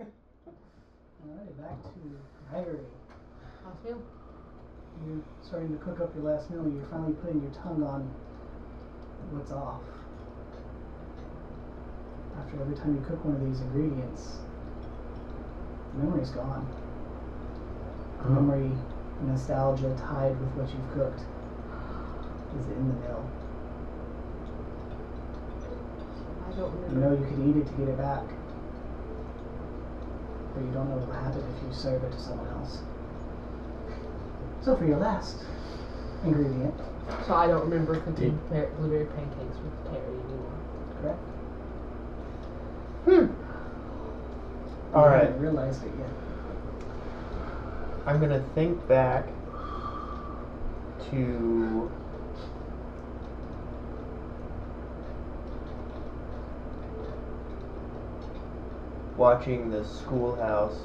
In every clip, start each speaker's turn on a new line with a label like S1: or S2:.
S1: All right, back to Harry.
S2: Last meal?
S1: You're starting to cook up your last meal. You're finally putting your tongue on what's off. After every time you cook one of these ingredients, the memory's gone. The memory, the nostalgia tied with what you've cooked is in the meal.
S2: I don't
S1: You
S2: remember.
S1: know you could eat it to get it back, but you don't know what will happen if you serve it to someone else. So for your last ingredient,
S2: So I don't remember cooking
S3: Did-
S2: pear- blueberry pancakes with Terry anymore.
S1: correct?
S2: Hmm.
S3: Hmm. All
S1: You
S3: right.
S1: haven't realized it yet.
S3: I'm gonna think back to watching the schoolhouse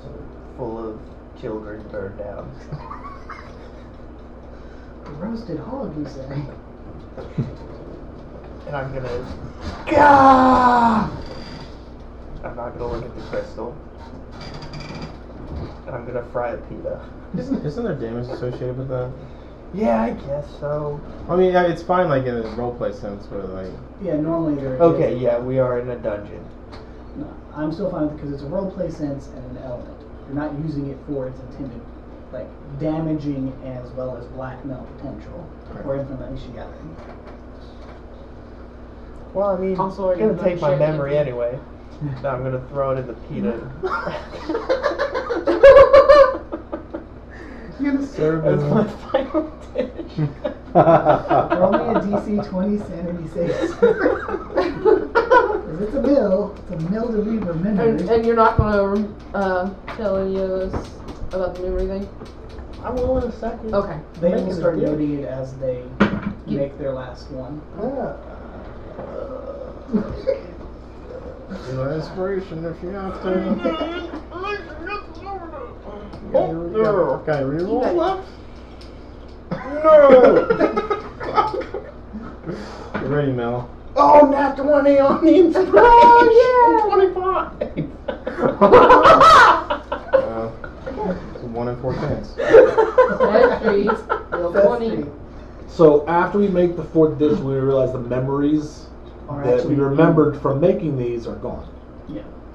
S3: full of children burn down.
S1: A roasted hog, you say?
S3: And I'm gonna Gah! I'm not gonna look at the crystal. And I'm gonna fry a pita.
S4: Isn't isn't there damage associated with that?
S3: Yeah, I guess so.
S4: I mean, I- it's fine like in a roleplay sense, but like
S1: Yeah, normally there. is.
S3: Okay, yeah, we are in a dungeon.
S1: No, I'm still fine with it because it's a roleplay sense and an element. You're not using it for its intended, like damaging as well as blackmail potential or information gathering.
S3: Well, I mean,
S2: Also, are
S3: I'm
S2: you
S3: gonna
S2: gonna
S3: take my
S2: share
S3: memory
S2: anything?
S3: anyway. No, I'm gonna throw it in the pita.
S1: You're the
S4: serve
S3: That's my
S4: as
S3: final dish.
S1: Roll me a DC 20 sanity save. 'Cause it's a mill. It's a mill to be
S2: and,
S1: remembered.
S2: and you're not gonna uh, tell any of us about the memory thing?
S3: I will in a second.
S2: Okay.
S1: They
S3: Make
S1: will
S3: it a
S1: start
S3: dish.
S1: noting it as they
S2: Give-
S1: make their last one.
S4: you know, inspiration if you have to.
S3: Oh,
S4: Gotta re-
S3: no.
S4: gotta- gotta re-roll
S2: You
S1: Oh,
S4: that. You ready, Mel?
S3: oh, nat 20 on the inspiration!
S2: Oh,
S4: Uh, it's one in four chance.
S2: 20.
S5: So after we make the fourth dish, we realize the memories
S1: Or
S5: that we
S1: actually-
S5: remembered from making these are gone.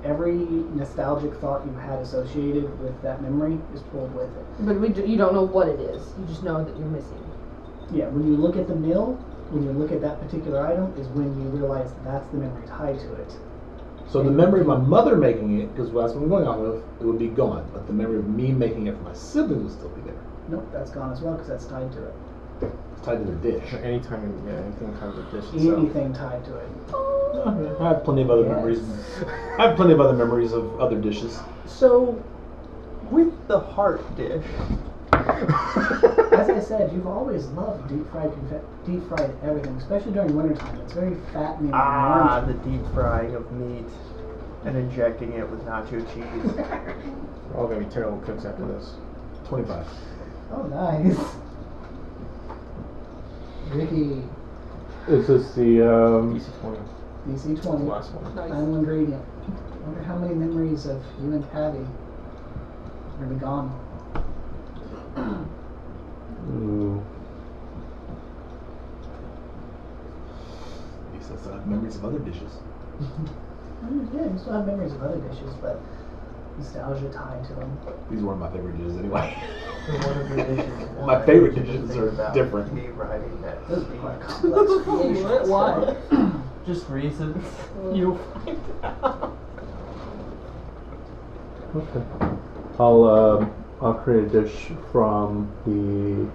S1: Every nostalgic thought you had associated with that memory is pulled with it.
S2: But we do, you don't know what it is. You just know that you're missing.
S1: Yeah, when you look at the mill, when you look at that particular item, is when you realize that's the memory tied to it.
S5: So the memory of my mother making it, because that's what I'm going on with, it would be gone. But the memory of me making it for my siblings would still be there.
S1: Nope, that's gone as well because that's tied to it.
S5: It's tied to the dish.
S4: Anytime, yeah, anything times a dish. itself.
S1: Anything tied to it.
S5: I have plenty of other memories.
S1: Yes.
S5: I have plenty of other memories of other dishes.
S3: So, with the heart dish,
S1: As I said, you've always loved deep fried confe- deep fried everything, especially during wintertime. It's very fattening. and
S3: ah,
S1: warm.
S3: the deep frying of meat and injecting it with nacho cheese.
S4: We're all gonna be terrible cooks after this.
S5: 25.
S1: oh, nice. Ricky,
S6: Is this the um,
S4: DC twenty,
S1: DC
S4: the
S1: 20,
S4: last one.
S2: Nice.
S1: final ingredient. wonder how many memories of you and Patty are gonna be gone.
S6: ooh,
S5: At least I still have memories of other dishes.
S1: Mm, Yeah, you still have memories of other dishes, but nostalgia tied to them.
S5: These weren't my favorite dishes anyway.
S3: So one of your dishes-
S5: My favorite
S3: Did you
S5: dishes
S3: think
S5: are
S3: about
S5: different.
S3: Me writing that.
S1: Those are quite complex creations.
S2: What?
S3: Just reasons.
S2: Mm.
S3: You'll find out.
S6: okay. I'll um, I'll create a dish from the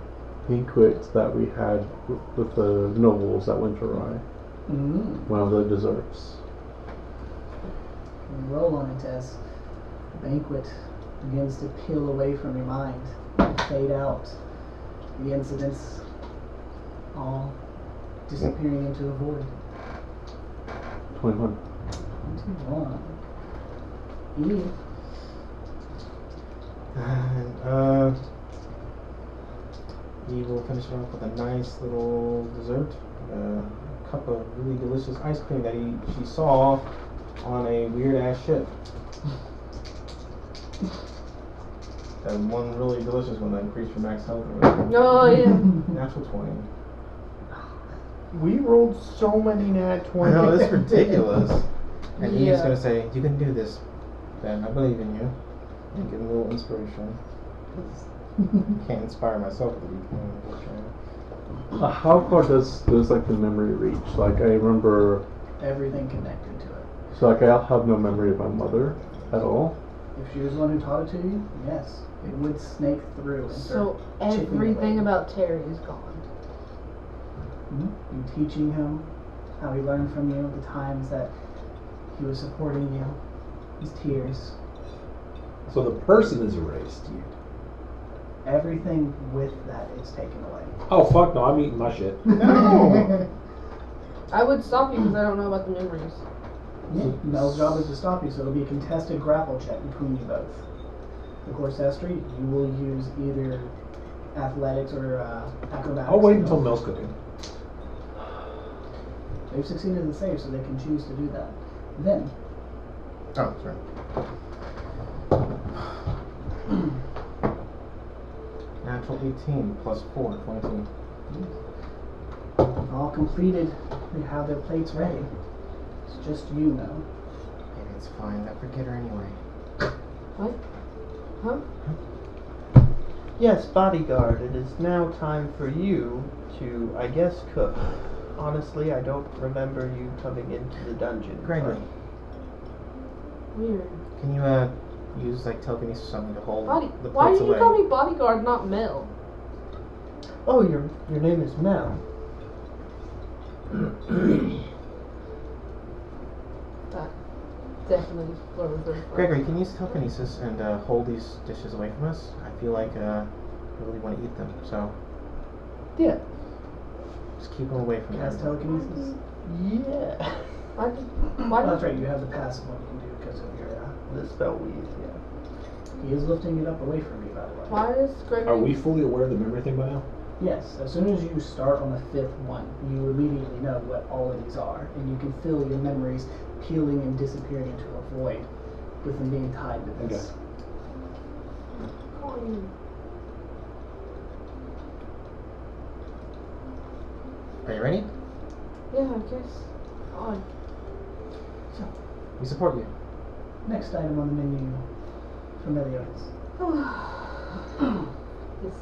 S6: banquet that we had w- with the nobles at Winter Rye.
S1: Mm.
S6: One of the desserts.
S1: And roll on it as the banquet begins to peel away from your mind, fade out, the incidents all disappearing into a void.
S6: Twenty-one.
S1: Too long. Eve,
S4: And, uh, we will finish it off with a nice little dessert, uh, a cup of really delicious ice cream that he she saw on a weird ass ship. That one really delicious one that increased your max health. or whatever.
S2: Oh yeah.
S4: Natural twenty.
S3: We rolled so many nat 20.
S4: I know this is ridiculous. And he's
S2: Yeah.
S4: gonna say, "You can do this, Ben. I believe in you." And give him a little inspiration. Can't inspire myself with the weekend, unfortunately.
S6: Uh, how far does does like the memory reach? Like I remember,
S1: Everything connected to it.
S6: so like I'll have no memory of my mother at all.
S1: If she was the one who taught it to you, yes, it would snake through. And
S2: So
S1: Chicken
S2: everything
S1: wing.
S2: about Terry is gone.
S1: you teaching him how he learned from you, the times that he was supporting you, his tears,
S5: So the person is erased.
S1: everything with that is taken away.
S5: Oh fuck no! I'm eating my shit.
S4: No.
S2: I would stop you because I don't know about the memories.
S1: Mel's job is to stop you, so it'll be a contested grapple check between you both. The Corsestry, you will use either athletics or uh, acrobatics.
S5: I'll wait until Mel's cooking.
S1: They've succeeded the save, so they can choose to do that. Then,
S4: Oh, sorry. Natural 18 plus 4, 22.
S1: all completed, they have their plates ready. It's just you, Mel.
S4: And it's fine. I forget her anyway.
S3: Yes, bodyguard, it is now time for you to, I guess, cook. Honestly, I don't remember you coming into the dungeon.
S4: Gregory,
S2: Weird.
S4: can you uh, use like telekinesis or something to hold
S2: Body.
S4: the
S2: Why
S4: plates
S2: do you
S4: away?
S2: call me bodyguard, not Mel?
S3: but- Oh, your your name is Mel.
S2: Definitely flirt with her.
S4: Gregory, can you use telekinesis and uh, hold these dishes away from us? I feel like uh, I really want to eat them, so.
S3: Yeah.
S4: Just keep them away from
S1: Cast
S4: us.
S1: telekinesis?
S3: Yeah.
S2: Why did? Why
S1: Oh, that's
S2: did?
S1: right, you have the passive one you can do because of your. Uh,
S3: the spell we use, yeah.
S1: he is lifting it up away from you, by the way.
S2: Why is Gregory?
S5: Are we fully aware of the memory thing by now?
S1: Yes, as soon as you start on the fifth one, you immediately know what all of these are, and you can feel your memories peeling and disappearing into a void with them being tied to this.
S2: calling you?
S4: Are you ready?
S2: Yeah, I guess. Odd.
S4: We support you.
S1: Next item on the menu, familiars.
S2: this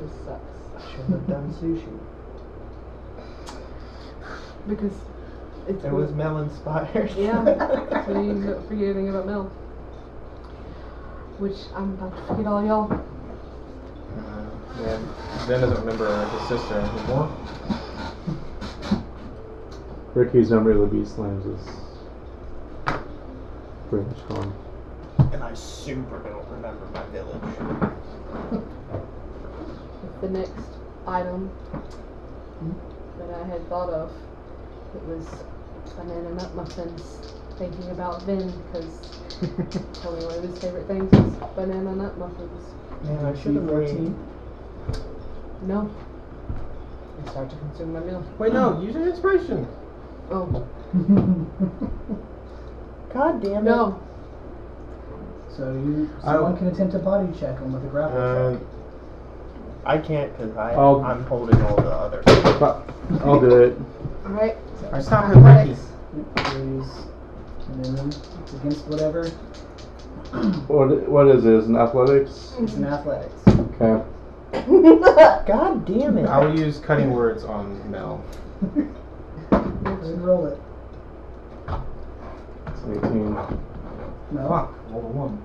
S2: this sucks
S3: Should have done sushi.
S2: because it's
S3: It was Mel inspired.
S2: Yeah. so you don't forget anything about Mel, which I'm about to forget all y'all.
S3: Uh-huh.
S4: Uh, yeah, Ben doesn't remember his sister anymore.
S6: Ricky's memory of the Beast Lands is pretty much gone.
S3: And I super don't remember my village.
S2: The next item that I had thought of, it was banana nut muffins. Thinking about Vin because told me one of his favorite things is banana nut muffins.
S3: Man, I should
S1: Should
S3: have waited.
S2: No. It's hard to consume my meal.
S4: Wait, no, use your inspiration.
S2: Oh
S3: God damn it.
S2: no!
S1: so you,
S4: I-
S6: Oh.
S1: someone can attempt a body check on with a grapple
S3: Uh,
S1: check.
S3: I can't because I
S6: I'll-
S3: I'm holding all the other.
S6: I'll do it.
S2: All right.
S4: I stopped with Ricky.
S1: Please, minimum against whatever.
S6: What what is this? An athletics?
S1: It's an athletics.
S6: Okay.
S3: God damn it.
S4: I will use cutting words on Mel.
S1: Roll it.
S6: It's Eighteen.
S1: No.
S4: roll a one.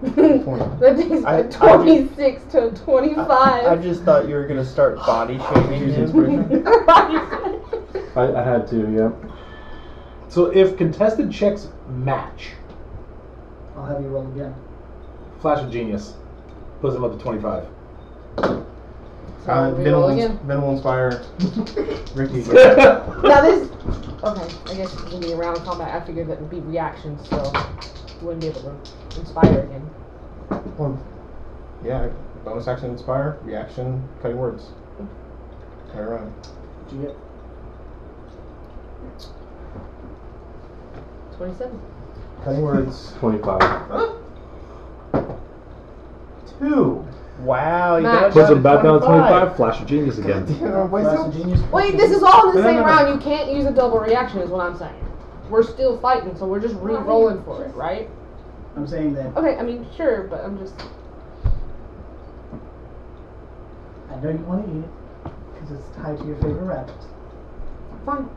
S2: that takes
S3: I- I
S2: my
S3: just-
S2: 26 to 25.
S3: I just thought you were gonna start body shaming
S4: Use
S3: him.
S4: inspiration.
S2: Uh,
S6: I, I had to. Yeah.
S5: So if contested checks match,
S1: I'll have you roll again.
S5: Flash of Genius puts him up to 25.
S4: Uh,
S2: we
S4: ben,
S2: roll
S4: will
S2: again.
S4: ben will inspire Ricky.
S2: now this. Okay, I guess it would be around combat. I figured that would be reactions, so you wouldn't be able to inspire again.
S4: yeah, bonus action inspire, reaction, cutting words. Right around.
S1: Do you get
S2: 27.
S4: Cutting words.
S6: Twenty-five.
S3: Two. Wow, you
S2: Max.
S3: got
S7: Puts
S3: another
S7: him back down
S3: 25.
S7: 25. Flash of genius again.
S4: Damn, why
S1: Flash
S4: so
S1: of genius.
S2: Wait, this is all in the
S3: No, no,
S2: same
S3: no.
S2: round. You can't use a double reaction, is what I'm saying. We're still fighting, so we're just
S1: Well, I think
S2: re-rolling
S1: it's
S2: for it,
S1: just-
S2: right?
S1: I'm saying that
S2: Okay, I mean, sure, but I'm just.
S1: I don't want to eat it because it's tied to your favorite rabbit.
S2: Fine.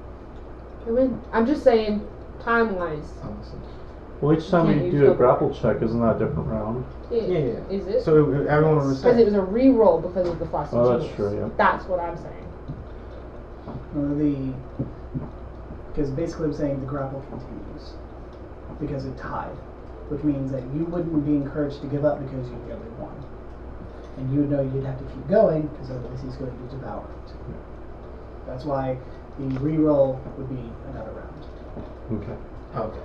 S2: I win. I'm just saying, time wise.
S7: Well, each time
S2: Can't
S7: you
S2: use
S7: do a
S2: double.
S7: grapple check, isn't that a different round?
S2: It,
S4: Yeah, yeah.
S2: Is it?
S4: So it- everyone was
S2: Because it
S4: saying.
S2: was a re-roll because of the flash of
S7: Oh, that's
S2: genius.
S7: true, yeah.
S2: That's what I'm saying.
S1: Or the because basically I'm saying the grapple continues because it tied, which means that you wouldn't be encouraged to give up because you barely won, and you know you'd have to keep going because otherwise he's going to devour it. That's why the re-roll would be another round.
S7: Okay.
S4: Oh, Okay.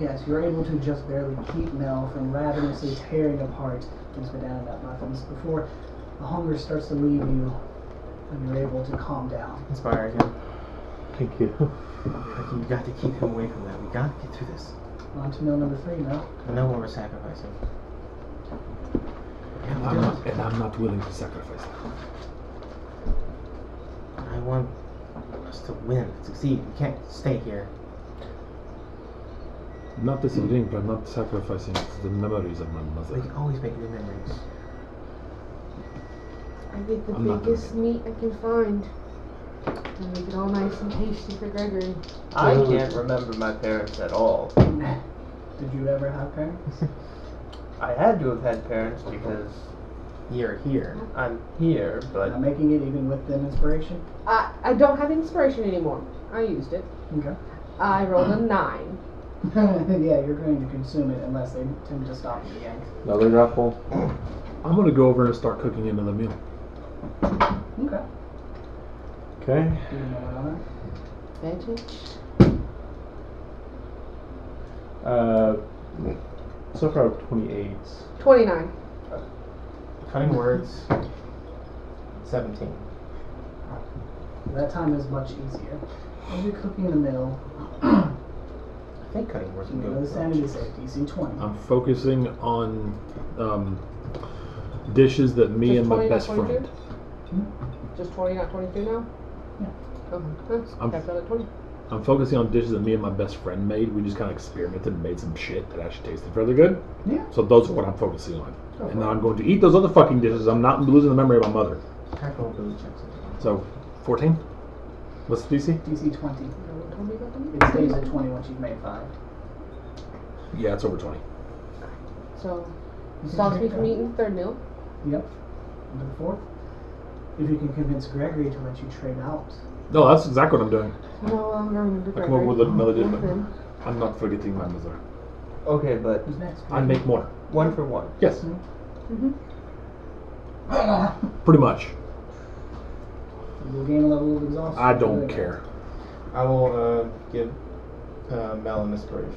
S1: Yes, you're able to just barely keep Mel from ravenously tearing apart these banana nut muffins before the hunger starts to leave you and you're able to calm down.
S4: Inspire again.
S7: Thank you.
S4: You got to keep him away from that. We got to get through this.
S1: On to meal number three, Mel.
S4: I know what we're sacrificing. We have to
S6: I'm
S4: do
S6: not, and I'm not willing to sacrifice.
S4: it. I want us to win, succeed. We can't stay here.
S6: I'm not disagreeing, but I'm not sacrificing the memories of my
S4: We
S6: mother.
S4: can always make new memories.
S2: I get the
S6: I'm not gonna
S2: biggest meat I can find. And make it all nice and tasty for Gregory.
S3: I can't remember my parents at all.
S1: Did you ever have parents?
S3: I had to have had parents because
S4: You're here.
S3: I'm here, but
S1: Not making it even with an inspiration?
S2: I, I don't have inspiration anymore. I used it.
S1: Okay.
S2: I rolled a nine.
S1: yeah, you're going to consume it unless they attempt to stop you again.
S7: Another grapple.
S6: I'm gonna go over and start cooking another meal.
S1: Okay.
S7: Okay.
S1: Do you know what other?
S2: Advantage.
S7: Uh, so far, 28.
S2: 29.
S4: Cutting words. 17.
S1: That time is much easier. As you're cooking the meal,
S4: I think cutting words
S1: you
S4: would
S1: know
S4: go.
S1: the sanity save DC 20.
S6: I'm focusing on um, dishes that me
S2: Just
S6: and my
S2: 20, not
S6: best
S2: 22?
S6: friend.
S2: Just 20, not 22 now?
S1: Yeah.
S2: Oh, huh,
S6: I'm-
S2: that's out of 20.
S6: I'm focusing on dishes that me and my best friend made. We just kind of experimented and made some shit that actually tasted fairly good.
S1: Yeah.
S6: So those are what I'm focusing on.
S1: Go
S6: And now I'm going to eat those other fucking dishes. I'm not losing the memory of my mother.
S4: Tackle ability checks. again.
S6: So, 14. What's the DC?
S1: DC 20.
S2: No one told me about the meat.
S1: It stays at 20 once you've made 5.
S6: Yeah, it's over 20.
S2: So,
S1: You can
S2: stops me
S1: drink
S2: from
S1: that.
S2: eating the third meal.
S1: Yep. Into the fourth. If you can convince Gregory to let you trade out,
S6: No, that's exactly what I'm doing.
S2: No longer remember
S6: I come up
S2: Gregory.
S6: with another dish, but
S2: Nothing.
S6: I'm not forgetting my mother.
S3: okay, but
S1: who's next?
S6: I make more.
S3: one for one.
S6: Yes,
S2: Mm-hmm.
S1: You'll
S6: pretty much.
S1: gain a level of exhaustion.
S6: I don't care.
S4: I will uh, give uh, Mel an inspiration.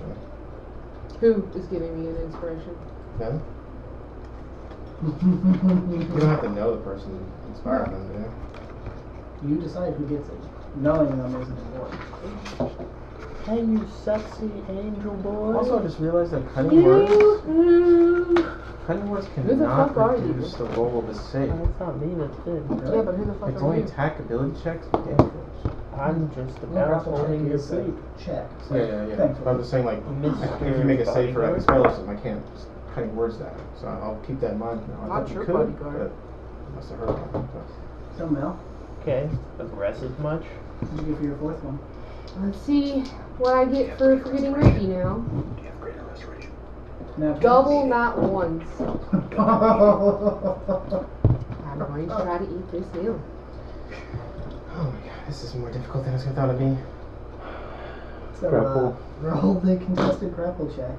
S2: Who is giving me an inspiration?
S4: Them? You don't
S1: you
S4: have to know the person to inspire them, do you?
S1: decide who gets it. Knowing them isn't important.
S4: Hey, you sexy angel boy. Also, I just realized that cutting words,
S2: You.
S4: cutting words
S2: Who the
S4: cannot
S2: fuck are you?
S4: reduce the roll of a save.
S3: That's not me, that's good.
S2: Yeah, but who the fuck
S4: It's
S2: are
S4: only
S2: you?
S4: attack ability checks with damage rolls.
S3: I'm just
S1: Well,
S3: about
S1: grapple check
S3: holding your
S1: is a
S3: food.
S1: Check.
S4: Yeah, yeah, yeah. But I'm
S1: Thankfully.
S4: just saying, like,
S3: Mr.
S4: if you make a save for like a spell or
S3: Bodyguard.
S4: something, I can't s- cutting words that. So I'll keep that in mind. Now. I
S2: Not
S4: thought
S2: your
S4: you could,
S2: bodyguard.
S4: but must have heard about it.
S1: So Mel,
S3: Okay, aggressive much?
S1: what did you get for your fourth one?
S2: Let's see what I get for forgetting Ricky now.
S6: Do you have greater restoration?
S1: Nat
S2: Double, not once.
S1: 20. I
S2: I'm going to try to eat this meal.
S4: Oh my god, this is more difficult than I thought it'd be.
S1: So,
S7: Grapple.
S1: Uh, roll the contested grapple check.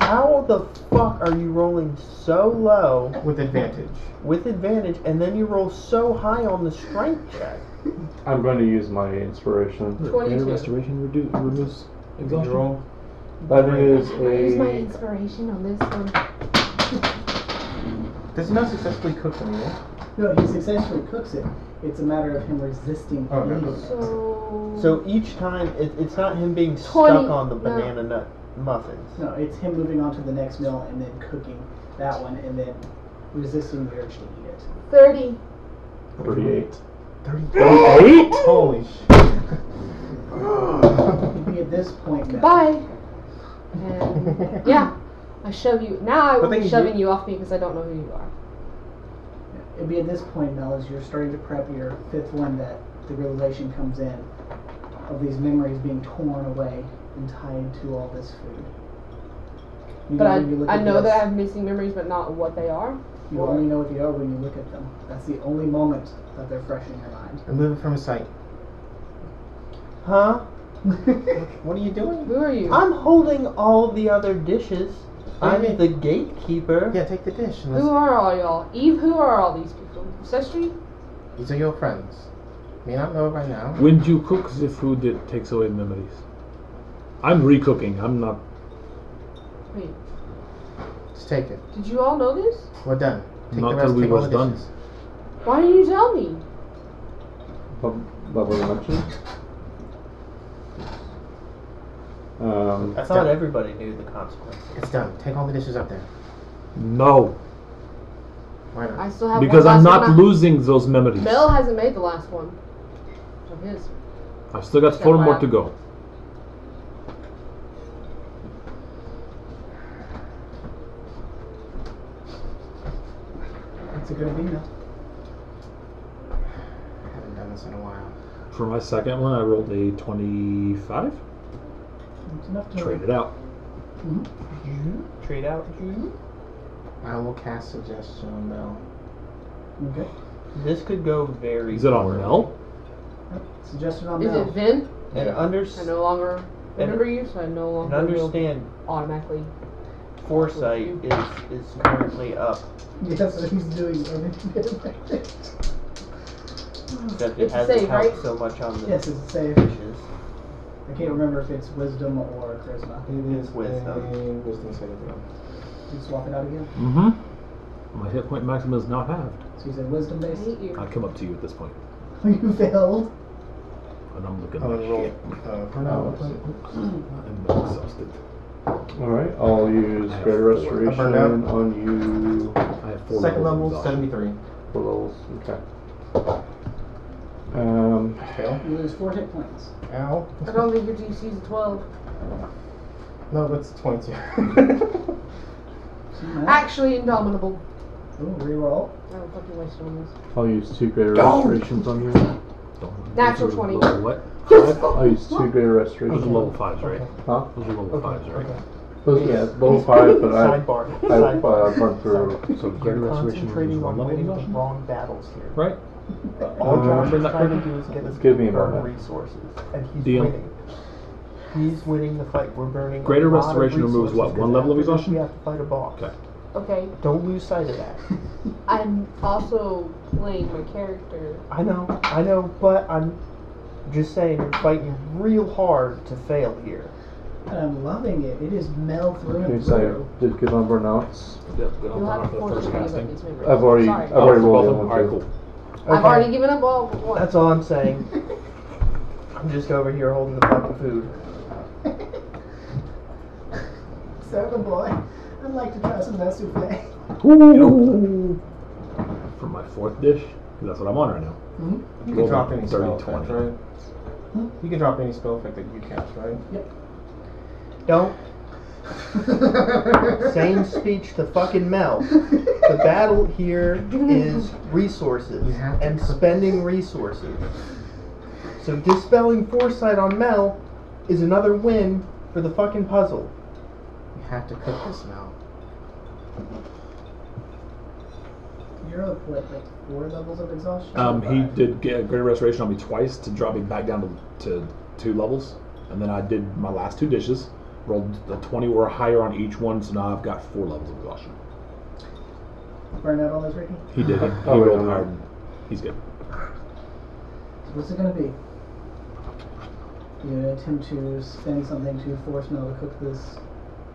S3: How the fuck are you rolling so low
S4: With advantage.
S3: with advantage and then you roll so high on the strength check?
S7: I'm going to use my inspiration.
S6: Greater
S2: 22.
S6: restoration redu- removes
S4: You
S6: exhaustion.
S4: roll.
S7: That is
S2: I use my
S7: a.
S2: inspiration on this one.
S4: Does he not successfully cook the meal?
S1: No, he successfully cooks it. It's a matter of him resisting
S4: Oh, no, no,
S1: eating.
S4: no.
S2: So.
S3: So each time, it, it's not him being
S2: 20
S3: stuck on the
S2: no.
S3: banana nut muffins.
S1: No, it's him moving on to the next meal and then cooking that one and then resisting the urge to eat it.
S2: 30.
S6: 38.
S4: 38? Holy
S1: Maybe at this point, Mel,
S2: Bye. And yeah, I shove you. Now I
S4: The
S2: will
S4: thing
S2: be
S4: is
S2: shoving you, off me because I don't know who you are.
S1: it'd be at this point, Mel, as you're starting to prep your fifth one that the realization comes in of these memories being torn away and tied to all this food. You
S2: But I,
S1: when you look
S2: I
S1: at
S2: know
S1: this,
S2: that I have missing memories, but not what they are.
S1: You only know what they are when you look at them. That's the only moment that they're fresh in your mind.
S4: Remove it from his sight.
S3: Huh?
S4: What are you doing?
S2: Who are you?
S3: I'm holding all the other dishes.
S4: What
S3: I'm
S4: do you mean?
S3: the gatekeeper.
S4: Yeah, take the dish and
S2: who
S4: let's.
S2: are all y'all? Eve, who are all these people? Ancestry?
S4: These are your friends. May not know it right now.
S6: When you cook the food, it takes away memories. I'm recooking. I'm not.
S2: Wait,
S4: Just take it.
S2: did you all know this?
S4: We're done. Take
S6: Not
S4: the
S6: till
S4: rest.
S6: we
S4: take all
S6: was
S4: the
S6: done.
S4: dishes.
S2: Why didn't you tell me?
S6: Bubble mentioned. Um,
S3: I thought everybody knew the consequences.
S4: It's done. Take all the dishes up there.
S6: no,
S4: Why not?
S2: I still have
S6: because
S2: one
S6: I'm
S2: last
S6: not
S2: one.
S6: losing those memories.
S2: Mel hasn't made the last one of his.
S6: I've still got four
S2: Yeah,
S6: more
S2: wow.
S6: to go.
S1: It's a good thing, Mel.
S4: I haven't done this in a while.
S6: For my second one, I rolled a 25.
S1: It's enough to
S6: Trade it out.
S3: Trade out you.
S4: I will cast suggestion on Mel.
S1: Okay.
S3: This could go very.
S6: Is it on
S3: poorly.
S6: Mel?
S1: Suggested on
S2: Is
S1: Mel.
S2: it Vin?
S3: And
S4: Yeah.
S3: under
S2: I no longer
S3: And-
S2: remember you, so I no
S3: and
S2: longer will
S3: understand
S2: automatically.
S3: foresight is is currently up,
S1: Yes, he's doing everything.
S3: except it
S2: It's a
S3: hasn't
S2: save,
S3: helped
S2: right?
S3: so much on the
S1: yes, it's a save.
S3: dishes.
S1: I can't remember if it's wisdom or charisma.
S4: It
S3: is wisdom.
S4: a Wisdom saving throw.
S1: Did you swap it out again?
S6: Mm-hmm. My hit point maximum is not halved.
S1: So you said wisdom
S2: I
S1: based?
S2: hate you.
S6: I come up to you at this point,
S1: you failed.
S6: and I'm looking
S4: Oh,
S6: like
S4: and roll.
S6: shit.
S4: Uh, for now, what's it?
S6: I'm exhausted.
S7: All right, I'll use
S6: I have
S7: Greater
S6: four.
S7: Restoration
S4: I burned
S7: on you.
S6: I have four
S4: Second
S6: levels
S4: level,
S6: of
S4: 73.
S6: exhaustion.
S7: Four levels. Okay. Um,
S4: Fail.
S1: You lose four hit points.
S4: Ow.
S2: I don't think your DC is 12.
S4: No, that's 22.
S2: Actually, Indomitable.
S1: Ooh, reroll.
S2: I'm fucking wasted on this.
S7: I'll use two Greater
S6: Don't.
S7: Restorations on you.
S6: Don't-
S2: Natural
S6: those are
S2: 20.
S6: Level what?
S7: I'll use two Greater
S6: Those are
S7: Restorations.
S6: level fives, right?
S7: Huh?
S6: Those are level fives, right?
S7: Those, yeah, level five, but I,
S3: Sidebar.
S7: I've
S3: Sidebar.
S7: uh, gone through.
S6: So greater
S3: You're
S6: restoration is
S3: concentrating
S6: one
S3: on
S6: level
S3: winning the
S6: exhaustion?
S3: wrong battles here.
S6: Right.
S3: All
S7: Uh,
S3: Josh
S6: remember
S3: is
S6: that
S3: trying to
S6: card?
S3: do is get us
S7: Give me a
S3: burn
S7: moment.
S3: resources, and he's
S6: Deal.
S3: winning. He's winning the fight. We're burning. a
S6: Greater
S3: lot of
S6: restoration removes what,
S3: resources,
S6: one
S3: 'cause
S6: level of
S3: after this
S6: exhaustion?
S3: We have to fight a boss.
S6: Okay.
S2: Okay,
S3: Don't lose sight of that.
S2: I'm also playing my character.
S3: I know, I know, but I'm just saying you're fighting real hard to fail here.
S1: And I'm loving it. It is Mel through
S7: Okay,
S1: and
S7: so
S1: through.
S7: I did good on burnouts.
S6: Yep, good.
S2: You'll
S6: I'll
S2: have
S6: the
S2: to force
S6: first
S2: me to give up
S6: casting. Oh,
S2: these memories.
S7: I've already,
S2: Sorry.
S7: I've already
S6: for both
S7: rolled
S6: of
S7: the
S6: them.
S7: other
S6: Alright, cool.
S7: one too.
S2: I've
S3: Okay.
S2: already given up all but one.
S3: That's all I'm saying. I'm just over here holding the fucking food.
S1: Seven boy. I'd like to try some of that souffle.
S6: Ooh. For my fourth dish, 'cause that's what I'm on right now.
S4: Hmm? You can
S6: Roll
S4: drop
S6: back
S4: any
S6: 30,
S4: spell effect,
S6: 20.
S4: right?
S1: Hmm?
S4: You can drop any spell effect that you cast, right?
S3: Don't same speech to fucking Mel. The battle here is resources
S4: You have to
S3: and
S4: cook.
S3: spending resources. So dispelling foresight on Mel is another win for the fucking puzzle.
S4: You have to cook this now.
S1: You're up with like four levels of exhaustion.
S6: Um, he
S1: Five.
S6: did get greater restoration on me twice to drop me back down to, to two levels, and then I did my last two dishes, rolled a twenty or higher on each one, so now I've got four levels of exhaustion.
S1: Burn out all those Ricky.
S6: He did it. He
S7: Oh, wait,
S6: rolled
S7: I'm
S6: higher.
S7: not.
S6: than- He's good.
S1: What's it gonna be? You gonna attempt to spend something to force Mel to cook this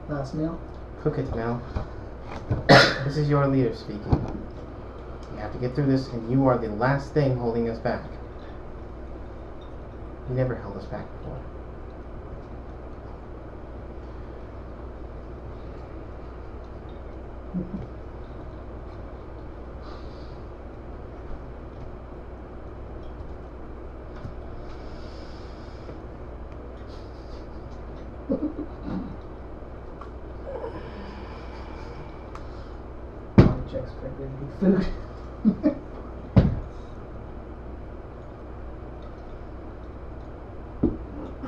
S1: last meal?
S4: Cook it now. this is your leader speaking. You have to get through this, and you are the last thing holding us back. You never held us back before.
S1: Jack's prepared to be food.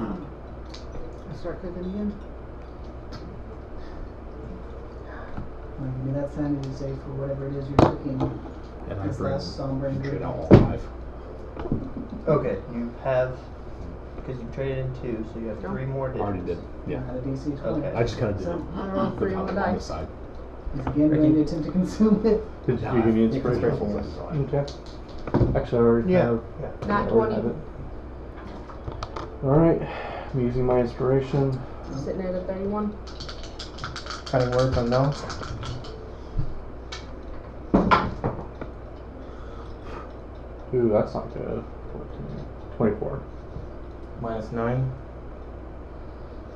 S2: I start cooking again.
S1: Well, you do that sound you say for whatever it is you're cooking.
S5: And I
S1: It's
S5: bring,
S1: less somber and
S5: I trade
S1: grim.
S5: out all five.
S3: Okay, you have because you traded in two, so you have three more digits.
S5: Already did. Yeah.
S1: At a DC 20.
S3: Okay.
S5: I just kind of did
S1: So,
S2: I roll
S5: it.
S2: three on the
S5: On the
S2: dice.
S5: side.
S1: he's again going to attempt to consume it.
S7: Did you
S5: Nah,
S7: give me
S4: you can
S7: inspiration?
S4: spray
S5: That's all right.
S7: Okay. Actually, I already
S3: Yeah.
S7: have.
S2: Not
S7: I already have
S2: 20.
S7: it. All right. I'm using my inspiration.
S2: Sitting at a 31.
S4: Cutting words on no.
S7: Ooh, that's not good. 14. 24.
S4: Minus nine.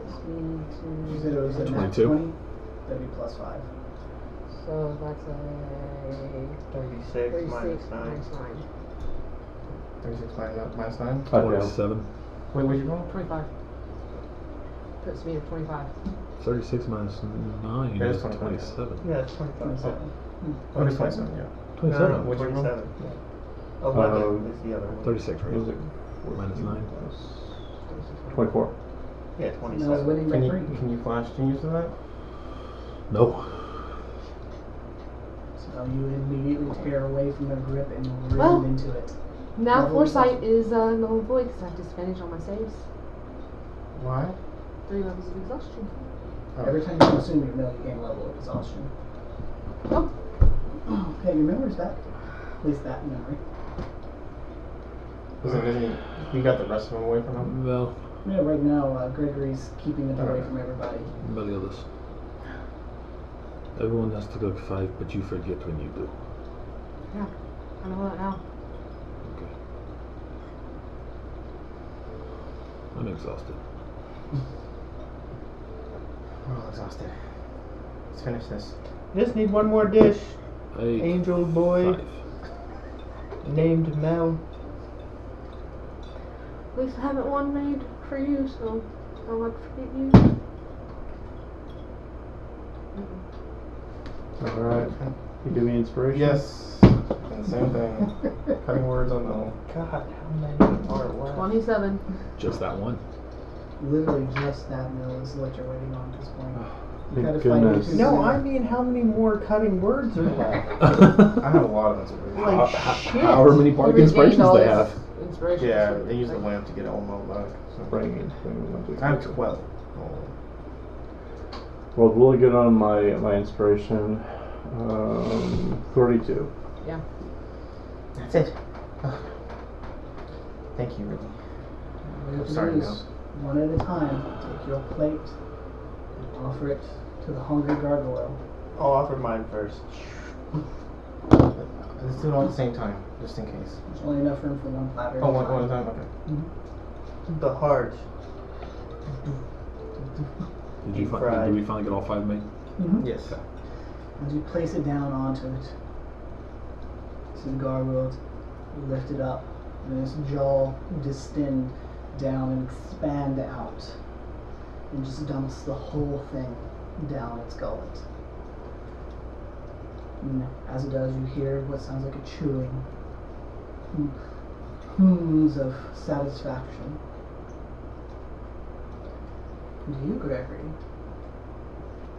S2: Just need
S1: You
S2: to.
S1: said it was at
S5: 22.
S1: 20? That'd be plus 5.
S3: Oh,
S2: So that's a
S3: Thirty-six
S2: 36
S3: minus nine.
S2: minus 9.
S4: 36 minus, minus nine.
S7: I failed.
S5: Twenty-seven.
S4: Wait, what'd you roll?
S2: 25. Puts me at 25.
S5: 36 minus 9
S4: That is
S5: is
S4: 25, yeah.
S5: 27.
S3: Yeah, it's twenty-five.
S1: 27.
S4: Oh, it's 27, yeah.
S3: No,
S5: 27.
S3: no, no,
S4: What'd you roll?
S3: twenty-seven. Eleven
S7: Um,
S3: is the other one.
S5: 36,
S7: What was
S5: right?
S7: it?
S5: Minus 9.
S7: 24.
S3: Yeah,
S1: And I was
S3: twenty-seven.
S1: winning by
S4: Can you,
S1: 3.
S4: can you flash genius to that?
S5: No.
S1: So you immediately tear away from the grip and rip
S2: Well.
S1: into it.
S2: Now
S1: Level
S2: foresight is uh, null and void because I have disadvantage on my saves.
S4: Why?
S2: Three levels of exhaustion.
S4: Oh.
S1: Every time you consume your meal, you gain level of exhaustion.
S2: Oh.
S1: Okay, your memory's back. At least that memory.
S4: Isn't, isn't, you got the rest of them away from him?
S5: Well,
S1: Yeah, right now, uh, Gregory's keeping it away
S4: Okay.
S1: from everybody.
S5: Many others. Everyone has to cook five, but you forget when you do.
S2: I know that now.
S5: I'm exhausted.
S4: We're all Oh, exhausted. Let's finish this.
S3: Just need one more dish.
S5: I ate
S3: Angel boy
S5: five.
S3: named Mel.
S2: At least I haven't one made for you, so I won't forget you.
S7: All right. You give me inspiration?
S4: Yes. And same thing. Cutting words on no.
S3: God, how many are left?
S2: 27.
S5: Just that one.
S1: Literally just that meal is what you're waiting on at this point. You
S7: Thank
S1: gotta find your
S7: goodness.
S1: two
S3: No,
S1: meals.
S3: I mean how many more cutting words are left?
S4: I have a lot of inspiration.
S3: Like
S5: How-
S3: shit.
S5: However many bardic inspirations they have.
S2: Inspiration.
S4: Yeah, they use the lamp to get all my luck. So.
S7: Bring it. Bring it, I'll do it.
S4: I have 12. Oh.
S7: Well, really good on my my inspiration. Um, Thirty-two.
S4: That's it. Thank you, Ricky.
S1: What you have to
S4: Sorry,
S1: do is, One at a time, take your plate and offer it to the hungry gargoyle.
S3: I'll offer mine first.
S4: Let's do it all at the same time, just in case.
S1: There's only enough room for one platter. at
S4: Oh,
S1: a
S4: one,
S1: time.
S4: one at a time? Okay.
S3: The heart.
S5: Did you
S3: Deep
S5: find?
S3: fried.
S5: Did we finally get all five made?
S1: Mm-hmm.
S4: Yes.
S1: As you place it down onto it, so the gargoyle lift it up, and its jaw distend down and expand out, and just dumps the whole thing down its gullet. And as it does, you hear what sounds like a chewing, hum- hums of satisfaction. And to you, Gregory,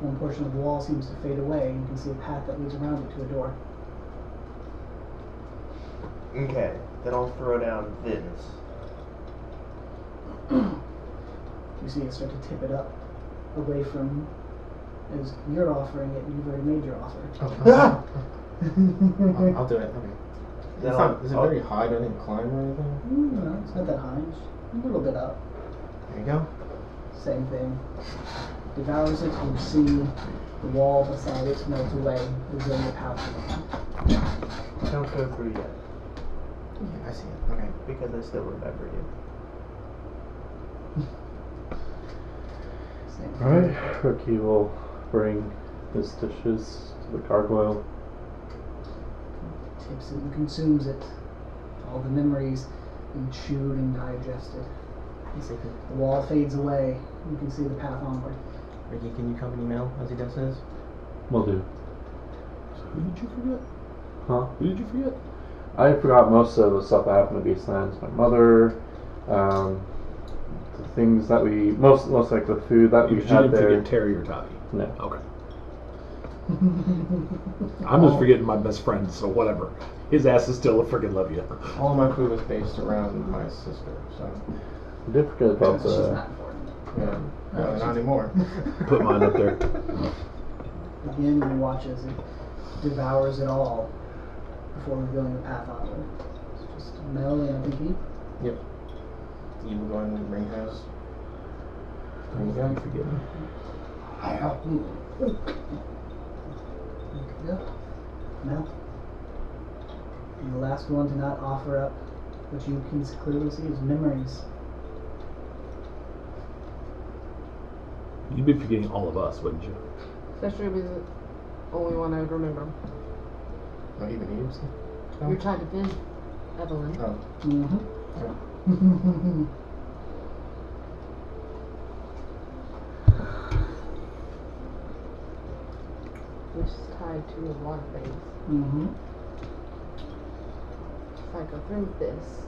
S1: one portion of the wall seems to fade away, and you can see a path that leads around it to a door.
S3: Okay, then I'll throw down Vin's.
S1: You see it start to tip it up away from as you're offering it, and you've already made your offer.
S4: I'll, Oh, I'll do it. Okay. It's
S3: Then
S4: not,
S3: I'll-
S4: is it
S3: I'll-
S4: very high? Do I need to climb or anything?
S1: Mm, no, it's not that high, just a little bit up.
S4: There you go.
S1: Same thing. Devours it, and you see the wall beside it melt away, revealing the pouch.
S3: Don't go through yet,
S4: Yeah, I see it. Okay.
S3: because I still remember you.
S1: Same thing.
S7: All right. Cookie will bring his dishes to the gargoyle.
S1: Tips it and consumes it. All the memories and chewed and digested.
S4: Basically.
S1: The wall fades away. You can see the path onward.
S4: Ricky, can you come and email as he does his?
S7: Will do.
S6: Who did you forget?
S7: Huh?
S6: Who did you forget?
S7: I forgot most of the stuff that happened to Beastlands. My mother, um, the things that we most most like the food that
S6: You
S7: we
S6: didn't
S7: had there.
S6: forget Terry or Tommy.
S7: No.
S6: Okay. I'm just forgetting my best friend, so whatever. His ass is still a freaking Levia.
S4: All my food was based around my sister, so
S7: I did forget about
S1: It's just
S7: the.
S1: not important.
S4: yeah, no, not anymore.
S6: Put mine up there.
S1: Again, you watch as it devours it all before revealing the path onward. It's just Mel and a big heap.
S4: You were going to the greenhouse. There you
S6: You
S4: go.
S6: forget.
S1: There you go. Mel. And the last one to not offer up what you can clearly see is memories.
S6: You'd be forgetting all of us, wouldn't you?
S2: Especially with the only one I would remember.
S4: Not even Eve's.
S2: You're tied to Vin, Evelyn.
S1: Mm-hmm.
S2: Which is tied to a lot of things.
S1: mm-hmm.
S2: If I go through this,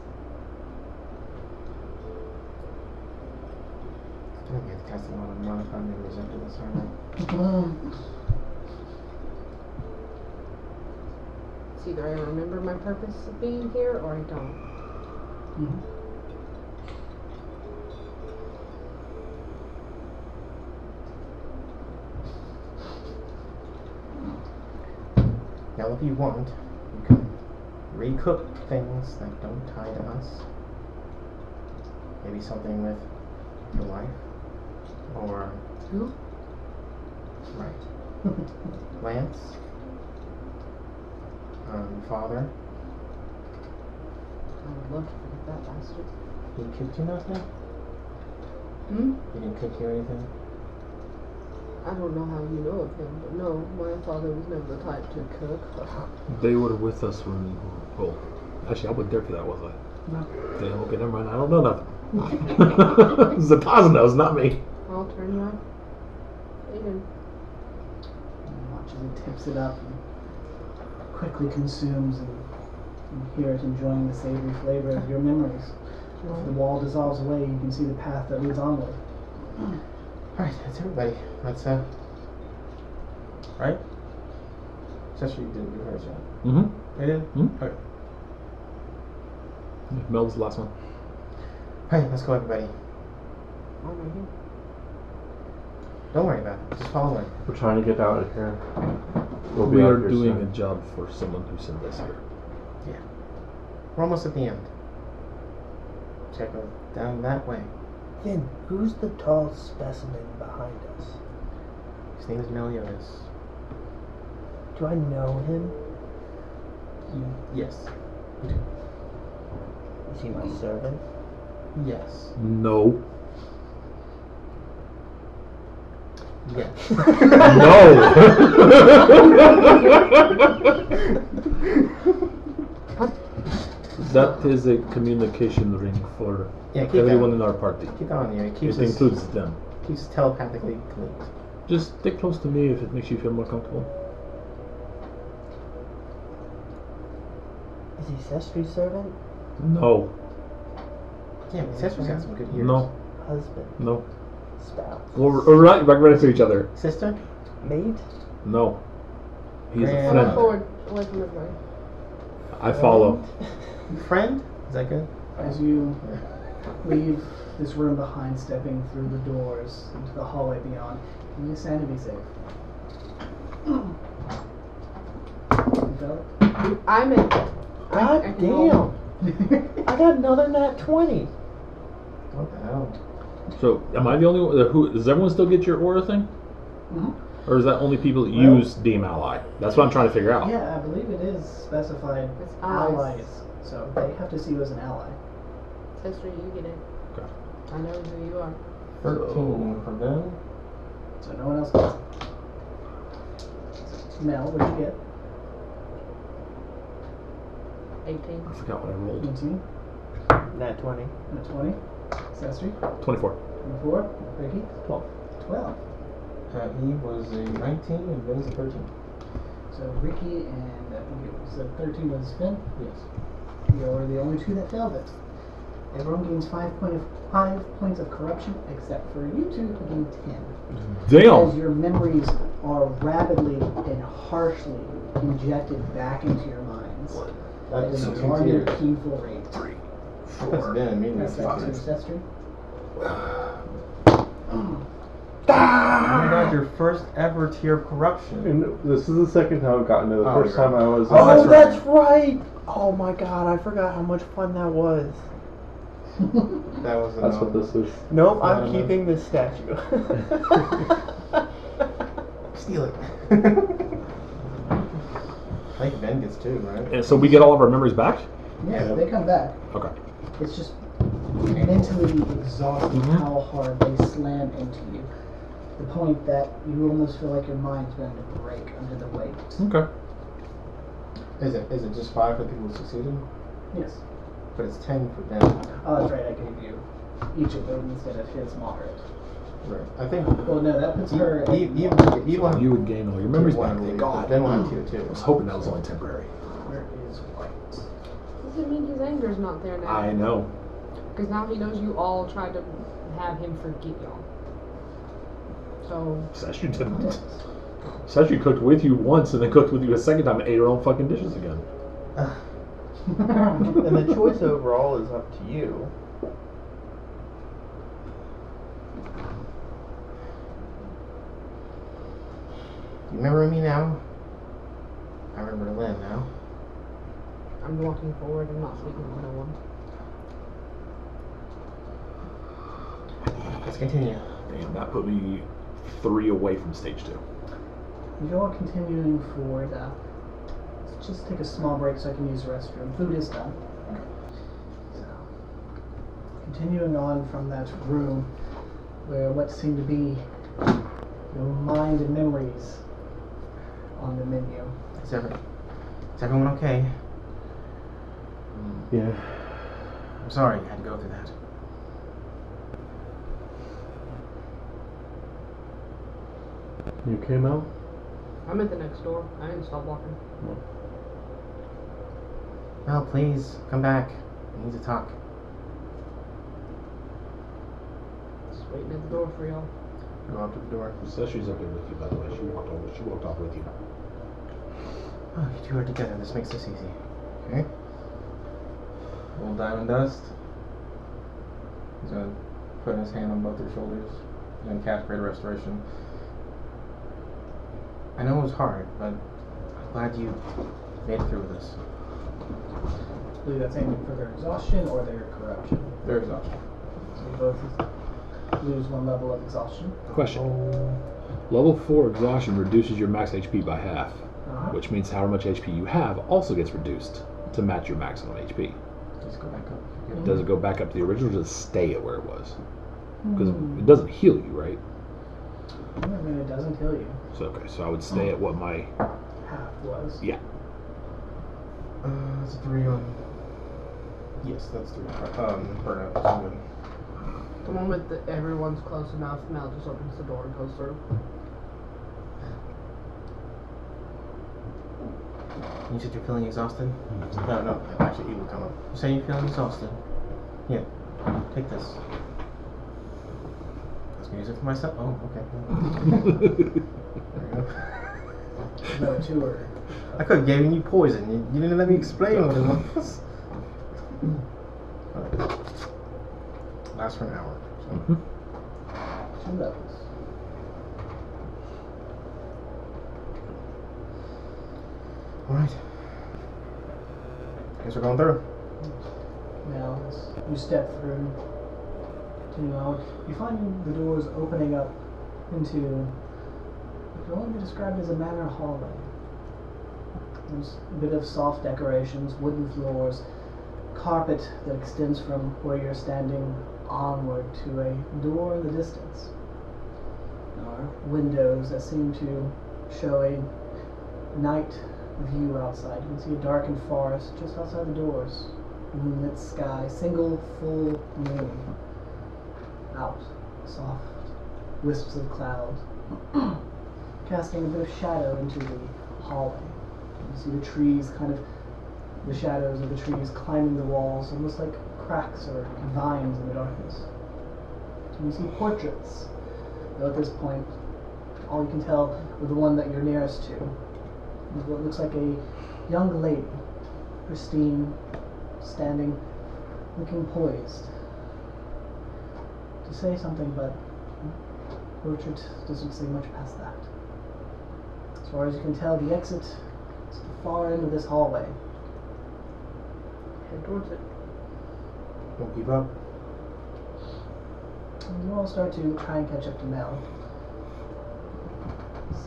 S4: I'm gonna get casting a lot of modified memories after this, aren't
S1: Um,
S2: it's either I remember my purpose of being here or I don't.
S4: I? Now, if you want, you can recook things that don't tie to us. Maybe something with your life, or
S2: Who?
S4: right, Lance, um, father.
S2: I would love to forget that bastard.
S4: He cooked you nothing.
S2: Hmm?
S4: He didn't cook you anything.
S2: I don't know how you know of him, but no, my father was never the type to cook.
S6: They were with us when. Well, actually, I wasn't there for that, was I?
S1: No.
S6: Damn, okay, never mind. I don't know nothing. it's the Posnos, not me.
S2: I'll turn you on. Aiden.
S1: and watches it tips it up and quickly consumes and you hear it enjoying the savory flavor of your memories. As the wall dissolves away, you can see the path that leads onward.
S4: All right, that's everybody. That's uh, right. Especially you didn't do hers yet.
S7: Mm-hmm.
S6: Mm
S4: I did.
S6: hmm. Mel's the last one.
S4: Hey, let's go, everybody.
S2: I'm right here.
S4: Don't worry about it. Just follow me.
S7: We're trying to get out of here. We'll be
S6: we
S7: out
S6: are
S7: here
S6: doing
S7: soon.
S6: a job for someone who sent us here.
S4: We're almost at the end. Check go down that way.
S3: Finn, who's the tall specimen behind us?
S4: His name is Meliodas.
S3: Do I know him?
S4: Yes.
S3: Is he my servant?
S4: Yes.
S6: No.
S4: Yes.
S6: That is a communication ring for
S4: Yeah, keep
S6: everyone
S4: everyone.
S6: in our party.
S4: Keep on you. It keeps
S6: It
S4: us,
S6: includes them.
S4: keeps us telepathically linked.
S6: Just stay close to me if it makes you feel more comfortable.
S3: Is he Sestry's servant?
S6: No.
S4: Yeah, but Sister's got some good ears.
S6: No.
S3: Husband?
S6: No.
S3: Spouse?
S6: Or, or right, right, right to each other.
S4: Sister?
S3: Mate?
S6: No. He's a
S4: Grand-
S2: Come
S6: friend.
S2: forward, away from everybody.
S6: I follow.
S4: Friend? Is that good?
S1: As you leave this room behind, stepping through the doors into the hallway beyond, can you sanity save? You felt
S2: I'm in.
S4: God
S2: I can roll.
S4: damn!
S1: it?
S4: I got another nat 20. What the hell?
S6: So, am I the only one? Who does everyone still get your aura thing?
S1: Mhm.
S6: Or is that only people that
S1: Well-
S6: use Deem Ally? That's what I'm trying to figure out.
S1: yeah, I believe it is specified
S2: It's
S1: allies,
S2: allies.
S1: so they have to see you as an ally.
S2: Sister, you get it.
S6: Okay.
S2: I know who you are.
S4: 13 for them.
S1: So no one else gets Mel, what'd you get?
S2: 18.
S5: I forgot what I rolled.
S1: 18,
S3: Nat 20.
S1: and a 20. Sestri,
S5: 24.
S1: 24. Ricky,
S5: 12.
S1: 12.
S4: Uh, he was a 19 and Vin's a 13.
S1: So Ricky and I think it was so 13 was Finn.
S4: Yes.
S1: You are the only two that failed it. Everyone gains five point of five points of corruption, except for you two who gain ten. As your memories are rapidly and harshly injected back into your minds at
S4: That's
S1: an
S4: two
S1: alarming,
S4: years.
S1: painful rate.
S4: That's been a meeting.
S1: That's
S4: You're
S1: that ancestry.
S4: not your first ever tier of corruption.
S7: And this is the second time I've gotten it. The
S4: Oh,
S7: first
S4: you're
S7: time I was.
S4: Oh, that's right.
S3: right! Oh my god, I forgot how much fun that was.
S4: That was a
S7: That's
S4: no.
S7: what this is.
S3: Nope,
S4: Not
S3: I'm
S4: enough.
S3: keeping this statue.
S4: Steal it. I think Vin gets two, right?
S5: And so we get all of our memories back?
S1: Yeah, so they come back.
S5: Okay.
S1: It's just mentally exhausting
S5: Mhm.
S1: how hard they slam into you. The point that you almost feel like your mind's going to break under the weight.
S5: Okay.
S4: Is it is it just five for people who succeeded?
S1: Yes.
S4: But it's ten for them.
S1: Oh, that's right. I gave you each of them instead of his moderate.
S4: Right. I think
S1: Well, no, that puts
S4: e-
S1: her. at-
S4: e- even even
S5: You would gain all your memories back.
S4: One,
S5: Thank
S4: God.
S5: God.
S4: Then we'll have tier two.
S5: I was hoping that was only temporary.
S1: Where is White?
S2: Doesn't mean his anger's not there now.
S5: I know.
S2: Because now he knows you all tried to have him forget y'all. So,
S5: Seshu didn't. Seshu cooked with you once and then cooked with you a second time and ate her own fucking dishes again.
S3: and the choice overall is up to you.
S4: You remember me now? I remember Lynn now.
S2: I'm walking forward. I'm not speaking to no one.
S4: Let's continue.
S5: Damn, that put me three away from stage two.
S1: You're continuing forward. Uh, let's just take a small break so I can use the restroom. Food is done. So, continuing on from that room where what seemed to be your mind and memories on the menu.
S4: Is, every, is everyone okay?
S7: Yeah.
S4: I'm sorry you had to go through that.
S7: You came out.
S2: I'm at the next door. I didn't stop walking.
S4: Mel, Oh, please come back. I need to talk.
S2: Just waiting at the door for y'all.
S4: Go up to the door.
S5: Seshu's okay with you, by the way. She walked over. She walked off with you.
S4: Oh, you two are together. This makes this easy. Okay. Little diamond dust. He's gonna put his hand on both their shoulders and cast greater restoration. I know it was hard, but I'm glad you made it through with this.
S1: I believe that's aiming for their exhaustion or their corruption.
S4: They're exhausted.
S1: So you both lose one level of exhaustion.
S5: Question. Level 4 exhaustion reduces your max HP by half,
S1: Uh-huh.
S5: which means however much HP you have also gets reduced to match your maximum HP.
S4: Just go back up.
S5: Does it go back up to the original or does it stay at where it was? Because
S1: Hmm.
S5: it doesn't heal you, right?
S1: I mean, it doesn't kill you.
S5: So, okay, so I would stay at what my.
S1: Half was.
S4: Uh, it's a three on. Yes, that's three. Um, burnout. so good.
S2: The one with the everyone's close enough. Mel just opens the door and goes through.
S4: You said you're feeling exhausted? No, no, actually, he will come up. You say you're feeling exhausted? Yeah, take this. I was gonna use it for myself. Oh, okay. There you go.
S1: No, two or
S4: I could have given you poison. You, you didn't let me explain what it was. Alright. Lasts for an hour. So.
S1: two levels.
S4: Alright. Guess we're going through.
S1: Now, you step through. You know, you find the doors opening up into what can only be described as a manor hallway. There's a bit of soft decorations, wooden floors, carpet that extends from where you're standing onward to a door in the distance. There are windows that seem to show a night view outside. You can see a darkened forest just outside the doors. Moonlit sky, single full moon. Out, soft wisps of cloud, casting a bit of shadow into the hallway. You see the trees kind of, the shadows of the trees climbing the walls, almost like cracks or vines in the darkness. And you see portraits, though at this point, all you can tell are the one that you're nearest to is what looks like a young lady, pristine, standing, looking poised to say something, but Orchard doesn't say much past that. As far as you can tell, the exit is at the far end of this hallway.
S2: Head towards it.
S4: Don't give up.
S1: And you all start to try and catch up to Mel.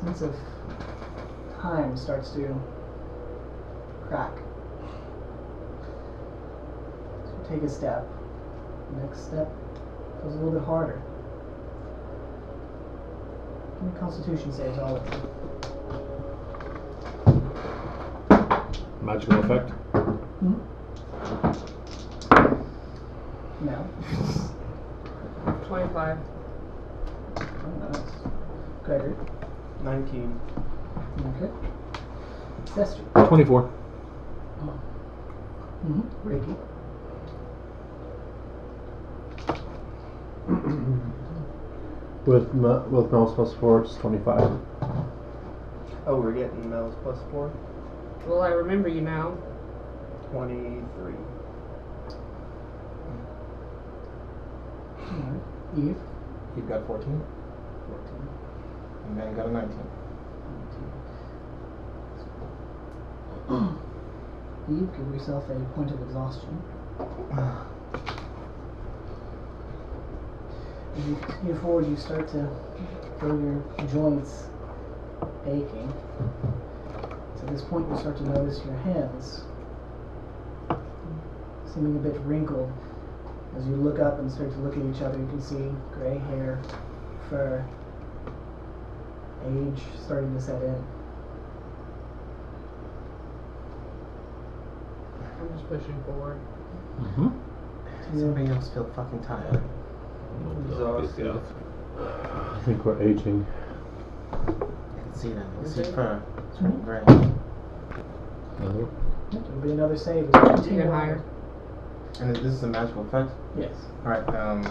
S1: Sense of time starts to crack. So take a step. Next step goes a little bit harder. Give me Constitution saves all of you.
S5: Magical effect.
S1: No.
S2: 25.
S1: Oh, nice. Gregory.
S3: 19.
S1: Okay. Sester.
S5: 24.
S1: Mm-hmm. Reiki.
S6: With M- with Mel's plus four, it's twenty five.
S3: Oh, we're getting Mel's plus 4.
S2: Well, I remember you now.
S3: 23.
S1: Alright. Eve.
S4: You've got 14,
S1: 14.
S4: and then got a 19.
S1: Eve, give Hmm. yourself a point of exhaustion. As you continue forward, you start to feel your joints aching. So at this point, you start to notice your hands seeming a bit wrinkled. As you look up and start to look at each other, you can see gray hair, fur, age starting to set in.
S2: I'm just pushing forward.
S6: Mm-hmm.
S4: Does anybody else feel fucking tired?
S3: Exhausted.
S6: I think we're aging.
S4: I can see that. I can
S2: Is
S4: see
S2: it? Mm-hmm.
S4: fur. It's turning gray.
S5: Another.
S1: It'll be another save. as you continue
S2: Even
S1: on.
S2: higher.
S4: And this is a magical effect?
S1: Yes.
S4: Alright, um.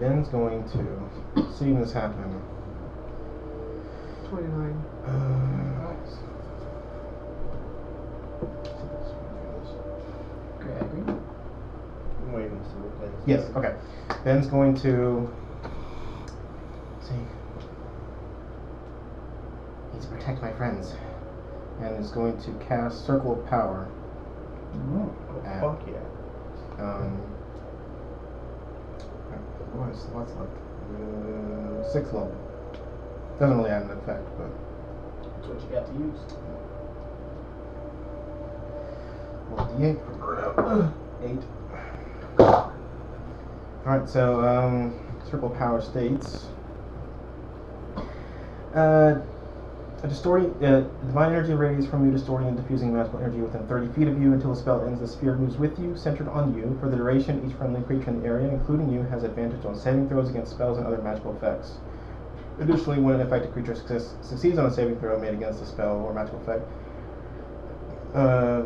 S4: Ben's going to. Seeing this happen.
S2: 29.
S4: Uh,
S1: Gregory.
S3: I'm waiting to see what Ben's
S4: yes,
S3: doing.
S4: okay. Ben's going to. See. Need to protect my friends. And is going to cast Circle of Power.
S1: Mm-hmm.
S3: Oh,
S4: Ah.
S3: fuck yeah.
S4: Um. What is what's like? Uh, sixth level. Doesn't really have an effect, but.
S1: That's what you got to use.
S4: Well, D8. Eight. Alright, so, um, Circle of Power states. Uh, a distorting, uh, divine energy radiates from you, distorting and diffusing magical energy within 30 feet of you until the spell ends. The sphere moves with you, centered on you. For the duration, each friendly creature in the area, including you, has advantage on saving throws against spells and other magical effects. Additionally, when an affected creature success, succeeds on a saving throw made against the spell or magical effect, uh,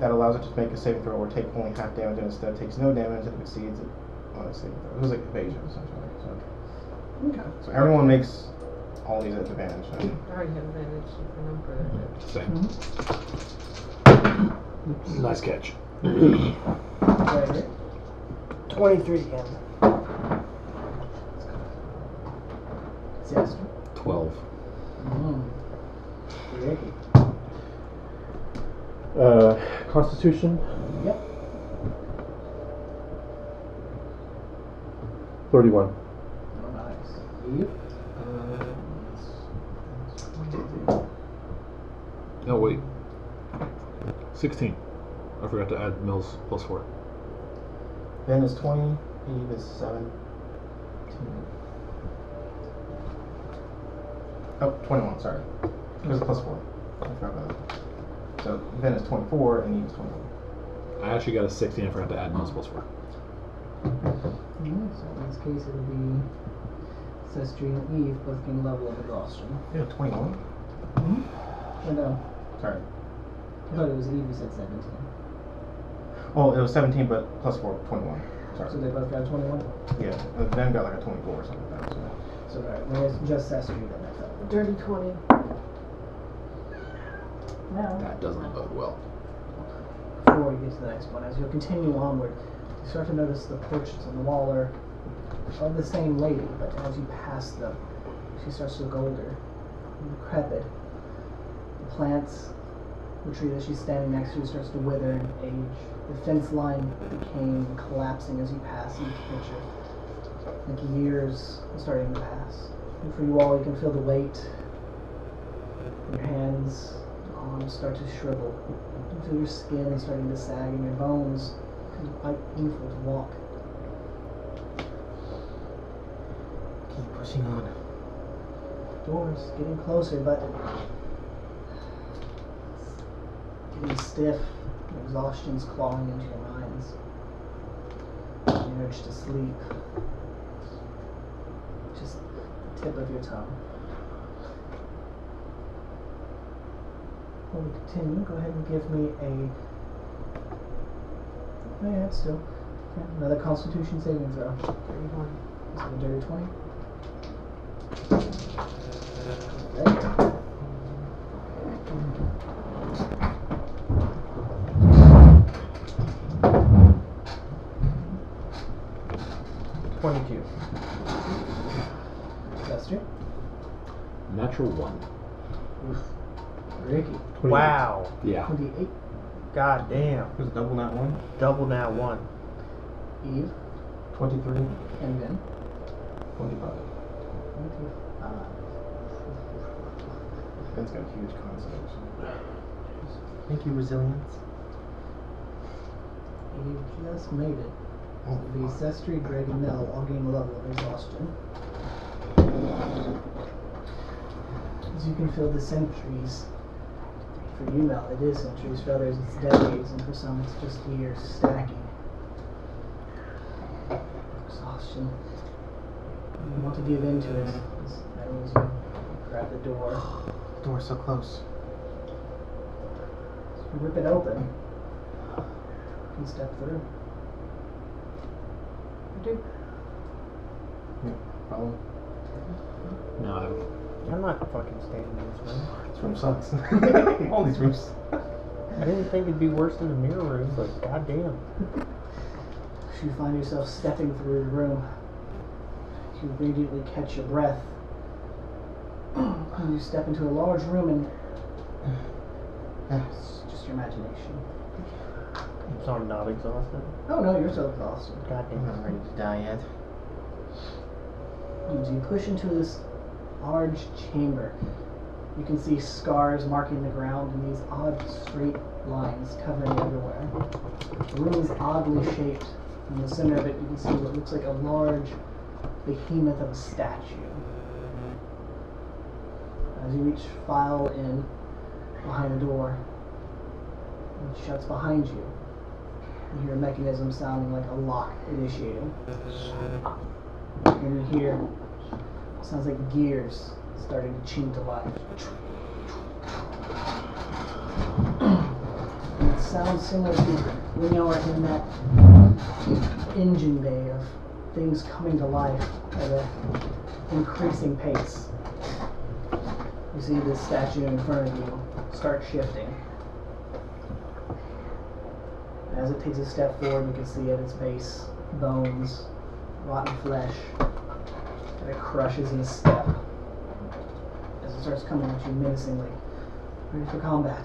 S4: that allows it to make a saving throw or take only half damage and instead takes no damage if it exceeds it on a saving throw. It was like evasion essentially. So,
S1: Okay.
S4: so everyone makes all these at advantage. and-
S2: I already have advantage if I'm good.
S5: Same. Nice catch.
S1: Gregory.
S8: 23 again.
S1: Sester.
S5: 12.
S1: Mm. Ricky.
S6: Uh, Constitution.
S1: Yep.
S6: Thirty one.
S1: Oh, nice. Eve.
S5: No, wait. 16. I forgot to add Mills plus 4.
S4: Ben is 20, Eve is 17. Oh, 21, sorry. It was a plus 4. I forgot about that. So Ben is 24 and he was 21.
S5: I actually got a 16. I forgot to add multiples for.
S1: Mm, So in this case, it would be Sestri and Eve both being level of exhaustion.
S4: Yeah, 21.
S1: Or no,
S4: Sorry.
S1: I thought it was Eve who said 17.
S4: Oh, it was 17, but plus 4, 21. Sorry.
S1: So they both got 21?
S4: yeah, uh, Ben got like a 24 or something like that. So.
S1: So right, there's just Sestri then I thought.
S2: Dirty 20.
S1: Now,
S5: That doesn't bode well.
S1: before we get to the next one, as you continue onward, you start to notice the portraits on the wall are of the same lady, but as you pass them, she starts to look older and decrepit. The plants, the tree that she's standing next to starts to wither and age. The fence line became collapsing as you pass each picture. Like years are starting to pass. And for you all, you can feel the weight. Your hands, your arms start to shrivel. You feel your skin is starting to sag and your bones become quite painful to walk.
S4: Keep pushing on.
S1: door's getting closer, but it's getting stiff. and Exhaustion's clawing into your minds. The urge to sleep. Just the tip of your tongue. Before we continue, go ahead and give me a. Oh yeah, it's still. Yeah, another Constitution saving throw.
S2: 31.
S1: Is it a dirty 20?
S4: it. 22.
S1: Lester?
S5: Natural one.
S1: Ricky.
S3: Wow.
S5: Yeah.
S1: 28.
S3: God damn.
S4: It was double that one.
S3: Double now one.
S1: Eve.
S4: 23,
S1: And then?
S4: 25. Ben's got huge concepts. Thank you, resilience.
S1: You just made it. The Sestri, Greg, and Mel all gain a level of exhaustion. As you can feel the centuries. For you, Mel, it is centuries. For others, it's decades. And for some, it's just years stacking. Exhaustion. You want to give in to it. 'cause That means you grab the door,
S4: Door so close.
S1: rip it open, and step through.
S2: I do.
S4: Problem.
S5: Now I'm
S3: I'm not fucking standing in this room.
S4: This room sucks. All these rooms.
S3: I didn't think it'd be worse than the mirror room, but goddamn.
S1: If you find yourself stepping through the room, you immediately catch your breath. and you step into a large room and it's just your imagination.
S3: So I'm not exhausted.
S1: Oh no, you're so exhausted.
S4: I'm
S3: Goddamn.
S4: not ready to die yet.
S1: As you push into this large chamber, you can see scars marking the ground and these odd straight lines covering everywhere. The room is oddly shaped. In the center of it, you can see what looks like a large behemoth of a statue. As you reach file in behind the door, it shuts behind you. You hear a mechanism sounding like a lock initiating. And you hear sounds like gears starting to chink to life. And it sounds similar to when you are in that engine bay of things coming to life at an increasing pace. You see this statue in front of you start shifting. As it takes a step forward, you can see at its base bones, rotten flesh and it crushes in a step as it starts coming at you menacingly, ready for combat.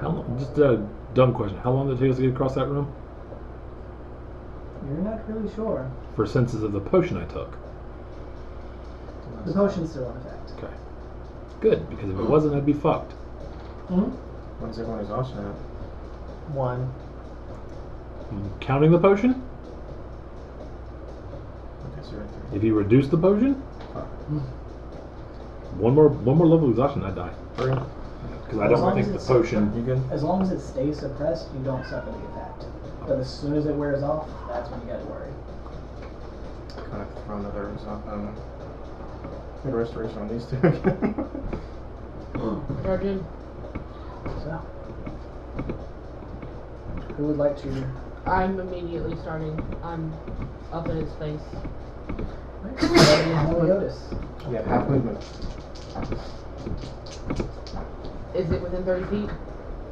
S5: How long, just a dumb question. How long did it take us to get across that room?
S1: You're not really sure.
S5: For senses of the potion I took.
S1: The potion's still in effect.
S5: Good, because if it wasn't, I'd be fucked.
S4: When's everyone exhaustion at?
S3: One.
S5: I'm counting the potion?
S4: Okay, so It's right there.
S5: If you reduce the potion, one more one more level of exhaustion, I die. Because I
S1: As long
S5: don't
S1: as
S5: think the
S1: it's-
S5: potion.
S4: You good?
S1: As long as it stays suppressed, you don't suffer the effect. But as soon as it wears off, that's when you gotta worry.
S4: Kind of throw another result. I don't know. Good Um, restoration on these two again.
S2: Arjun,
S1: So, who would like to?
S2: I'm immediately starting. I'm up in his face.
S1: Meliodas.
S4: yeah, half movement.
S2: Is it within 30 feet?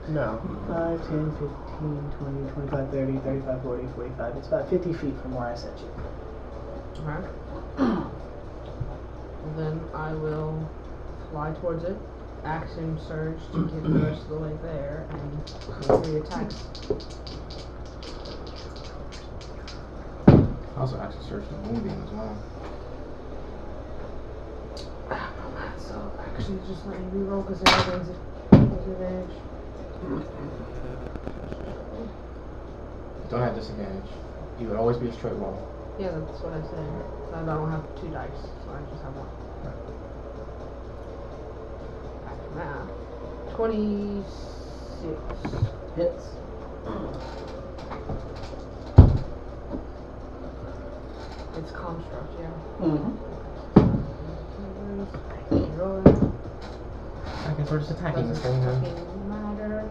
S3: No.
S1: 5, 10, 15, 20, 25, 30, 35, 40, 45. It's about 50 feet from where I set you.
S2: Alright. well, then I will fly towards it. Action surge to get the rest of the way there and make three attacks.
S4: Also, actually searched the moonbeam as well.
S2: Ah, So actually, just let me reroll because everything's disadvantage.
S4: You don't have disadvantage. You would always be a straight roll.
S2: Yeah, that's what I said. I don't have two dice, so I just have one. After that, twenty-six.
S1: Hits.
S2: It's construct, yeah.
S1: Mm-hmm.
S2: Rolling.
S4: I guess we're just attacking this thing
S2: Doesn't
S4: then.
S2: fucking matter.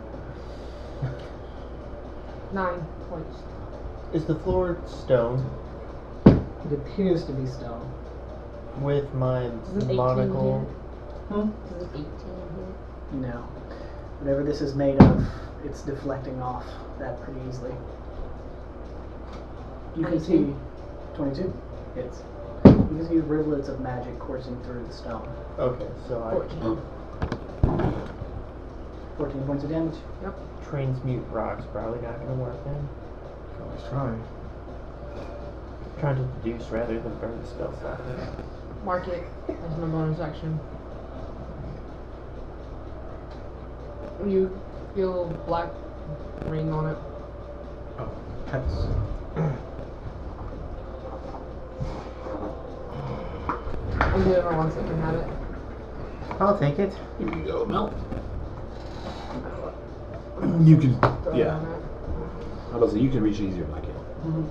S2: Nine points.
S3: Is the floor stone
S1: It appears to be stone.
S3: with my
S2: Does an
S3: monocle?
S2: Does an eighteen
S1: No. Whatever this is made of, it's deflecting off that pretty easily. You can see 22 hits. You can see rivulets of magic coursing through the stone.
S3: Okay, so
S2: hit?
S3: I
S2: Fourteen.
S1: 14 points of damage.
S3: transmute rocks probably not gonna work then.
S4: Always try.
S3: Trying to deduce rather than burn the spell slot.
S2: Mark it as my bonus action. You feel a little black ring on it.
S4: Oh, Cuts.
S2: And whoever wants it can have it.
S4: I'll take it.
S5: Here you go, Mel. You can.
S2: Throw it
S5: Yeah.
S2: on it.
S5: I was say you can reach easier than I can.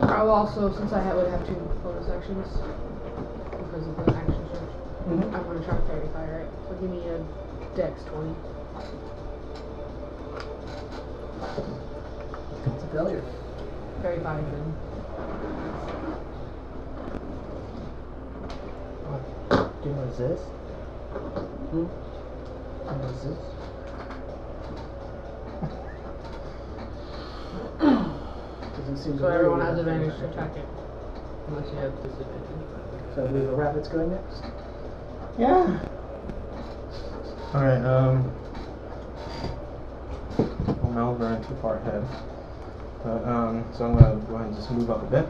S2: I will also, since I ha- would have two bonus actions because of the action search,
S1: Mhm.
S2: I'm going to try to fairy fire it. So give me a dex 20.
S1: It's a failure.
S2: Fairy fire then.
S3: Do you resist? Hmm? Resist?
S1: Doesn't seem to
S2: So
S1: worry
S2: everyone
S1: you
S2: has
S1: that much.
S2: advantage to attack it. Unless you have disadvantage.
S1: So I believe the rabbit's going next.
S4: Yeah. Alright, um. Well, now we're running too far ahead. But, um, so I'm gonna go ahead and just move up a bit.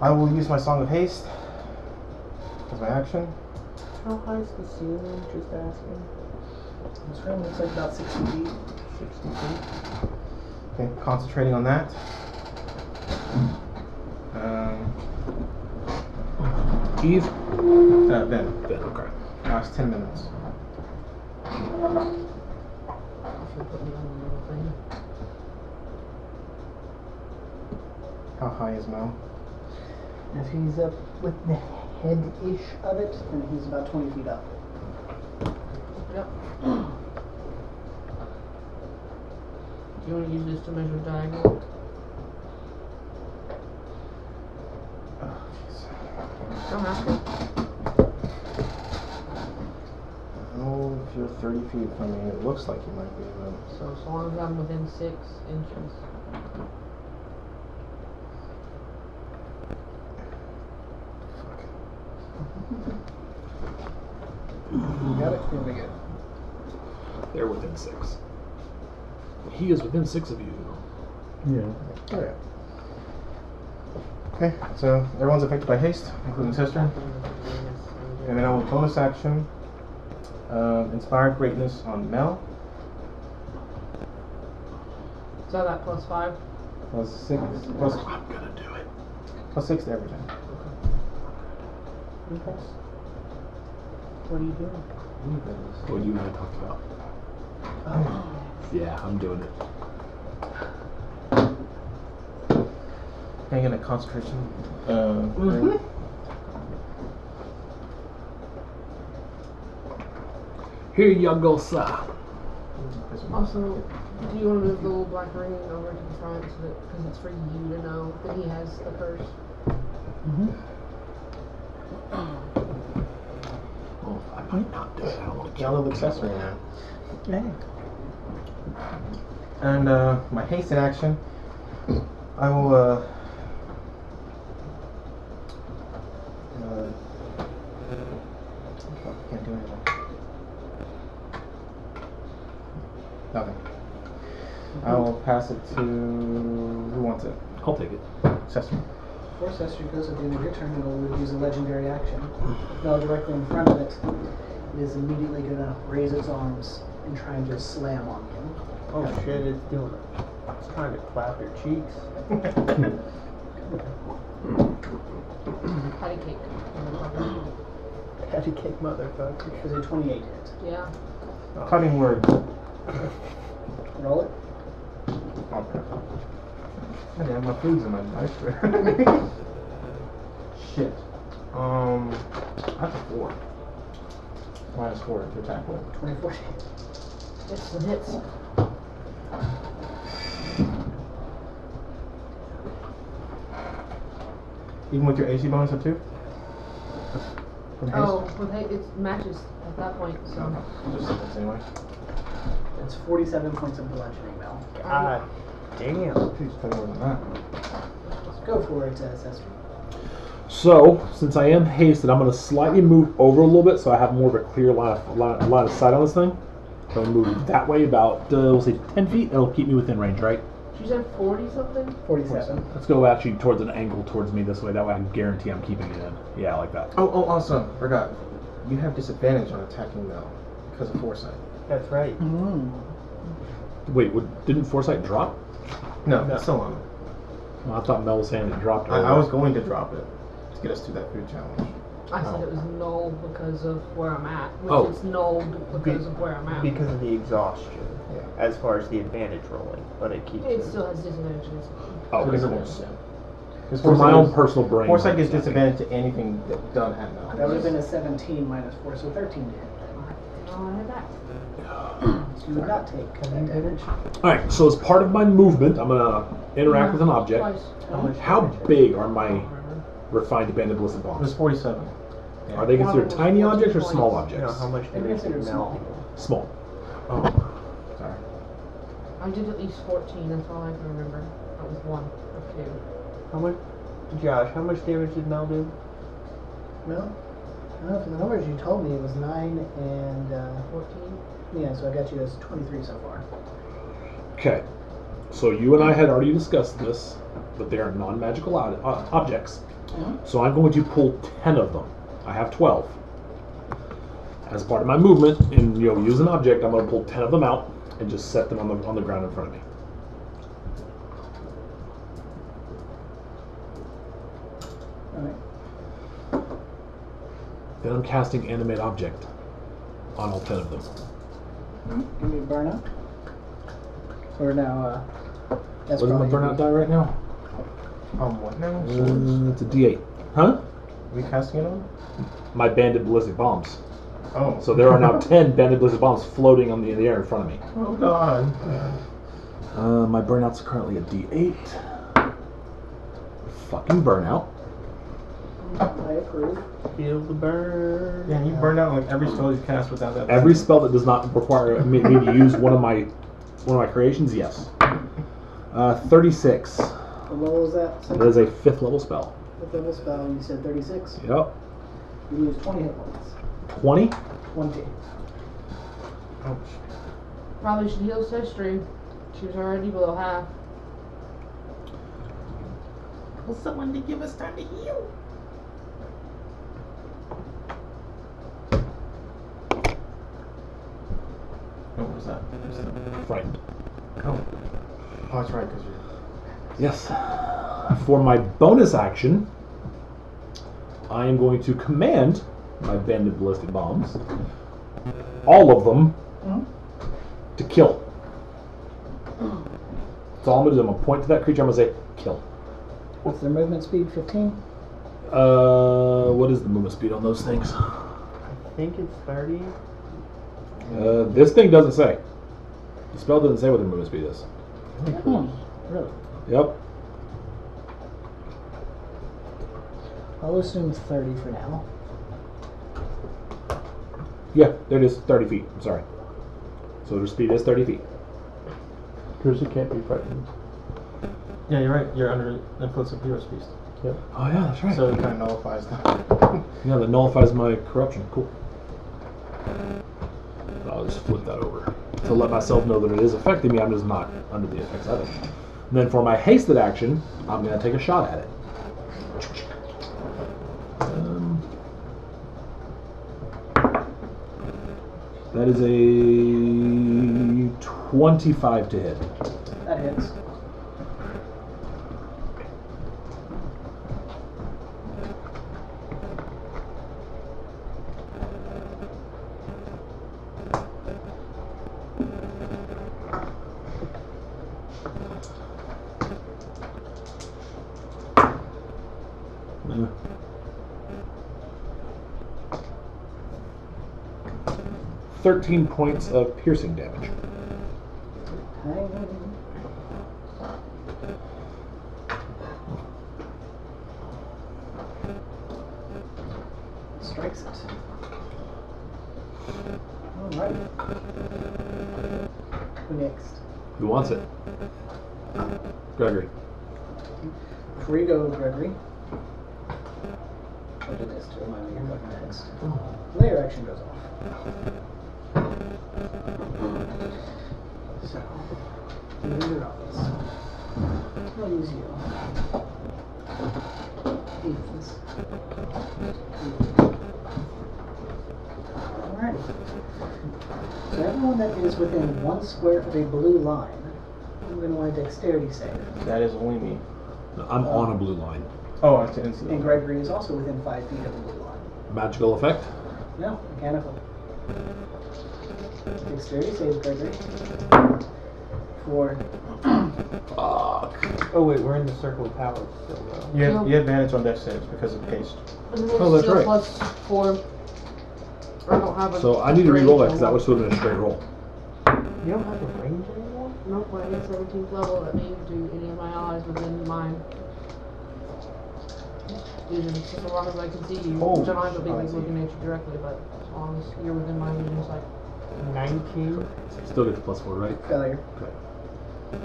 S4: I will use my Song of Haste as my action.
S3: How high is the ceiling? Just asking.
S1: This room looks like about 60 feet.
S4: 60 feet. Okay, concentrating on that. Um,
S5: Eve.
S4: uh, Ben,
S5: Then, okay.
S4: last 10 minutes.
S2: If you put me on the little thing.
S4: How high is Mel?
S1: If he's up with the head-ish of it, then he's about 20 feet up.
S2: Do you want to use this to measure diagonal?
S4: Oh, jeez.
S2: Don't have to.
S4: Oh, if you're 30 feet from me, it looks like you might be, but
S2: So as long as I'm within six inches.
S4: fuck.
S1: You got it? Here we go.
S5: They're within six. He is within six of you.
S6: Yeah.
S4: Oh, yeah. Okay, so everyone's affected by haste, including Sister. And then I will bonus action uh, Inspire Greatness on Mel.
S2: So that plus five.
S4: Plus six, plus,
S5: I'm gonna do it.
S4: plus six to everything.
S2: What are you doing?
S5: What you and I talked about. Oh. Yeah, I'm doing it.
S4: Hang in a concentration. Uh,
S2: Mm-hmm.
S4: thing.
S5: Here y'all go, sir.
S4: This one.
S2: Also, do you want to move the little black ring over to the front so that because it's for you to know that he has the curse?
S5: Oh, I might not do it. I don't want to
S4: Yellow accessory now. And uh, my haste in action, I will. Uh, uh, fuck, I can't do anything. Nothing. I will pass it to who wants it.
S5: I'll take it.
S4: Accessory.
S1: Force Gesture goes at the end of your turn and will use a legendary action. Fell directly in front of it. It is immediately going to raise its arms and try and just slam on you.
S3: Oh shit, it's doing it. It's time to clap your cheeks.
S2: Patty cake.
S3: Patty cake motherfucker.
S1: It was a 28 hit.
S2: Yeah.
S4: Cutting word.
S1: Roll it.
S4: Oh, I didn't have my foods in my knife. Shit. Um, that's a four. Minus four to attack with.
S1: 24 hit.
S2: It's the hits.
S4: Even with your AC bonus of two? From haste?
S2: Oh, well, hey, it matches at that point, so.
S4: No, Just hits anyway.
S1: That's 47 points of bludgeoning now.
S2: I
S3: damn.
S4: Please play more than that.
S1: Go for it, uh, Sester.
S6: So, since I am hasted, I'm going to slightly move over a little bit so I have more of a clear line of, line, line of sight on this thing. So I'll move that way about, uh, we'll say 10 feet, and it'll keep me within range, right?
S2: Did you say 40 something?
S1: 47.
S6: Let's go actually towards an angle towards me this way. That way I guarantee I'm keeping it in. Yeah, I like that.
S4: Oh, oh, also, forgot. You have disadvantage on attacking Mel because of foresight.
S3: That's right.
S6: Wait, what, didn't Foresight drop?
S4: No, that's still on. it.
S6: Well, I thought Mel was saying it dropped.
S4: I, I
S6: earlier.
S4: was going to drop it to get us through that food challenge.
S2: I said it was null because of where I'm at, which
S6: Oh.
S2: is null because of where I'm at.
S3: Because of the exhaustion.
S4: Yeah.
S3: As far as the advantage rolling, but it keeps
S2: it still has disadvantages.
S6: Oh,
S4: So
S6: okay,
S4: it doesn't
S6: cool.
S4: work. Because
S6: For my
S4: foresight
S6: own
S4: is-
S6: personal brain.
S4: Foresight
S6: like,
S4: gives
S6: nothing.
S4: disadvantage to anything that done at Mel.
S1: That would have been a 17 minus 4, so 13 to hit.
S2: Oh, I had that.
S1: You would not take that damage.
S6: All right, so as part of my movement, I'm gonna interact with an object. Oh
S2: Twice.
S6: How big are my refined banded ballistic
S4: It
S6: bombs?
S4: was 47.
S6: Are they considered tiny objects or small
S3: You know
S6: objects?
S3: how much
S1: They're
S3: damage did
S1: considered
S3: Mel?
S6: Small.
S2: I did at least 14, that's all I can remember. That was one or two.
S3: How much? Josh, how much damage did Mel do?
S1: No? No, for the numbers you told me, it was 9 and, uh,
S2: 14?
S1: yeah, so I got you as 23 so far.
S6: Okay, so you and I had already discussed this, but they are non-magical ob- uh, objects.
S1: Mhm.
S6: So I'm going to pull ten of them. I have twelve. As part of my movement, and you know, use an object, I'm going to pull ten of them out and just set them on the on the ground in front of me.
S1: Alright.
S6: Then I'm casting animate object on all ten of them.
S1: Give me a burnout. Or now, uh, that's
S6: what is
S1: probably
S6: my burnout die right now?
S4: Um, what now?
S6: Uh, it's a D8. Huh?
S4: we casting it on?
S6: My banded ballistic bombs.
S4: Oh.
S6: So there are now 10 banded ballistic bombs floating on the, in the air in front of me.
S4: Oh, God.
S6: Uh, my burnout's currently a D8. Fucking burnout.
S1: I approve.
S3: Feel the burn.
S4: Yeah, you burned out like every spell you cast without that.
S6: Every spell that does not require me, me to use one of my one of my creations, yes. Uh, 36.
S1: What level is that?
S6: That is a fifth level spell.
S1: Fifth level spell, and you said 36.
S6: Yep.
S1: You lose 20 hit points.
S6: 20.
S1: 20.
S4: Ouch.
S2: Probably should heal Sestry. She was already below half.
S5: for someone to give us time to heal.
S4: What was that? What was that?
S6: Frightened.
S4: Oh, that's right, because you're.
S6: Yes. For my bonus action, I am going to command my banded ballistic bombs, all of them,
S1: Mhm.
S6: to kill. So all I'm gonna do, I'm gonna point to that creature. I'm gonna say, "Kill."
S1: What's their movement speed? 15?
S6: Uh, what is the movement speed on those things?
S3: I think it's 30.
S6: Uh, this thing doesn't say. The spell doesn't say what the movement speed is.
S1: Hmm. Really?
S6: Yep.
S1: I'll assume 30 for now.
S6: Yeah, there it is. Thirty feet. I'm sorry. So their speed is thirty feet.
S7: Jersey can't be frightened.
S4: Yeah, you're right. You're under influence of hero's beast.
S6: Oh yeah, that's right.
S4: So it kind of nullifies that.
S6: Yeah, that nullifies my corruption. Cool. I'll just flip that over to let myself know that it is affecting me. I'm just not under the effects of it. And then for my hasted action, I'm gonna take a shot at it. Um, that is a 25 to hit.
S1: That hits.
S6: Thirteen points of piercing damage.
S1: Okay. Strikes it. Alright. Who next?
S6: Who wants it? Gregory.
S1: Before you go, Gregory. I'll do this to remind me you're going next. Layer action goes off. So, you're up. I'll use you. Equals. Alright. So everyone that is within one square of a blue line, I'm going to want a dexterity save.
S4: that is only me.
S6: I'm on a blue line.
S4: Oh, I didn't see
S1: And
S4: that.
S1: Gregory is also within five feet of the blue line.
S6: Magical effect.
S1: No, mechanical. Dexterity save, Gregory. For
S3: Oh, wait, we're in the circle of power still, though.
S4: You have, you have advantage on death saves because of haste.
S2: And
S6: Oh, that's
S2: still
S6: right.
S2: plus four. I don't have a.
S6: So I need to
S2: range
S6: re-roll that
S2: on
S6: because that was would have been a straight roll.
S3: You don't have a range anymore?
S2: Nope, I get 17th level. That means do any of my allies within mine. Vision, so long as I can see you,
S4: Oh,
S2: which I don't have to be
S4: I
S2: like
S4: see.
S2: looking at you directly, but as long as you're within my vision, it's like
S3: 19.
S6: Still get the plus four, right?
S1: failure,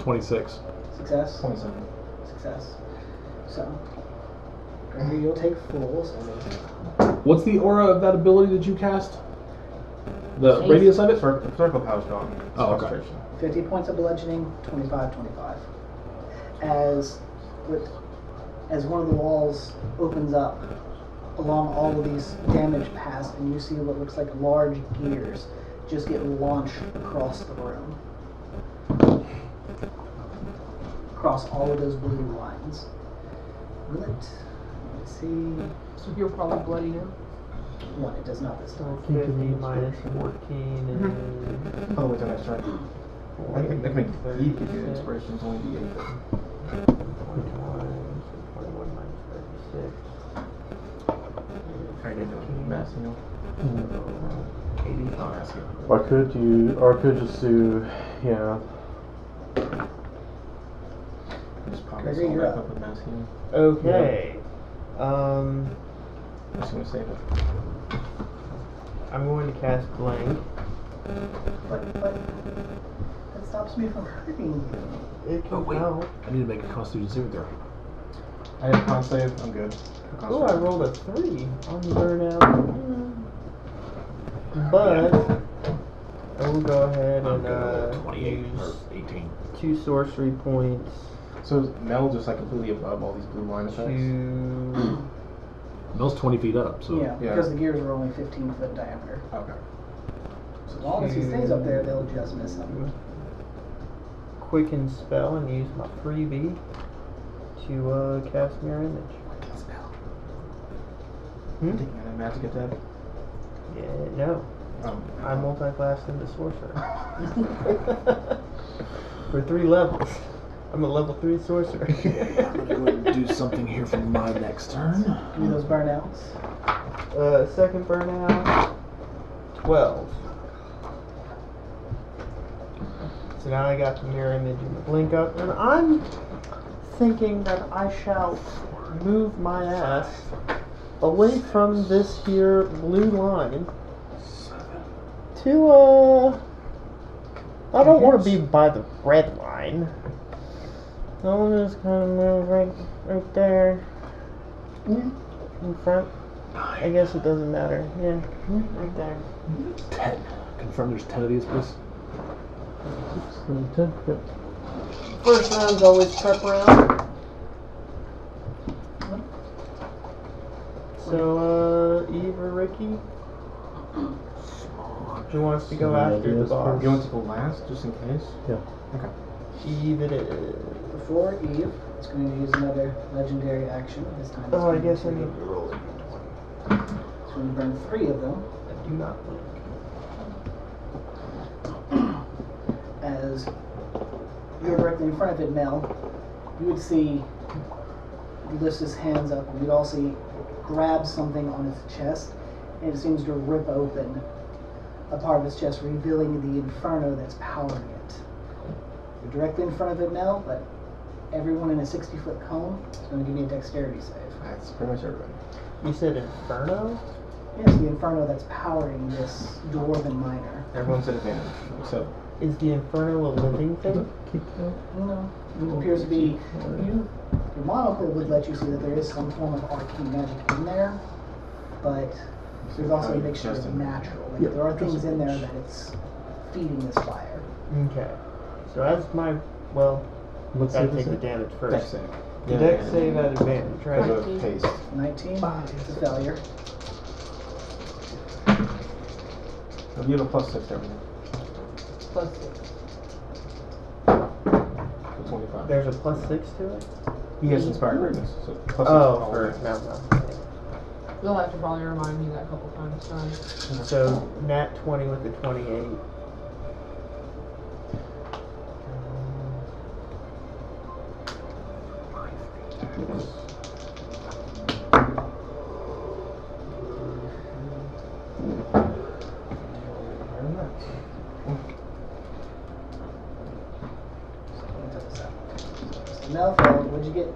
S6: Twenty-six.
S1: success,
S4: 27.
S1: success. So, Gregory, you'll take full. So
S6: What's the aura of that ability that you cast? The
S2: Haste.
S6: radius of it.
S4: Cir- circle of power's gone. It's
S6: Oh, okay.
S4: concentration.
S1: 50 points of bludgeoning, 25, 25. As with, as one of the walls opens up along all of these damage paths, and you see what looks like large gears just get launched across the room, across all of those blue lines. Will it? Let's see.
S2: So you're probably bloody now.
S1: One, it does not this time.
S3: So 50 minus 14 and
S4: Oh, wait till next turn. I can, I can make you could do inspirations only D8. though.
S3: 21, so 21 minus 36.
S4: I did it. Mass heal. Not mass heal.
S7: Or I could do, or I could just do, yeah.
S4: I Just pop this
S1: Gregory,
S4: all
S1: you're
S4: back
S1: up.
S4: up with mass heal.
S3: Okay. Um,
S4: I'm just gonna save it.
S3: I'm going to cast blank.
S1: But, but that stops me from hurting you.
S3: It can
S6: Oh, wait.
S3: help.
S6: I need to make a Constitution saving throw.
S4: I have con save. I'm good. Con
S3: Oh, I
S4: save.
S3: rolled a three on the
S5: Mm.
S3: burnout. But I will go ahead
S6: I'm
S3: and
S6: good.
S3: uh,
S6: Twenty-eight
S3: use
S6: or eighteen.
S3: two sorcery points
S4: So is Mel just like completely above all these blue line effects.
S3: Two.
S6: Mel's 20 feet up, so.
S1: yeah,
S4: yeah.
S1: because the gears are only 15 foot diameter.
S4: Okay.
S1: So as long as he stays up there, they'll just miss him.
S3: Quicken spell and use my freebie to uh, cast mirror image.
S4: I'm taking a magic attack.
S3: Yeah, no.
S4: Um,
S3: I multiclassed into sorcerer. For three levels. I'm a level three sorcerer.
S5: here for my next turn.
S1: Do those burnouts?
S3: Uh, second burnout, 12. So now I got the mirror image and the blink up, and I'm thinking that I shall move my ass away from this here blue line to, uh, I don't want to be by the red line. So I'm just kind of move right, right there in front. I guess it doesn't matter. Yeah, Mm-hmm. right there.
S6: 10. Confirm there's 10 of these, please.
S2: First round's always prep round.
S3: So, uh, Eve or Ricky? Who wants to go
S6: Yeah,
S3: after the
S6: this
S3: boss?
S4: you want to go last, just in case?
S3: Eve it is.
S1: Before Eve, it's going to use another legendary action. This time it's
S3: Oh, I
S1: going
S3: guess
S1: to,
S3: I need
S1: it's
S3: to roll it.
S1: going to burn three of them
S3: I do not blink.
S1: as you're directly in front of it, Mel. You would see he lifts his hands up, and you'd all see grab something on his chest, and it seems to rip open a part of his chest, revealing the inferno that's powering it. You're directly in front of it, Mel, but everyone in a 60 foot cone is going to give me a dexterity save.
S4: That's pretty much everybody.
S3: You said Inferno?
S1: Yes, the inferno that's powering this dwarven miner.
S4: Everyone's at advantage, except
S3: Is the Inferno a living thing?
S1: No, it appears to be you. Your monocle would let you see that there is some form of arcane magic in there, but there's also a mixture
S4: Just
S1: of
S4: in-
S1: natural. Like,
S6: Yeah,
S1: there are
S6: just
S1: things
S6: a
S1: in there
S6: mix.
S1: that it's feeding this fire.
S3: Okay. So that's my. Well,
S6: Let's
S3: I take the damage
S4: deck
S3: first.
S4: save.
S3: The deck save at advantage, right?
S4: Because of haste.
S1: 19, it's a failure.
S4: You have a plus six to everything.
S2: Plus six.
S4: So 25.
S3: There's a plus six to it?
S4: He has inspired greatness, so plus six.
S3: Oh,
S4: for all
S3: for
S4: of
S3: Mount
S2: You'll have to probably remind me that a couple times, John.
S4: it.
S3: So nat twenty with the twenty eight.
S1: So now failed. uh, What'd you get,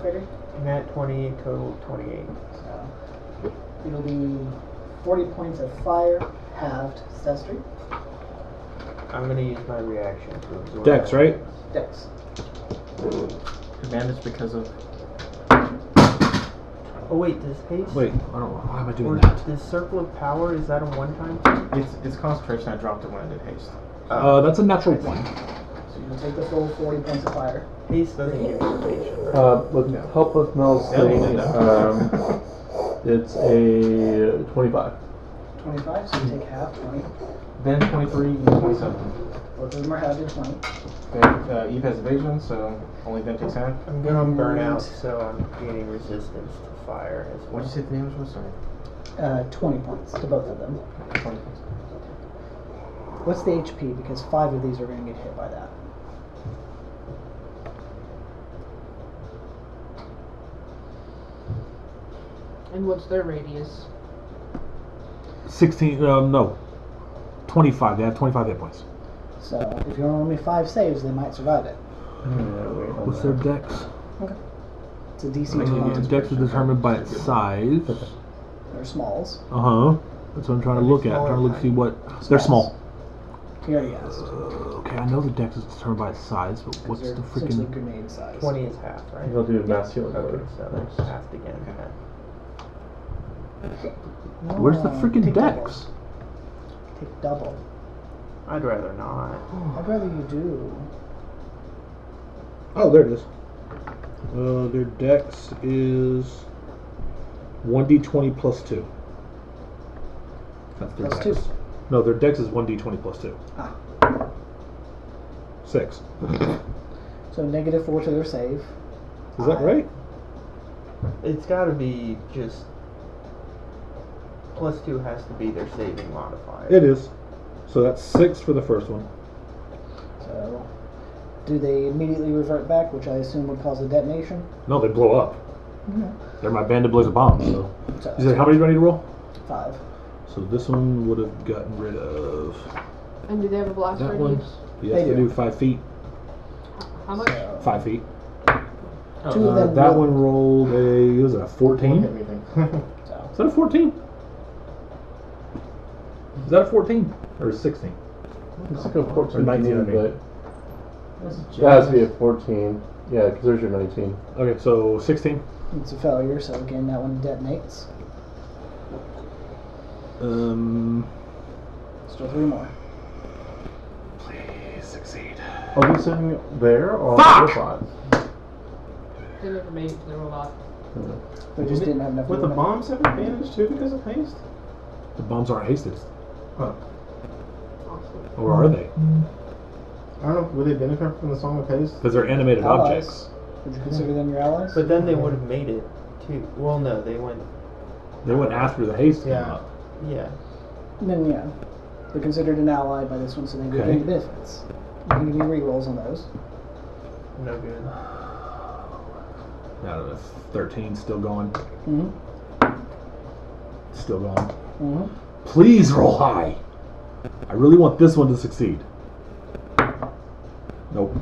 S1: Critter?
S3: Nat twenty eight total twenty eight.
S1: So it'll be 40 points of fire halved. Sestry.
S3: I'm gonna use my reaction to absorb.
S6: Dex,
S3: that.
S6: right?
S1: Dex.
S4: Advantage because of.
S3: Oh wait, does haste
S6: Wait, I don't know. Why am I
S3: or
S6: doing that?
S3: does circle of power is that a one time thing?
S4: It's, it's concentration. I dropped it when I did haste.
S6: Uh, that's a natural one.
S1: So you'll take the full 40 points of fire.
S3: Haste doesn't give invasion, right?
S7: Uh, with
S4: No.
S7: help of Mel's
S4: Yeah, we
S7: thing,
S4: did that.
S7: um, it's a 25.
S1: 25, so you take half, 20.
S4: Then 23 and 27.
S1: Both of them are halved at 20.
S4: Then, uh, Eve has evasion, so only then takes half.
S3: I'm gonna burn out, so I'm gaining resistance to fire as
S4: What
S3: well.
S4: did you say the damage was? Sorry.
S1: Uh, 20 points to both of them.
S4: 20.
S1: What's the HP? Because five of these are going to get hit by that.
S2: And what's their radius?
S6: 16, um, no. 25. They have 25 hit points.
S1: So if you're only five saves, they might survive it.
S4: Hmm.
S6: What's their dex?
S1: It's a DC
S4: Like, you
S6: Uh,
S1: 12.
S4: need
S6: dex is determined by its size.
S1: They're smalls.
S6: Uh huh. That's what I'm trying to look at. Trying to look see what. They're small.
S1: He already asked.
S6: Okay, I know the dex is determined by its size, but what's
S1: They're
S6: the
S1: essentially
S6: freaking.
S1: grenade size.
S3: Twenty is half, right?
S7: He'll do mass healing
S3: Okay,
S7: word.
S3: so that's half again.
S1: No,
S6: Where's the
S1: uh,
S6: freaking
S1: take
S6: dex?
S1: Double. Take double.
S3: I'd rather not.
S1: I'd rather you do.
S5: Oh, there it is.
S6: Uh, their dex is 1d20 plus 2. That's their
S1: Plus
S6: dex. No, their dex is 1d20 plus 2.
S1: Ah.
S6: 6. Is
S1: So negative four to their save.
S6: that right?
S3: It's got to be just plus two has to be their saving modifier.
S6: It is. So that's 6 for the first one.
S1: So do they immediately revert back, which I assume would cause a detonation?
S6: No, they blow up.
S1: Mm-hmm.
S6: They're my band that blows a bomb, so.
S1: So
S6: You said how many do I need to roll?
S1: five.
S6: So this one would have gotten rid of
S2: And do they have a blast
S6: that one.
S2: radius?
S6: Yes,
S1: They
S6: they
S1: do.
S6: do 5 feet.
S2: How much?
S1: So
S6: 5 feet.
S1: two of
S6: Uh,
S1: them
S6: that
S1: will-
S6: one rolled a, was it a 14?
S4: Hit me thing.
S1: So
S6: Is that a 14? Is that a 14? Or a 16?
S7: Let's go
S6: Or
S7: 14.
S6: 19,
S7: but
S1: that's a
S7: that has to be a 14. Yeah, because there's your 19.
S6: Okay, so 16.
S1: it's a failure. So again, that one detonates.
S6: Um,
S1: Still three more.
S6: please succeed.
S7: Are we sitting there or
S6: Fuck!
S7: robots?
S2: They never made it to the robot.
S1: They just didn't have enough.
S4: Would the
S1: movement.
S4: bombs have advantage too because of haste?
S6: The bombs aren't hasted.
S4: Huh.
S2: Awesome.
S1: Mm-hmm.
S6: Or are they?
S4: I don't know. Would they benefit from the song of haste?
S6: Because they're animated
S1: Allies.
S6: objects.
S1: Would you consider them your allies?
S3: But then they would have made it too. Well, no, they went.
S6: They went after the haste came
S4: Yeah.
S6: up.
S3: Yeah.
S1: Then yeah, they're considered an ally by this one, so they would
S6: Okay.
S1: gain benefits. You can give me rerolls on those.
S3: No good.
S6: Out of the 13, still going.
S1: Mm-hmm.
S6: Still going.
S1: Mm-hmm.
S6: Please roll high. I really want this one to succeed. Nope.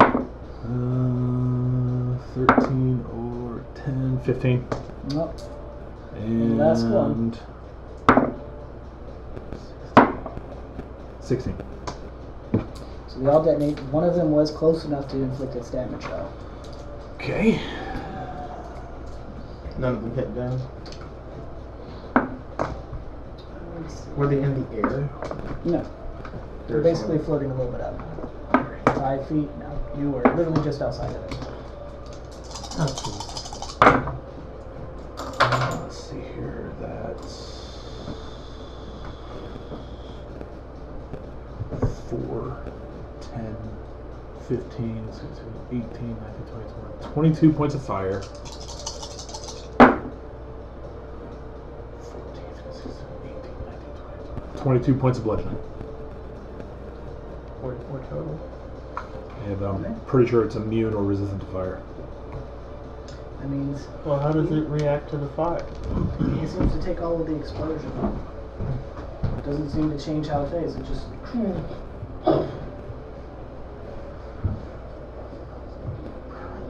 S6: Uh, 13 or 10, 15.
S1: Nope.
S6: And
S1: last one.
S6: 16.
S1: So they all detonate. One of them was close enough to inflict its damage, though.
S6: Okay.
S4: None of them hit down.
S3: Were they in the air?
S1: No, they're
S4: There's
S1: basically
S4: one.
S1: floating a little bit up. Five feet. No, you were literally just outside of it.
S6: Uh, Let's see here. That's four, 10, 15, 16, 18, 19, 20, 21, 22 points of fire. 14, 16, 18, 19, 20, 22 points of bludgeoning.
S3: Or, or total?
S6: And I'm pretty sure it's immune or resistant to fire.
S1: That means
S3: Well, how does it react to the fire?
S1: it seems to take all of the explosion. It doesn't seem to change how it is. It just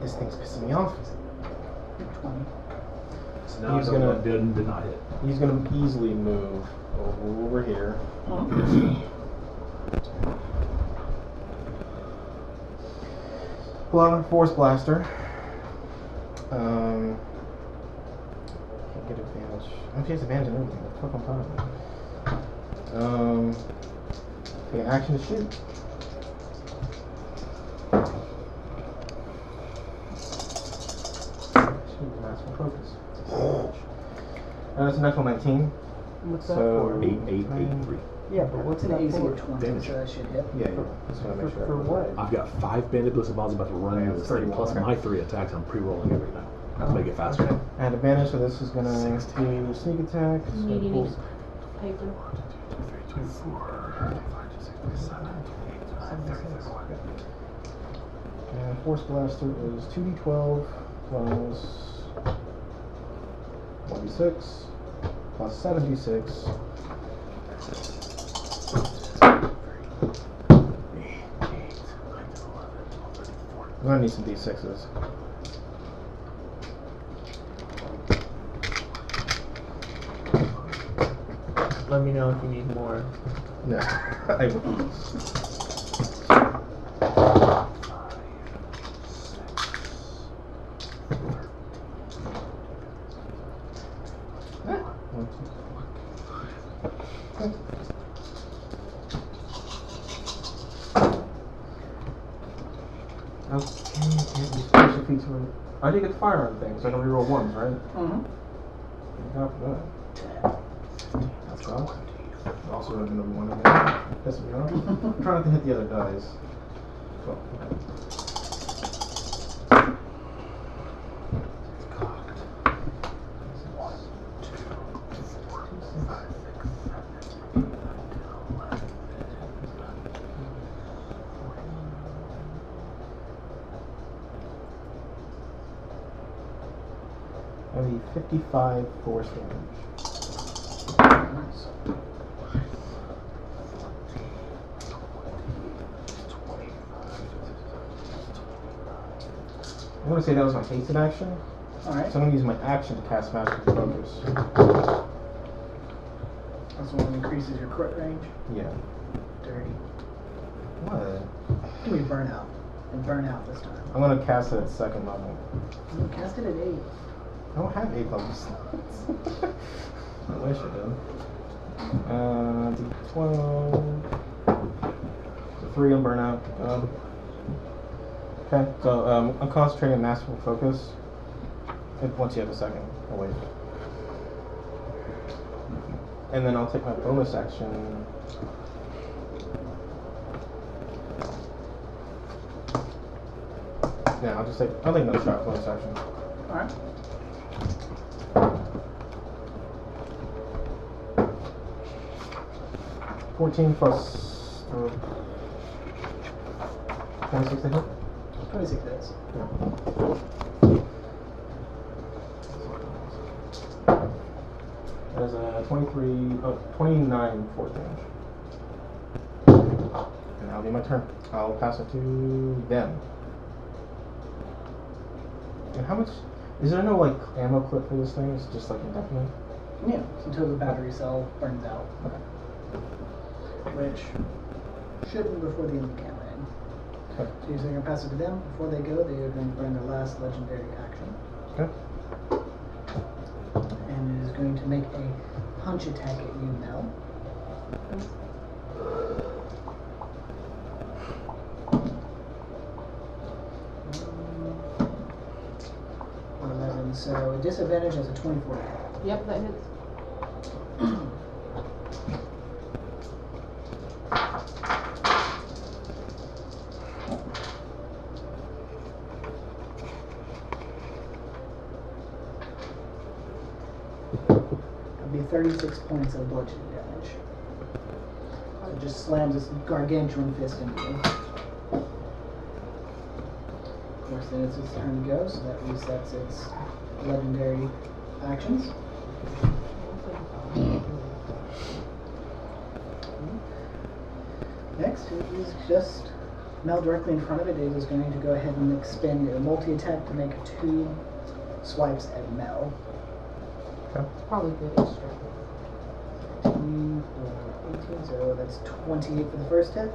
S4: This thing's pissing me off.
S1: twenty.
S4: So
S6: No,
S4: he's
S6: no,
S4: gonna
S6: no, did, did not hit.
S4: he's gonna easily move over here. Pull out a force blaster. Um, can't get advantage. Oh, she has advantage on everything. What the fuck I'm talking about? Um, take an action to shoot. Shoot, that's my focus. Uh, that's a natural 19.
S3: What's that
S4: So
S3: for?
S6: Eight, eight, eight, three.
S3: Yeah, but what's
S1: It's an
S3: that
S1: easier
S3: for?
S1: twenty,
S6: Damage.
S1: so that should hit.
S4: Yeah, yeah. Just want to
S3: For,
S4: make sure.
S3: for what?
S6: I've got five bandit blizzard balls about to run into this thing, plus my three attacks. I'm pre-rolling everything to make it faster.
S4: I had advantage, so this is gonna be the sneak attack. It's gonna
S2: Meeting
S4: pull-
S2: is paper.
S4: And force blaster is two d twelve plus one d six plus seven d six. I'm gonna need some d sixes.
S3: Let me know if you need more.
S4: No, I will. Okay, can't use into uh, I did get the firearm thing, so I can reroll ones, right? On top of that. That's all. Also have another one again. That's me off.
S1: Mm-hmm.
S4: I'm trying not to hit the other dice. Well, okay. That'd be 55 force damage. I'm gonna say that was my hasted action,
S1: Alright,
S4: so I'm gonna use my action to cast Master of Focus.
S1: that's the one that increases your crit range.
S4: Yeah.
S1: Dirty.
S4: What?
S1: We burn out. And burn out this time.
S4: I'm gonna cast it at second level.
S1: You cast it at eight.
S4: I don't have eight level slots. I wish I did. Uh, d- twelve. So three on burnout. Um, okay, so um, I'm concentrating on masterful focus. If- once you have a second, I'll wait. And then I'll take my bonus action. Yeah, I'll just take. I'll take another shot. Bonus action.
S1: Alright.
S4: Fourteen plus. Uh, Twenty-six to hit.
S1: 26 hits.
S4: That is a 23, oh, 29 force damage. And that'll be my turn. I'll pass it to them. And how much? Is there no like ammo clip for this thing? It's just like indefinite.
S1: Yeah, until the battery cell burns out.
S4: Okay.
S1: Which should be before the end of the campaign.
S4: Okay.
S1: So you're going to pass it to them. Before they go, they are going to burn their last legendary action.
S4: Okay.
S1: And it is going to make a punch attack at you Mm. now. Um, 11, so disadvantage is a 24
S2: Yep, that hits.
S1: That'd be 36 points of bludgeoning damage. So it just slams this gargantuan fist into you. Of course, then it's its turn to go, so that resets its legendary actions. Next, it is just now directly in front of it. It is going to go ahead and expend a multi attack to make two swipes at Mel.
S2: It's probably good extra.
S1: 18, so that's 28 for the first hit.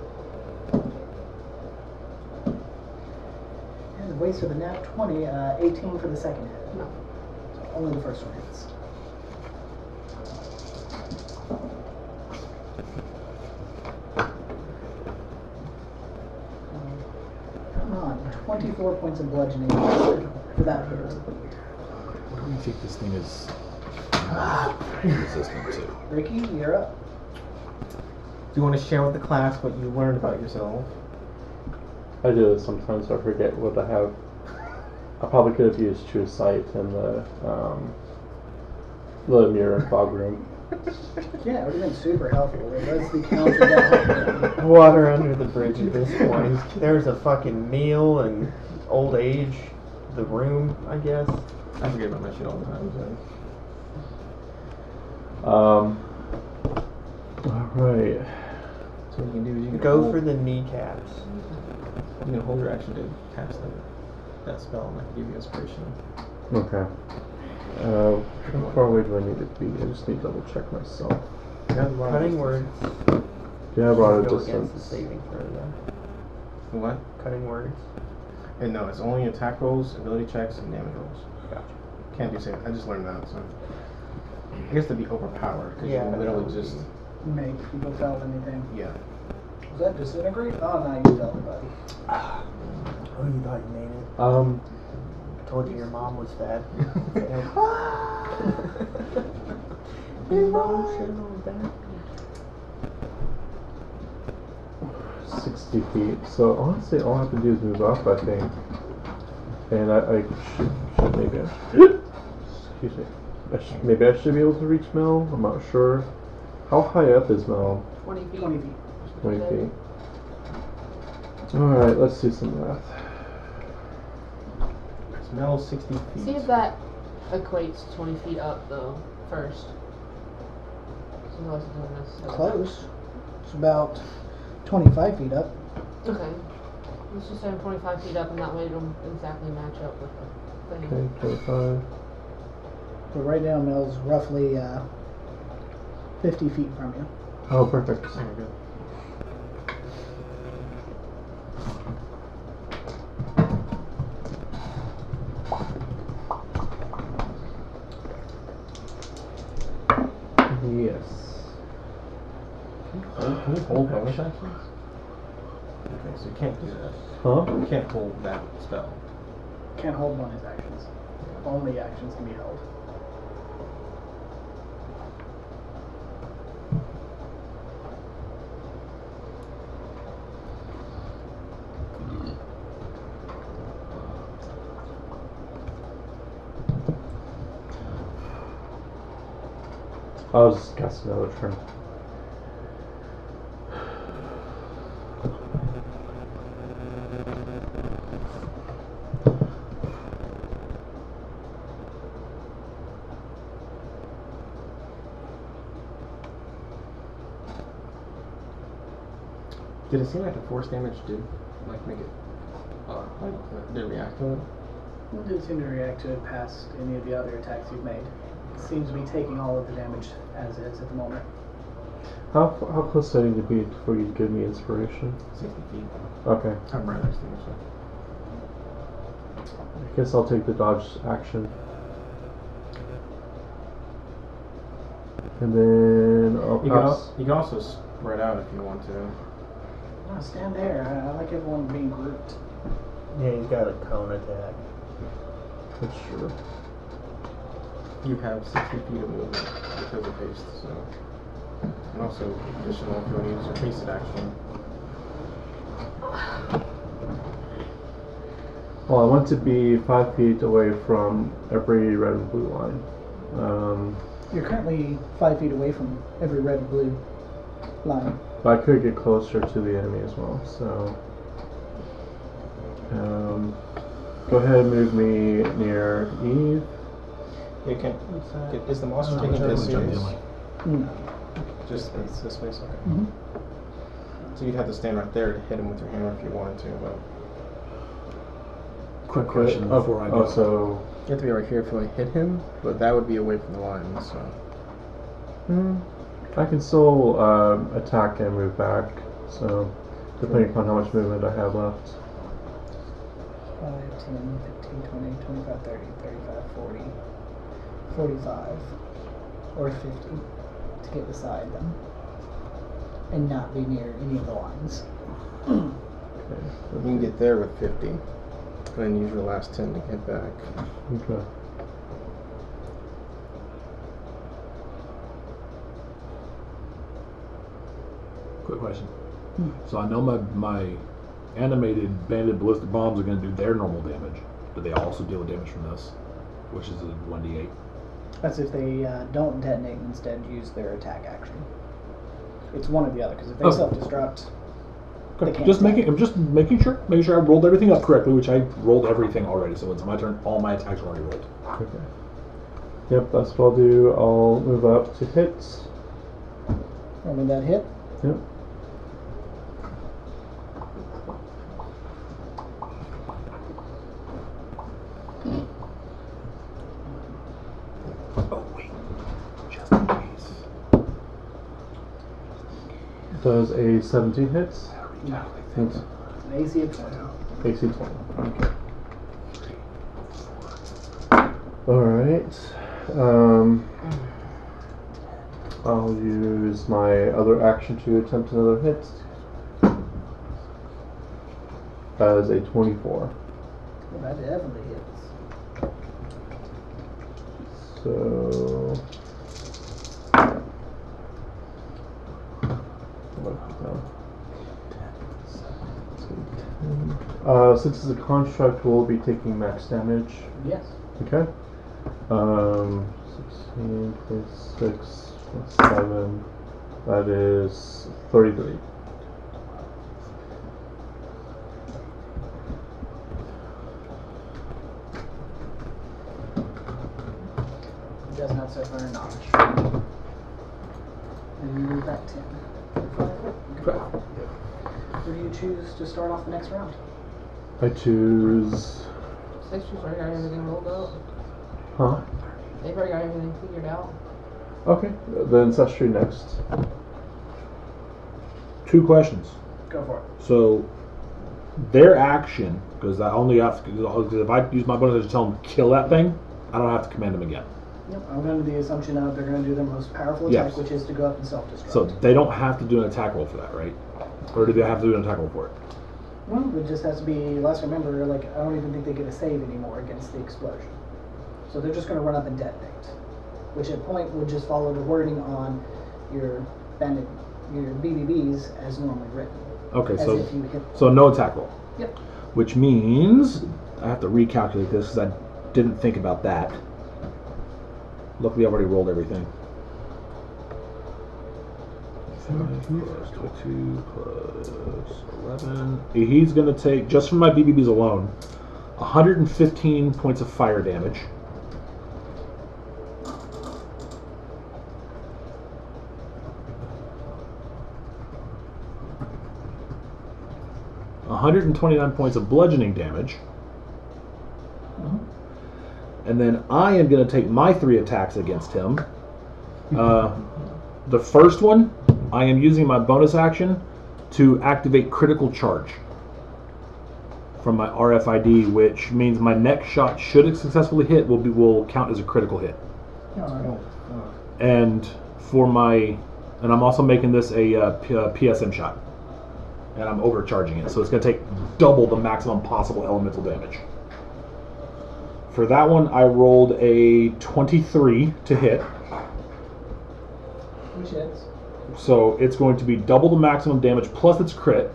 S1: And the waste for the nat 20, uh, 18 for the second hit.
S2: No.
S1: So only the first one hits. Um, Come on, 24 points of bludgeoning for that hit.
S6: What do you think this thing is uh, resistant to?
S1: Ricky, you're up.
S4: Do you want to share with the class what you learned about yourself?
S7: I do this sometimes. I forget what I have. I probably could have used True Sight in the um, the mirror and fog room.
S1: Yeah, it would have been super helpful. It was the counter that
S3: Water under the bridge at this point. There's a fucking meal and old age, the room, I guess.
S4: I forget about my shit all the time. So.
S7: Um, all right.
S4: so what you can do is you can
S3: Go
S4: hold-
S3: for the kneecaps.
S4: You can hold your action to cast that, that spell, and I can give you inspiration.
S7: Okay. Uh, how far away do I need to be? I just need to double check myself.
S3: Cutting words.
S7: Yeah, I brought a
S3: Go against the
S7: distance.
S3: saving throw, though.
S4: What?
S3: Cutting words.
S4: And no, it's only attack rolls, ability checks, and damage rolls.
S3: Gotcha.
S4: Can't do save. I just learned that, so. I guess to be overpowered, because
S3: Yeah,
S4: you
S3: that
S4: literally
S3: would be-
S4: just.
S1: make people felt anything.
S4: Yeah.
S1: Does that disintegrate? Oh, no, you felt it, buddy.
S8: Oh, you thought you made it.
S7: Um,
S8: told you your mom was fat.
S7: sixty feet. So honestly, all I have to do is move up, I think, and I, I should, should maybe. I should, excuse me. I should, maybe I should be able to reach Mel. I'm not sure. How high up is Mel?
S2: 20 feet.
S1: 20 feet.
S7: Twenty feet. All right, let's do some math.
S4: It's metal 60 feet.
S2: See if that equates to 20 feet up, though, first. Sometimes it doesn't necessarily-
S8: Close. It's about 25 feet up.
S2: Okay. Let's just say I'm 25 feet up, and that way it'll exactly match up with the thing.
S7: Okay, twenty-five.
S8: But right now, Mel's roughly uh,
S1: 50 feet from you.
S7: Oh, perfect.
S4: Oh my god.
S7: Yes.
S4: Can we hold bonus actions? Okay, so you can't do that.
S7: Huh?
S4: You can't hold that spell.
S1: Can't hold one as actions. Only actions can be held.
S7: I'll just cast another turn.
S4: Did it seem like the force damage did like make it uh, like uh, did it react to it?
S1: It didn't seem to react to it past any of the other attacks you've made. It seems to be taking all of the damage as is at the moment.
S7: How, f- how close do I need to be for you to give me inspiration?
S4: 60 feet.
S7: Okay,
S4: I'm right next to you, so.
S7: I guess I'll take the dodge action. And then I'll
S4: You can,
S7: pass.
S4: al- you can also spread out if you want to.
S1: No, stand there. I, I like everyone being grouped.
S8: Yeah, he's got a cone attack.
S7: That's true.
S4: You have 60 feet of movement because of haste, so. And also additional if you want to use your hasted action.
S7: Well, I want to be five feet away from every red and blue line. Um,
S1: You're currently five feet away from every red and blue line.
S7: but I could get closer to the enemy as well, so. Um, go ahead and move me near Eve.
S4: You can.
S8: What's
S4: Is the monster
S5: I don't know
S4: taking
S5: which
S4: this
S5: one jumped
S4: space?
S5: in, like-
S1: Hmm.
S4: Just this, this space? Okay.
S1: Mhm.
S4: So you'd have to stand right there to hit him with your hammer if you wanted to, but.
S5: Quick question
S7: Oh,
S5: before I
S7: oh,
S5: go.
S7: so.
S4: You have to be right here if you want to hit him, but that would be away from the line, so.
S7: Hmm, I can still um, attack and move back, so depending upon how much movement I have left.
S1: 5, 10, 15, 20, 25, 30, 35, 40, 45, or 50 to get beside them and not be near any of the lines.
S7: Okay.
S4: You can get there with 50, and then use your last 10 to get back.
S7: Okay.
S6: Quick question. So I know my my animated banded ballistic bombs are going to do their normal damage. Do they also deal with damage from this, which is a one d eight?
S1: That's if they uh, don't detonate and instead use their attack action. It's one or the other, because if they
S6: Okay.
S1: self destruct, They can't
S6: Just
S1: attack.
S6: making I'm just making sure making sure I rolled everything up correctly, which I rolled everything already. So when it's my turn. All my attacks are already rolled.
S7: Okay. Yep, that's what I'll do. I'll move up to hit.
S1: remember that hit?
S7: Yep. Does a 17 hit? Thanks.
S1: It's an AC of 20.
S7: AC 20. Okay. Alright. Um, I'll use my other action to attempt another hit. As a 24.
S1: Well, that definitely hits.
S7: So. Look, no. Uh, since it's a construct, we'll be taking max damage.
S1: Yes.
S7: Okay. Um, 16 plus 6 plus 7. That is 33.
S1: It does not suffer a notch. And you move back 10. Where do you choose to start off the next round?
S7: I choose.
S2: Six you've already got everything rolled out.
S7: Huh?
S2: They've already got everything figured out.
S7: Okay. The ancestry next.
S6: Two questions.
S1: Go for it.
S6: So their action, because I only have to, because if I use my bonus to tell them kill that thing, I don't have to command them again.
S1: Yep. I'm going to the assumption now they're going to do their most powerful attack,
S6: Yes.
S1: which is to go up and self destruct.
S6: So they don't have to do an attack roll for that, right? Or do they have to do an attack roll for it?
S1: Well, it just has to be less remember, like I don't even think they get a save anymore against the explosion. So they're just gonna run up and detonate. Which at point would just follow the wording on your bandit your BBBs as normally written.
S6: Okay,
S1: As
S6: so
S1: if you hit
S6: So no attack roll.
S1: Yep.
S6: Which means I have to recalculate this because I didn't think about that. Luckily, I already rolled everything. Five plus twenty-two plus eleven. He's gonna take just from my BBBs alone, 115 points of fire damage. A 129 points of bludgeoning damage. And then I am going to take my three attacks against him. Uh, the first one, I am using my bonus action to activate critical charge from my RFID, which means my next shot, should it successfully hit, will be will count as a critical hit.
S4: Uh,
S6: And for my, and I'm also making this a uh, P- uh, PSM shot and I'm overcharging it, so it's going to take double the maximum possible elemental damage. For that one, I rolled a 23 to hit,
S1: which is
S6: so it's going to be double the maximum damage plus its crit,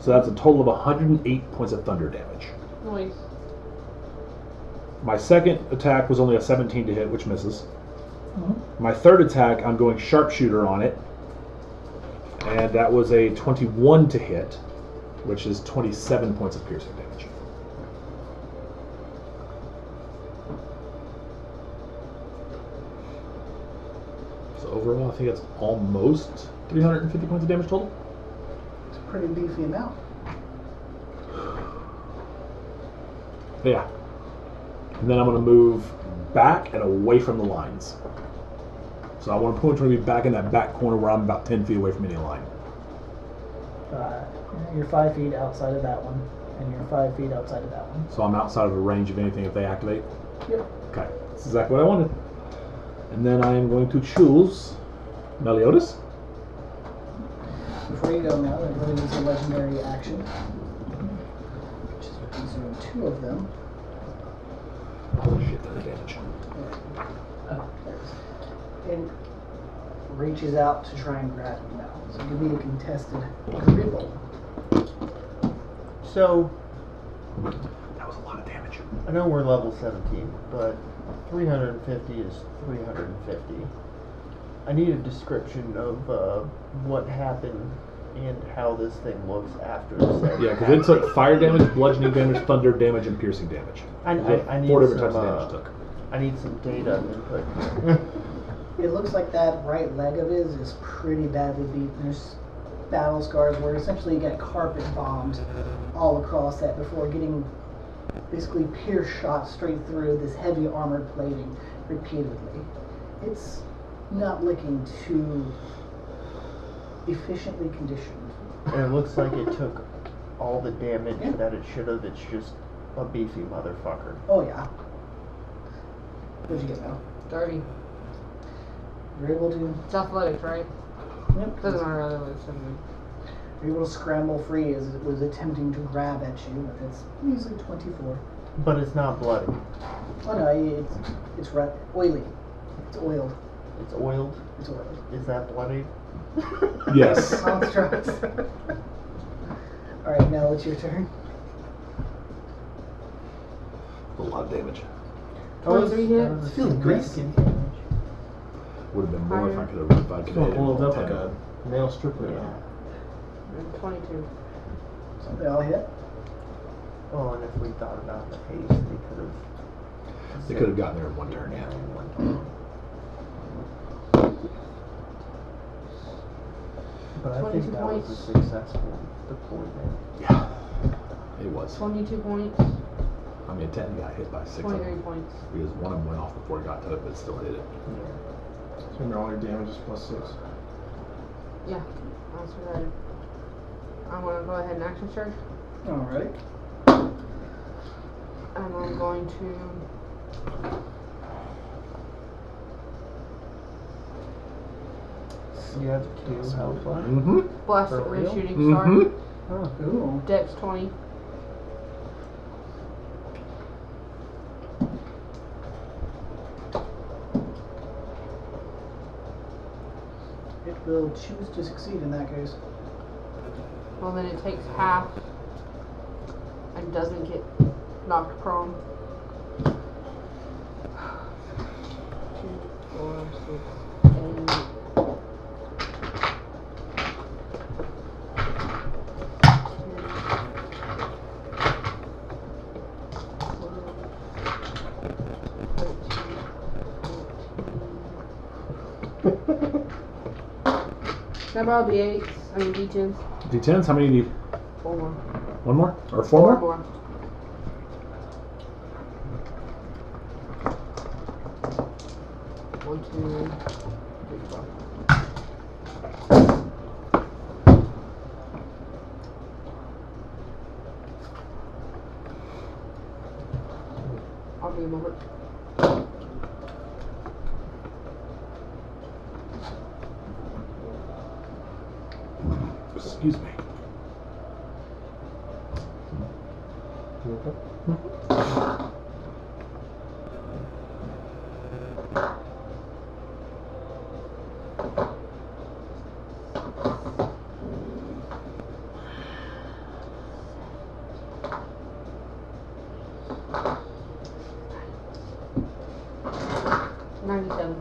S6: so that's a total of 108 points of thunder damage.
S2: Nice.
S6: My second attack was only a 17 to hit, which misses. My third attack, I'm going sharpshooter on it, and that was a 21 to hit, which is 27 points of piercing damage. So overall, I think that's almost 350 points of damage total.
S1: it's a pretty beefy amount.
S6: But yeah. And then I'm going to move back and away from the lines. So I want to point to be back in that back corner where I'm about 10 feet away from any line.
S1: Uh, you're five feet outside of that one, and you're five feet outside of that one.
S6: So I'm outside of the range of anything if they activate.
S1: Yep.
S6: Okay. That's exactly what I wanted. And then I am going to choose Meliodas.
S1: Before you go now, everybody needs a legendary action. Which is these are two of them.
S6: Oh shit, that advantage.
S1: Oh, and reaches out to try and grab him now. So give me a contested crit roll.
S3: So,
S6: That was a lot of damage.
S3: I know we're level 17, but 350 is 350. I need a description of uh, what happened and how this thing looks after the set.
S6: Yeah, because it took fire damage, bludgeoning damage, thunder damage, and piercing damage.
S3: I, I, I need
S6: Four different
S3: some,
S6: types of damage
S3: uh,
S6: took.
S3: I need some data input.
S1: It looks like that right leg of his is pretty badly beaten. There's battle scars where essentially he got carpet bombed all across that before getting basically pierce shot straight through this heavy armored plating repeatedly. It's not looking too efficiently conditioned.
S3: and it looks like it took all the damage
S1: Yeah.
S3: that it should have. It's just a beefy motherfucker.
S1: Oh yeah. What'd you get now?
S2: Darby.
S1: You're able to
S2: It's athletics, right?
S1: yep.
S2: Doesn't matter otherwise. doesn't
S1: You're able to scramble free as it was attempting to grab at you with its usually 24.
S3: But it's not bloody.
S1: Oh no, it's, it's re- oily. It's oiled.
S3: It's oiled.
S1: It's oiled.
S3: Is that bloody?
S6: Yes.
S1: Constructs. All right, now it's your turn.
S5: A lot of damage.
S2: Twenty-three hits.
S4: Feels greasy.
S5: Would have been more if I could have if I could have hit
S4: Oiled up
S5: ten.
S4: like a male stripper.
S2: Yeah. And Twenty-two.
S1: So they all hit.
S3: Oh, and if we thought about the haste, they could have.
S5: They could have gotten there in one turn. Yeah.
S3: But I think
S2: 22
S3: that was a
S2: points.
S3: successful deployment.
S5: It was.
S2: Twenty-two points.
S5: I mean, ten got hit by six of
S2: Twenty-three
S5: them
S2: points.
S5: because one of them went off before it got to it, but still hit it.
S4: So Remember, all your damage is plus six.
S2: That's what I- I'm gonna go ahead and action surge.
S1: All right.
S2: And I'm going to.
S3: You have two health left.
S5: Mm-hmm.
S2: Blast
S3: For
S2: it with a
S3: real?
S2: shooting
S6: Mm-hmm.
S5: Mhm.
S2: star.
S1: Ooh.
S2: Dex 20.
S1: It will choose to succeed in that case.
S2: Well, then it takes half and doesn't get knocked prone. Two, four, six, eight. Ten, twelve, thirteen, fourteen. Remember all the eights? I mean, D10s?
S6: D10s. How many do you?
S2: Four more.
S6: One more or four more?
S2: more. One, two, three, four. I'll be a moment.
S6: Excuse me.
S4: You okay?
S2: Ninety-seven.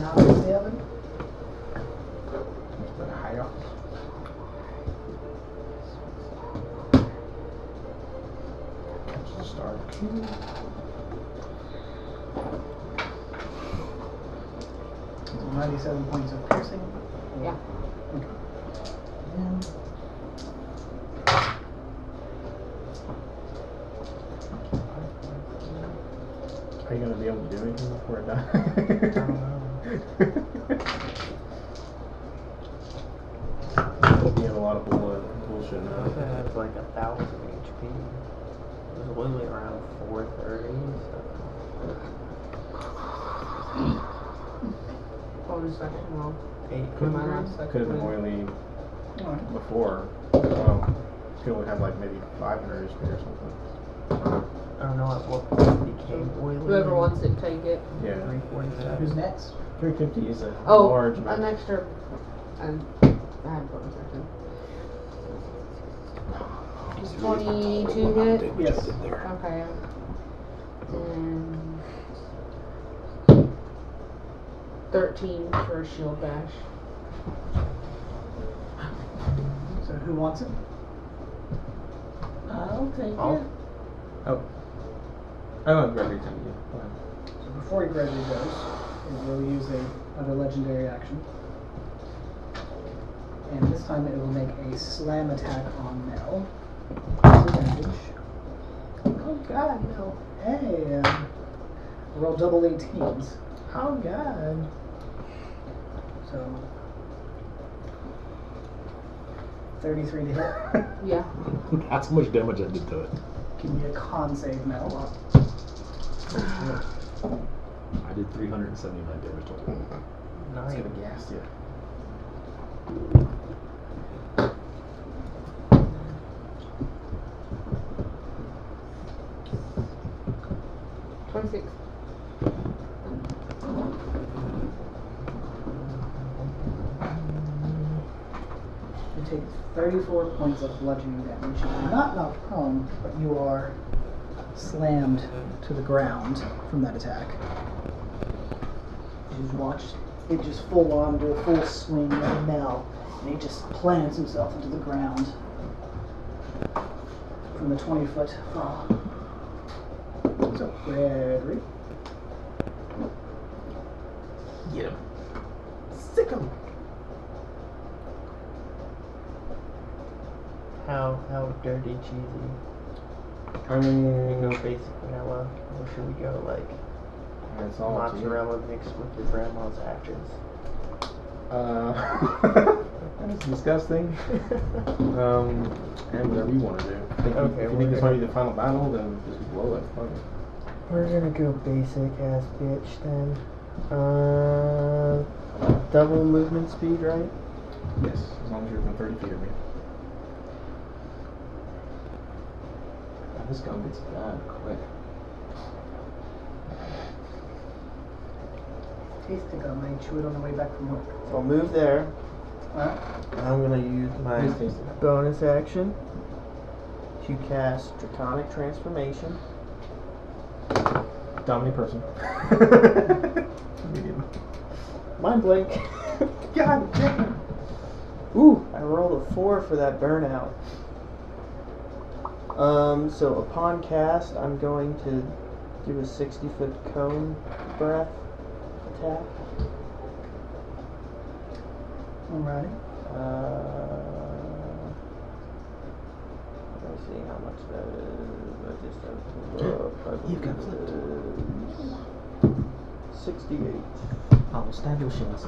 S1: Not a seven.
S4: But higher. Catch the star.
S1: So 97 points of piercing.
S2: Yeah.
S1: Okay.
S4: Are you gonna be able to do anything before it dies? Uh, You have a lot of bull- bullshit
S3: I
S4: now.
S3: think it was like a thousand HP. It was literally around 430. So.
S2: Bonus action, well,
S3: Eight
S2: my last
S4: Could have been
S2: action.
S4: oily
S1: All right.
S4: before. Um, could only have like maybe 500 HP or something.
S3: I don't know at what point it became oily.
S2: Whoever wants it, take it.
S4: Yeah.
S3: 347.
S1: Who's next?
S4: 350 is a
S2: Oh,
S4: large
S2: an
S4: amount.
S2: extra. And I had bonus action. Does Twenty-two hit.
S1: Yes.
S2: Okay. And thirteen for a shield bash.
S1: So who wants it?
S2: I'll take
S3: Oh,
S4: I'll- I don't grab your time yet.
S1: So before Gregory goes, it will use a, another legendary action. And this time it will make a slam attack on Mel. Disadvantage. Oh god, Mel. Hey. Uh, roll double 18s. Oh god. So. 33 to hit.
S2: Yeah.
S5: That's how much damage I did to it.
S1: Give me a con save, Mel.
S5: I did 379 damage total.
S4: It's
S3: Nine.
S4: gonna gas you.
S2: Twenty-six.
S1: take 34 points of bludgeoning damage. You are not knocked prone, but you are slammed to the ground from that attack. You've watched it just full on do a full swing at Mel, and he just plants himself into the ground from the 20 foot fall. So, Gregory.
S5: Get him. Sick him.
S3: How how dirty cheesy.
S4: I
S3: We go
S4: mean,
S3: basic vanilla, or should we go like
S4: it's all
S3: Oh,
S4: up to you.
S3: mozzarella mixed with your grandma's ashes?
S4: Uh, that's disgusting. Um, and whatever you want to do. I think
S3: Okay,
S4: if you
S3: we're
S4: think this
S3: gonna-
S4: might be the final battle, then just blow it. Fuck it.
S3: We're gonna go basic ass bitch then. Uh, double movement speed, right?
S4: Yes, as long as you're within 30 feet of me. God, this gun gets bad quick.
S1: Taste the gum. I chew it on the way back from work.
S3: So I'll move there.
S1: Alright.
S3: I'm gonna use my
S4: Just taste it.
S3: bonus action to cast Draconic Transformation.
S4: Dominate person. Medium.
S3: Mind blank. God damn. Ooh, I rolled a four for that burnout. Um, so upon cast, I'm going to do a 60 foot cone breath attack.
S1: Alright.
S3: Uh, let me see how much that is. I just have to look. I
S4: You've got
S3: believe it is 68.
S4: I will stab your shins.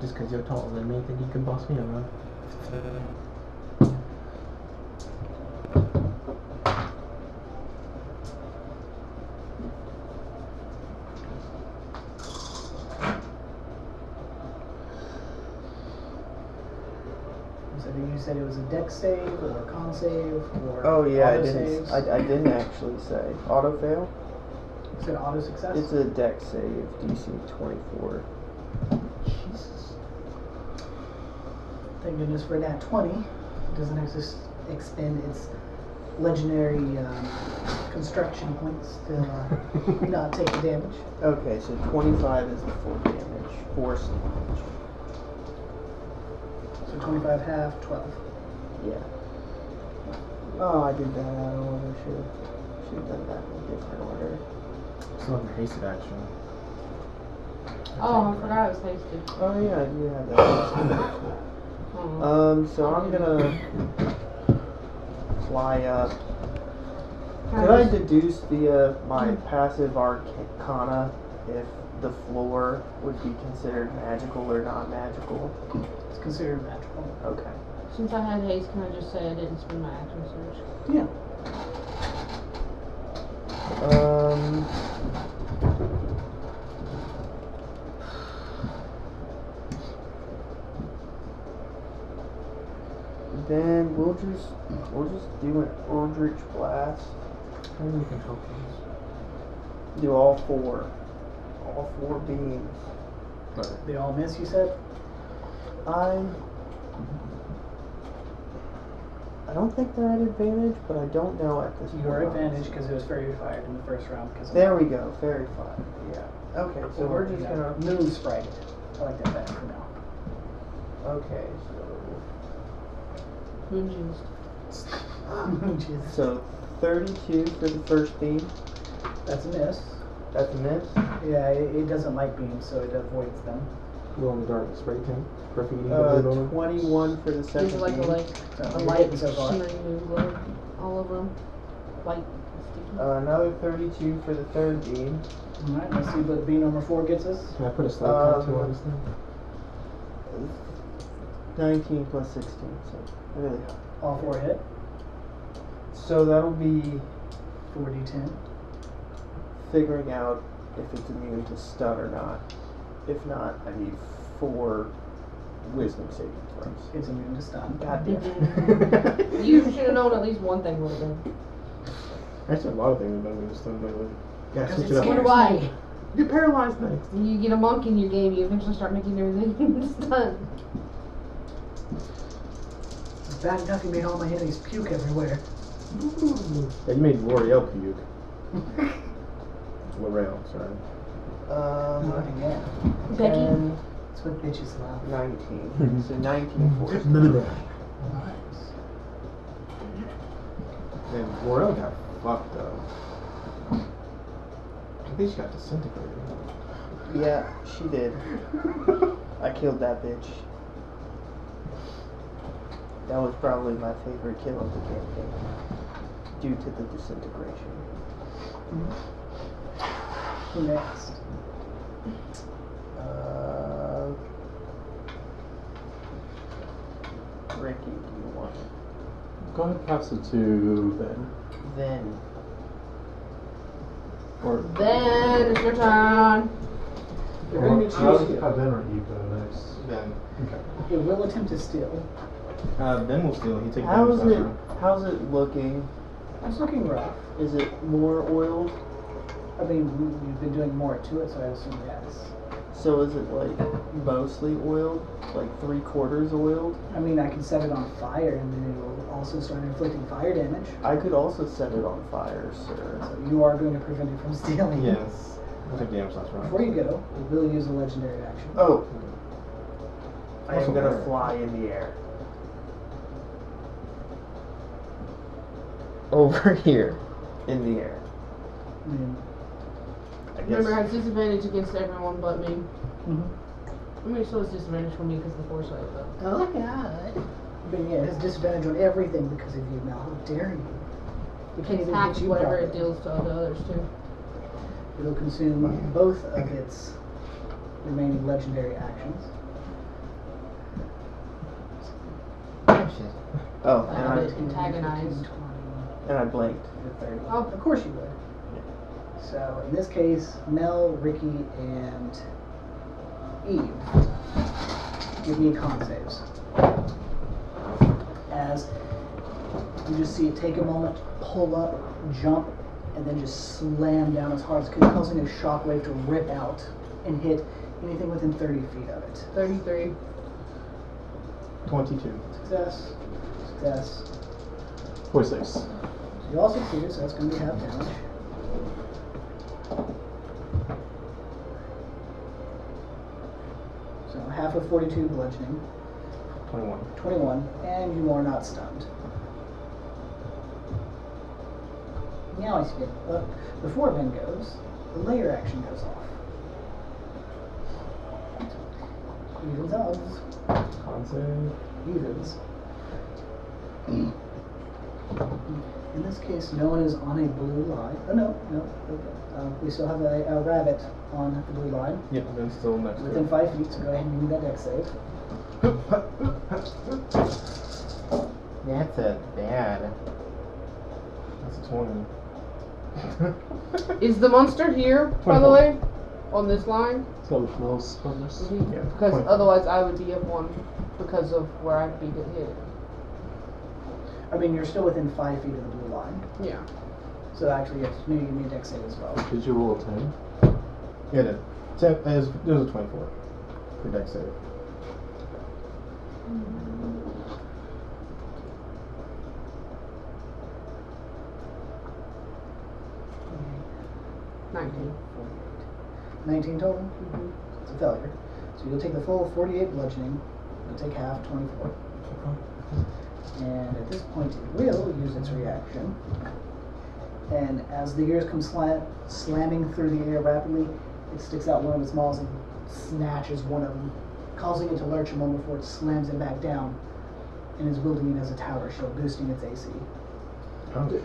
S4: Just because you're taller than me, think you can boss me around.
S1: You said, you said it was a deck save or a con save or
S3: Oh yeah, I
S1: auto
S3: didn't.
S1: saves.
S3: I, I didn't actually say auto fail.
S1: You said auto success.
S3: It's a deck save, DC twenty four.
S1: Jesus. Thank goodness for that 20. It doesn't have to s- expend its legendary um, construction points to uh, not take the damage.
S3: Okay, so twenty five is the full damage, force damage.
S1: So 25 half, 12.
S3: Yeah. Oh, I did that out of order. Should should have done that in a different order.
S4: Still have hasted action.
S2: Oh, I forgot I was hasted.
S3: Oh yeah, I do have that.
S2: Oh.
S3: um, so I'm gonna fly up. Could I deduce via my passive arcana if the floor would be considered magical or not magical?
S1: It's considered magical.
S3: Okay.
S2: Since I had haste, can I just say I didn't spend my action surge?
S3: Um. Then we'll just we'll just do an Eldritch blast.
S4: Maybe we can help you.
S3: Do all four, all four beams.
S1: They all miss, you said?
S3: I I don't think they're at advantage, but I don't know at this point.
S1: Your advantage because it was fairy fired in the first round. Because
S3: There we go. Fairy fire. Yeah. Okay. So we're just gonna
S1: moon sprite. I like that better for now.
S3: Okay, so
S2: Moonjuice.
S1: Jesus.
S3: so thirty-two for the first beam.
S1: That's a miss.
S3: That's a miss.
S1: Yeah, it, it doesn't like beams, so it avoids them.
S4: Glow in the dark spray paint. Graffiti.
S3: Uh,
S4: the lid on it.
S3: twenty-one for the second
S2: There's like a
S3: beam.
S2: like
S1: So
S2: a
S1: you're
S2: light
S1: hitting so far.
S2: shimmering moon glow all over him. Light. and sticky.
S3: Uh, another thirty-two for the third beam.
S1: All right, let's see what beam number four gets us.
S4: Can I put a slate tattoo
S3: Um,
S4: on this thing?
S3: Nineteen plus sixteen, so really high.
S1: All four hit.
S3: So that'll be
S1: 4d10.
S3: figuring out if it's immune to stun or not. If not, I need four wisdom saving throws.
S1: It's immune to stun.
S3: God
S2: Mhm.
S3: damn.
S2: You should have known at least one thing would have been.
S4: Actually, a lot of things about this done lately.
S3: Yeah,
S1: Because
S3: switch
S1: it
S3: it up.
S1: scares
S2: Wonder why.
S1: me.
S3: Get paralyzed next.
S2: You get a monk in your game, you eventually start making everything stunned.
S1: It's bad enough you made all my enemies puke everywhere.
S4: Yeah, you made L'Oreal puke. L'Oreal, sorry.
S1: Not
S9: Um,
S1: again.
S2: Becky?
S9: 10,
S1: That's what bitches love.
S9: 19. so 19 force.
S4: Man, L'Oreal got fucked up. I think she got disintegrated.
S9: Yeah, she did. I killed that bitch. That was probably my favorite kill of the campaign due to the disintegration.
S1: Who next?
S9: Uh, Ricky, do you want it?
S7: Go ahead and pass it to Ben.
S9: Then,
S7: Or
S2: Then it's your turn.
S1: You're going to be
S7: I'll
S1: choosing.
S7: have Ben or Evo next.
S4: Ben.
S1: It will attempt to steal.
S4: Uh, ben will steal. He takes
S9: how
S4: damage
S9: is
S4: last
S9: it?
S4: round.
S9: How's it looking?
S1: It's looking rough.
S9: Is it more oiled?
S1: I mean, we- we've been doing more to it, so I assume yes.
S9: So is it like mostly oiled, like three quarters oiled?
S1: I mean, I can set it on fire, and then it will also start inflicting fire damage.
S9: I could also set it on fire, sir.
S1: So you are going to prevent it from stealing.
S4: Yes. He'll take damage last round.
S1: Before you go, we will use a legendary action.
S9: Oh. I
S4: Also
S9: am gonna
S4: rare.
S9: fly in the air. Over here, in the air.
S1: I mean,
S9: I guess.
S2: Remember, it has disadvantage against everyone but me.
S1: Mhm.
S2: I mean, it still has disadvantage for me because of the foresight, though.
S1: Oh god. But yeah, it has disadvantage on everything because of you now. How dare you? It can't
S2: It
S1: even
S2: attacks
S1: hit you
S2: whatever it
S1: properly.
S2: deals to the others, too.
S1: It'll consume both of its remaining legendary actions.
S9: Oh, and
S2: Uh,
S9: I,
S2: it antagonized.
S1: 15, 20,
S9: and I blinked.
S1: and 30.
S2: Oh.
S1: Of course you would. So in this case, Mel, Ricky, and Eve. Give me con saves. As you just see it take a moment, pull up, jump, and then just slam down as hard as it could, causing a shockwave to rip out and hit anything within 30 feet of it.
S2: 33.
S4: 22.
S1: Success, success.
S7: Four six.
S1: You all succeeded, so that's going to be half damage. So half of 42 bludgeoning,
S4: 21.
S1: 21, and you are not stunned. Now I skip up. Before Ben goes, the layer action goes off. Evil dogs,
S4: Con save.
S1: evils. In this case, no one is on a blue line. Oh, no, no. okay. Uh, we still have a, a rabbit on the blue line
S4: Yep, Ben's still next to
S1: within
S4: it.
S1: five feet, so go ahead and give me that deck save.
S4: That's a bad. That's a 20.
S2: Is the monster here, by the
S4: 24.
S2: way? On this line? Mm-hmm.
S7: It's got the smells on this.
S4: Yeah,
S2: Because
S4: 24.
S2: otherwise I would be up one because of where I'd be get hit.
S1: I mean, you're still within five feet of the blue line.
S2: Yeah.
S1: So actually, yes, you need to give me a deck save as well.
S7: Did you roll a ten?
S4: Yeah, it is. Except it was, it was a 24. For deck save.
S2: Nineteen.
S1: 19 total. It's a failure. So you'll take the full 48 bludgeoning. You'll take half, 24. And at this point, it will use its reaction. And as the gears come sla- slamming through the air rapidly, it sticks out one of its maws and snatches one of them, causing it to lurch a moment before it slams it back down and is wielding it as a tower shield, boosting its AC.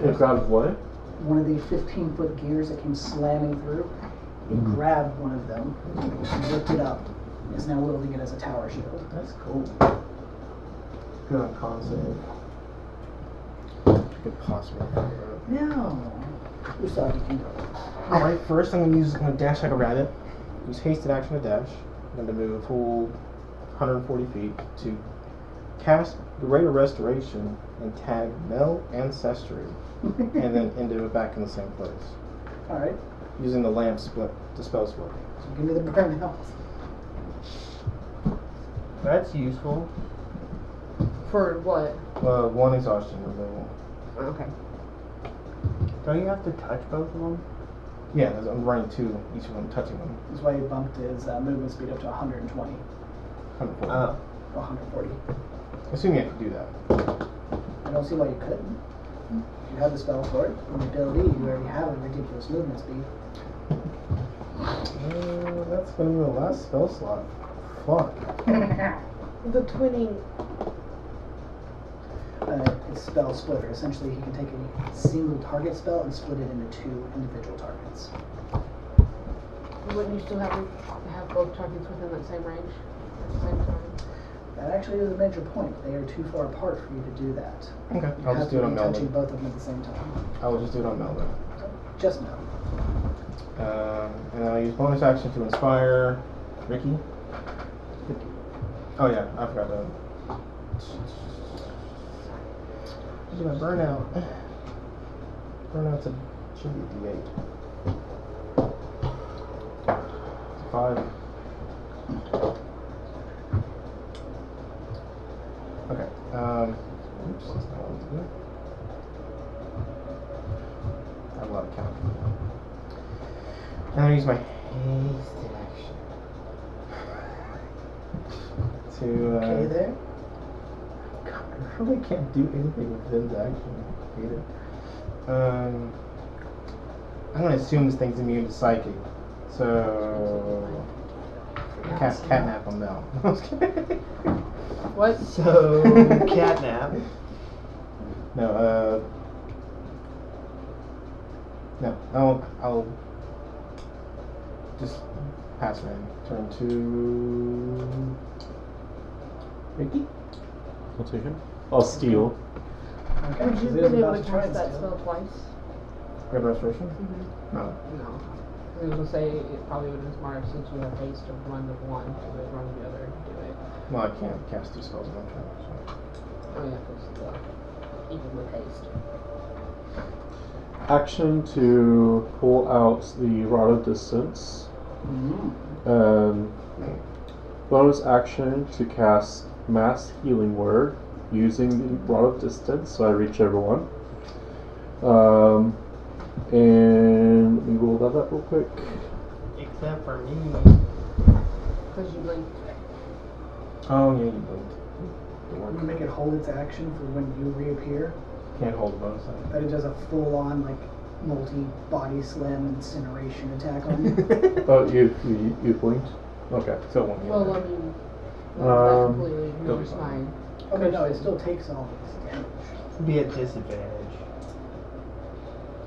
S7: It grabbed what?
S1: One of the 15 foot gears that came slamming through, it grabbed one of them, ripped it up, and is now wielding it as a tower shield.
S4: That's cool. Good on con save. Good possible.
S1: No. You're sorry, you can go.
S4: Alright, first I'm gonna use I'm gonna dash like a rabbit. Use hasted action to dash. I'm gonna move a full 140 feet to cast greater restoration and tag Mel Ancestry and then end it back in the same place.
S1: Alright.
S4: using the lamp split dispel split.
S1: So give me the burnout.
S9: That's useful.
S2: For what?
S4: Uh, one exhaustion removal.
S2: Okay.
S9: Don't you have to touch both of them?
S4: Yeah, there's- I'm running two, each of them touching them.
S1: That's why he bumped his uh, movement speed up to 120
S4: 140.
S9: Oh.
S1: or 140.
S4: Assuming I could do that.
S1: I don't see why you couldn't. You have the spell for it. And the ability, you already have a ridiculous movement speed.
S4: Uh, that's gonna be the last spell slot. Fuck.
S2: The twinning.
S1: Uh, it's spell splitter. Essentially, he can take a single target spell and split it into two individual targets.
S2: Wouldn't you still have to have both targets within that same range at the same time?
S1: That actually is a major point. They are too far apart for you to do that.
S4: Okay.
S1: You
S4: I'll
S1: have
S4: just
S1: to
S4: do it on
S1: be touching
S4: Melvin.
S1: both of them at the same time.
S4: I will just do it on Melvin.
S1: Just now.
S4: Um, and then I'll use bonus action to inspire Ricky. Oh yeah, I forgot that. This is my burnout. Burnout's a should be E a D8. It's a Five. Okay. Um, oops, that's not what I wanted to do. I have a lot of count. And I use my hasted action to. Uh,
S1: Okay, there.
S4: God, I really can't do anything with Vin's action. I hate it. Um, I'm gonna assume this thing's immune to psychic, so I cast catnap on Mel. I was kidding.
S2: What?
S9: So, catnap.
S4: no, uh, no, I'll, I'll just pass my turn to Ricky.
S7: I'll take it. I'll steal.
S1: Okay,
S2: Would
S1: so
S2: you
S1: it is
S2: have been able
S1: about
S2: to
S1: to try
S2: cast that
S1: still.
S2: spell twice?
S4: Grab restoration.
S2: No. I was gonna say it probably would have been smarter since we have haste to run the one, to then run the other and do it.
S4: Well, I can't cast two spells in one turn.
S2: Oh yeah, because the even with haste.
S7: Action to pull out the Rod of Distance.
S1: Mhm.
S7: Um, bonus action to cast Mass Healing Word using the Rod of Distance, so I reach everyone. Um, and let me roll that up real quick.
S9: Except for me.
S2: Because you blinked.
S4: So. Oh yeah, you blinked. Good
S1: I'm
S4: work.
S1: gonna make it hold its action for when you reappear.
S4: Can't hold a bonus action.
S1: That it does a full-on like multi-body slam incineration attack on you.
S7: Oh, you you, you blinked. Okay.
S4: so it won't be
S2: Well,
S4: on
S2: I
S4: there.
S2: mean,
S7: Um,
S2: well, that completely
S4: it'll be
S2: ignores
S4: fine.
S2: mine.
S1: okay, no, it still takes all this damage.
S9: Be at disadvantage.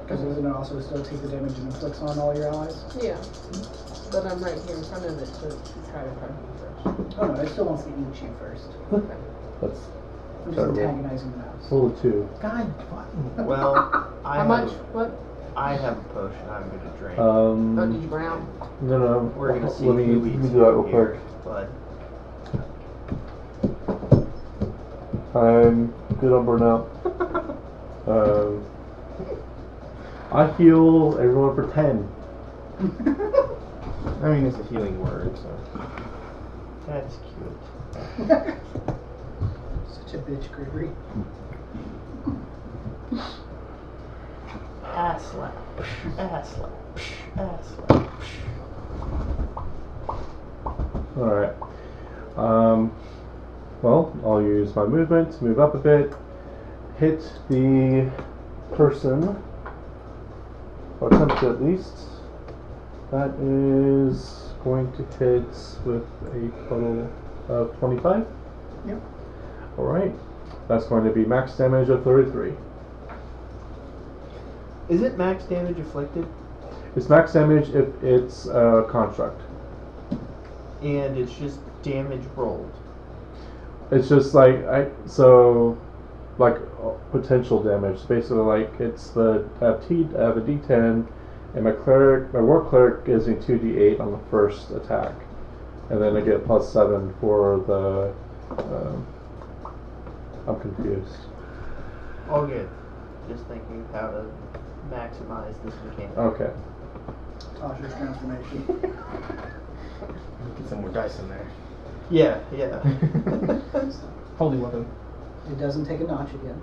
S1: Because doesn't it also still take the damage and inflicts on all your allies?
S2: Yeah. Mm-hmm. But I'm right here in front of it to, to try to find it
S1: Oh no, it still wants to eat you first.
S2: first.
S7: That's
S1: I'm just
S7: Terrible.
S1: antagonizing the mouse.
S7: full of two.
S4: God fucking.
S9: Well, I
S2: How
S9: have,
S2: much? What?
S9: I have a potion I'm gonna drink.
S7: Um,
S2: Oh, did you brown?
S7: No, no.
S9: Uh, We're gonna
S7: let
S9: see
S7: me,
S9: who
S7: let
S9: eats
S7: me do that real
S9: here,
S7: quick.
S9: But
S7: I'm good on burnout. um, I heal everyone for 10.
S4: I mean, it's a healing word, so.
S9: that's cute.
S1: Such a bitch, Gregory.
S9: Ass slap. psh, Ass slap. psh, Ass slap.
S7: Alright. Um, well, I'll use my movement to move up a bit, hit the person, or attempt to at least. That is going to hit with a total of 25.
S1: Yep.
S7: Alright. That's going to be max damage of 33.
S9: Is it max damage afflicted?
S7: It's max damage if it's a construct.
S9: And it's just damage rolled.
S7: It's just like I so, like uh, potential damage. Basically, like it's the I have, T, I have a D10, and my cleric, my war cleric gives me two D8 on the first attack, and then I get plus seven for the. Um, I'm confused.
S9: Oh. All good. Just thinking of how to maximize this mechanic.
S7: Okay.
S1: Tasha's transformation.
S4: Get some more dice in there.
S9: Yeah, yeah.
S4: Holy weapon.
S1: It doesn't take a notch again.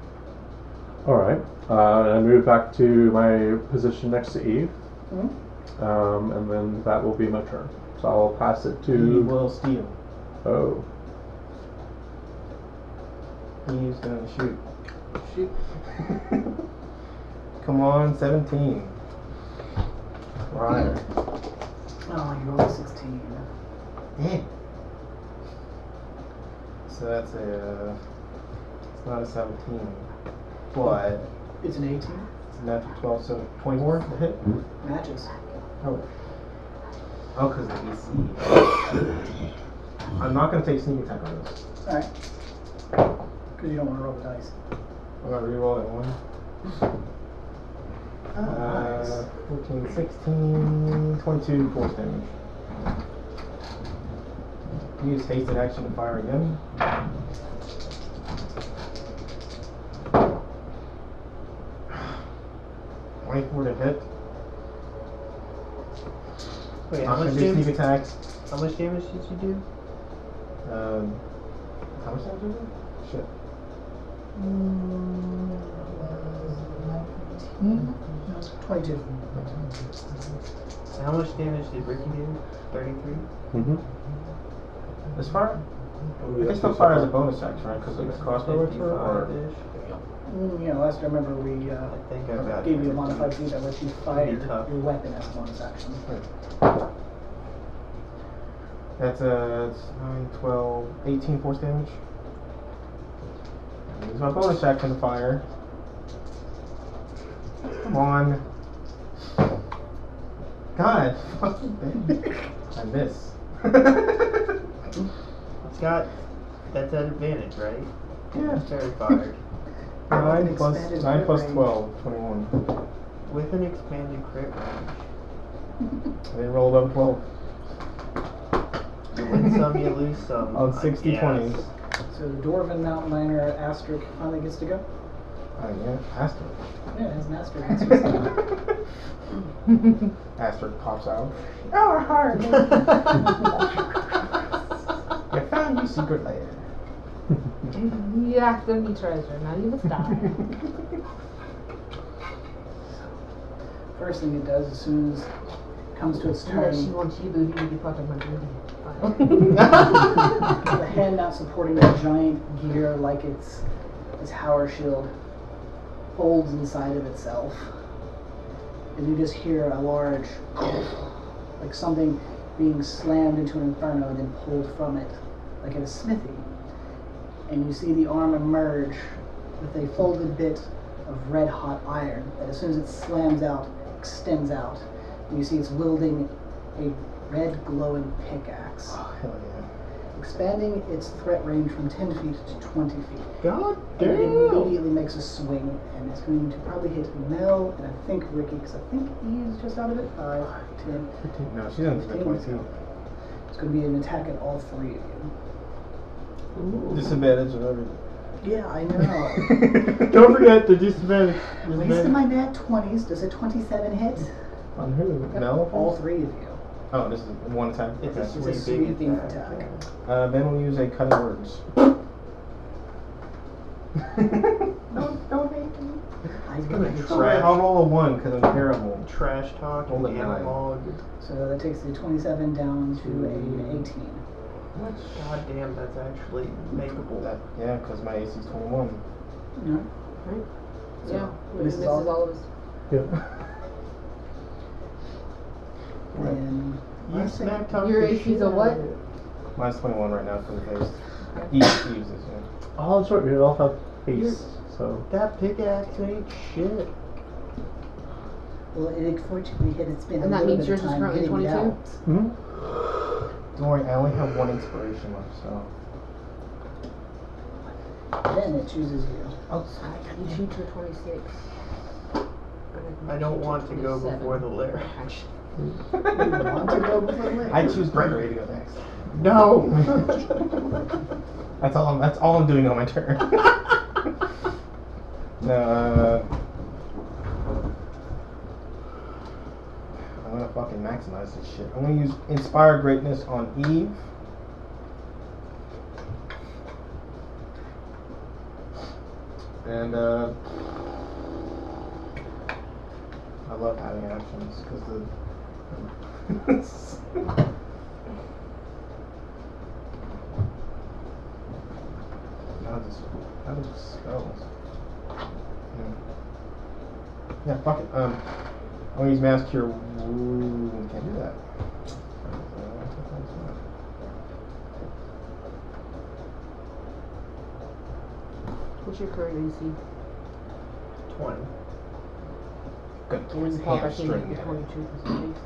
S7: All right. Uh, I move back to my position next to Eve,
S1: Mhm.
S4: Hmm?
S7: um, and then that will be my turn. So I'll pass it
S4: He
S7: to.
S4: will steal.
S7: Oh,
S4: He's gonna shoot. Shoot. Come on, 17. Right.
S1: Oh, you rolled a 16.
S4: Yeah. So that's a. uh, It's not a 17. But
S1: It's an 18.
S4: it's a natural 12, so 24 to hit?
S1: Matches.
S4: Oh, because the E AC. I'm not gonna take sneak attack on this.
S1: Because you don't want to roll the dice.
S4: I'm gonna reroll that one. Uh, 14, 16, 22 force damage. Use hasted action to fire again. Twenty-four to hit.
S9: Wait,
S4: Not
S9: how
S4: gonna
S9: much
S4: do sneak
S9: damage?
S4: attack.
S9: How much damage did you do?
S4: Um, how much damage is it? Shit.
S1: No, 22.
S9: And how much damage did Ricky do? Thirty-three.
S4: This fire? I guess the fire is a bonus action, right? Because it's crossbow or two, or
S9: Fifty-five-ish.
S1: Mm, yeah, last I remember we uh,
S9: I think I got.
S1: gave you a
S9: it.
S1: modified feat that lets you fire
S9: Be tough.
S1: your weapon as a bonus action.
S4: that's a it's 9, 12, 18 force damage. Use my bonus action to fire. Come on. God, fucking thing. I miss.
S9: It's got. That's at advantage, right?
S4: yeah.
S9: Terrified.
S4: 9 plus,
S1: Expanded
S4: 9 plus
S1: range.
S4: 12, 21.
S9: With an expanded crit range,
S4: They rolled up 12.
S9: you win some, you lose some.
S4: On
S9: I
S4: 60
S9: guess.
S4: 20s.
S1: So the Dwarven Mountain Miner Asterisk finally gets to go?
S4: Oh, yeah, Aster.
S1: Yeah, it has an asterisk. It's just-
S4: Aster pops out. Oh, our heart! I found you secret lair.
S2: You act of me treasure, now you must die.
S1: First thing it does as soon as it comes to its
S2: Unless you
S1: turn,
S2: want you booty to be part of my booty.
S1: the hand not supporting the giant gear like its its power shield folds inside of itself. And you just hear a large like something being slammed into an inferno and then pulled from it, like at a smithy. And you see the arm emerge with a folded bit of red hot iron that as soon as it slams out, extends out. And you see it's wielding a red glowing pickaxe
S4: Oh, hell yeah.
S1: expanding its threat range from 10 feet to 20 feet.
S4: God
S1: And it
S4: damn!
S1: immediately makes a swing, and it's going to probably hit Mel and I think Ricky, because I think Eve's just out of it. 5, 10.
S4: No, she's on the 22.
S1: It's going to be an attack at all three of you.
S4: Disadvantage of everything.
S1: Yeah, I know.
S4: Don't forget the disadvantage.
S1: Wasted my mad 20s. Does a 27 hit?
S4: On who?
S1: All
S4: No?
S1: three of you.
S4: Oh, this is one attack.
S9: It's
S4: Okay.
S9: a
S1: It's a
S9: sweet big
S1: sweeping
S9: attack.
S1: attack.
S4: Uh, ben will use a cutting words. don't, don't make me.
S1: I
S9: gonna
S1: got it.
S9: try.
S4: I'll roll a one because I'm terrible.
S9: Trash talk
S4: Roll
S9: and
S4: a nine.
S9: analog.
S1: So that takes the 27 down to a 18.
S9: God damn, that's actually makeable.
S4: That, yeah, because my AC is 21.
S1: No?
S2: Yeah,
S1: Mrs.
S2: this is
S1: Olive?
S2: all of us.
S4: Right.
S1: And
S9: You smack talk
S2: Your
S9: the
S2: AC's
S9: shit
S2: a
S9: out of
S2: what?
S9: it.
S4: Mine's 21 right now for the base. Eve E uses yeah.
S7: all short. We all have haste. So
S9: That pickaxe ain't shit.
S1: well, it unfortunately hit its been a
S2: And that
S1: little
S2: means
S1: bit of
S2: yours is
S1: time
S2: currently
S1: getting it
S2: 22?
S1: out.
S4: Don't worry, I only have one inspiration left, so.
S1: Then it chooses you.
S2: You shoot your 26.
S9: I don't want to go before the lair.
S1: want to go before lair?
S4: I choose Gregory to go next.
S9: No!
S4: That's all. I'm, that's all I'm doing on my turn. no. Uh, I'm gonna fucking maximize this shit. I'm gonna use Inspire Greatness on Eve. And, uh. I love having actions, because the. I'll just. I'll just spells. Yeah. Yeah, fuck it. Um. I'm gonna use Mass Cure Wound. Can't do that.
S2: What's your current AC?
S9: 20.
S4: Good.
S2: When you pop back in, you get 22 percent.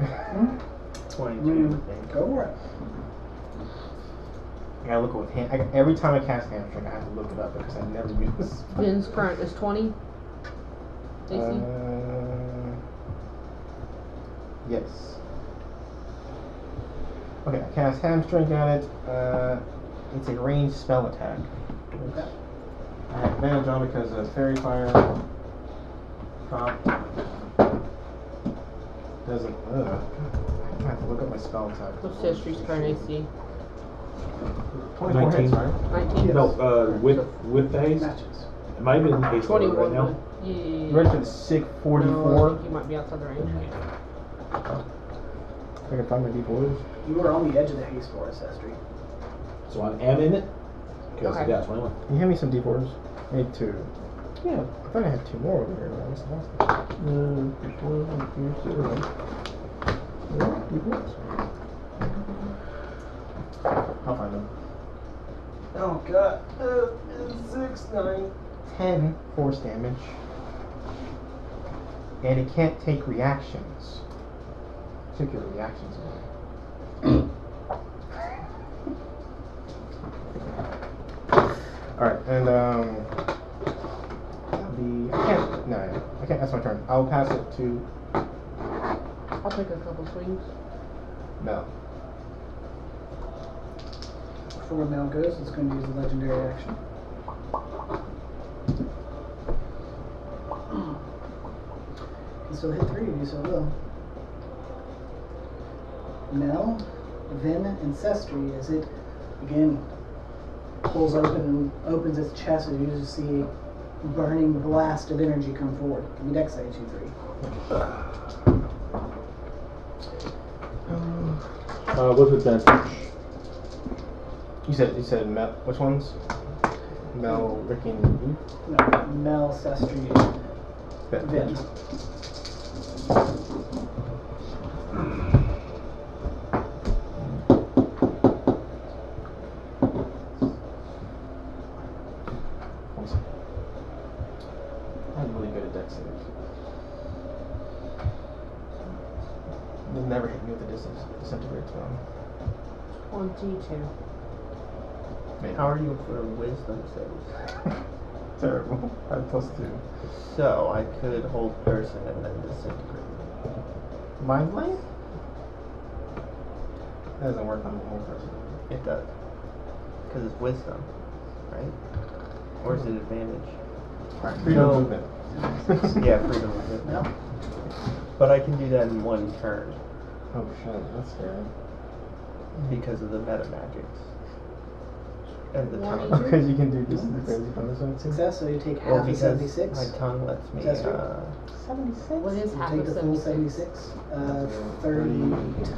S4: Mm.
S9: 22, Hmm? I think.
S1: Go for it.
S4: I gotta look with hand. I, every time I cast hamstring, I have to look it up because I never use this.
S2: Vin's current is 20. AC?
S4: Uh, yes. Okay, I cast hamstring at it. Uh, it's a ranged spell attack. I have advantage on because of fairy fire. Prop. Doesn't. Ugh. I have to look up my spell attack.
S2: What's Sestry's current AC?
S4: 24 hits,
S6: 19.
S4: right?
S2: 19?
S6: No, uh, with with the haste,
S1: Matches.
S6: it might have been haste right
S2: 21.
S6: now.
S2: Yeah, yeah, yeah,
S4: You
S2: yeah.
S4: ready for the sick
S2: No, I
S4: 44?
S2: think you might be outside the range.
S4: I can find my D4s.
S1: You were on the edge of the haste forest, Estri.
S6: So I am in it. Okay, so
S2: Okay.
S6: yeah, 21.
S4: Can you hand me some D4s? I need two. Yeah, I thought I had two more over here, but I must have lost them.
S7: No, just one, two, zero.
S4: Yeah, D4s. I'll find them.
S9: Oh, God. Uh,
S4: Six, nine, ten force damage. And it can't take reactions. Took your reactions away. Alright, and um the I can't no, I can't that's my turn. I'll pass it to
S2: I'll take a couple swings.
S4: Mel.
S1: Before Mel goes, it's going to use the legendary action. You still hit three of you, so it will. Mel, Vin, and Sestri as it again pulls open and opens its chest and you just see a burning blast of energy come forward. Give me dex save, you three.
S7: Uh, what's advantage?
S4: You said you said Mel which ones? Mel, Ricky and you?
S1: No, Mel, Sestri,
S4: Bet-
S1: and Vin.
S4: I'm really good at deck saves. They'll never hit me with a distance disintegrate spell.
S2: 22.
S4: Maybe.
S9: how are you for wisdom saves?
S4: Terrible. I have plus two.
S9: So, I could hold person and then disintegrate.
S4: Mind blade? That doesn't work on the whole person.
S9: It does. Because it's wisdom, right? Or is it advantage?
S4: Alright,
S9: freedom of
S4: movement.
S9: Yeah, freedom of it.
S1: No.
S9: But I can do that in one turn
S4: Oh shit, that's scary.
S9: because of the meta magics. And the
S2: Warning.
S9: tongue.
S4: Because you can do this in the crazy bonus on six.
S1: Success, so you take half
S9: Well,
S1: of
S9: because
S1: 76.
S9: my tongue lets me.
S1: That's right.
S9: Uh,
S2: What is half
S1: Take
S2: of
S1: the full
S2: 76?
S1: 76, uh, 38.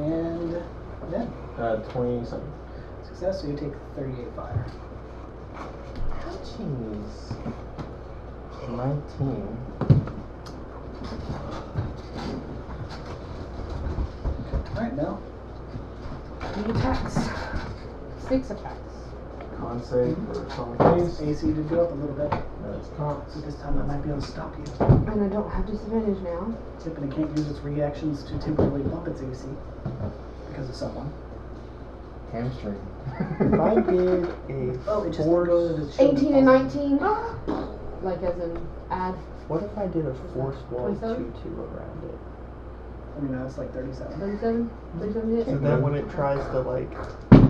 S1: And then,
S4: Uh, 27.
S1: success, so you take 38 fire.
S4: Ouchies. 19.
S1: Alright, Mel.
S2: Three attacks. Six attacks.
S4: Con save for solid
S1: His AC did go up a little bit,
S4: That's con.
S1: so this time I might be able to stop you.
S2: And I don't have disadvantage now.
S1: Tiffany can't use its reactions to temporarily bump its AC because of someone.
S4: Hamstring.
S9: if I did a
S1: Oh, it just
S9: force,
S1: goes into its shoulder
S2: 18 and
S1: muscle.
S2: 19. like as in add.
S9: what if I did a force wall
S2: Twenty-seven?
S9: two two around it?
S1: I mean, that's like 37.
S2: 37? 37
S9: So
S2: hits?
S9: then when
S2: Oh.
S9: it tries to like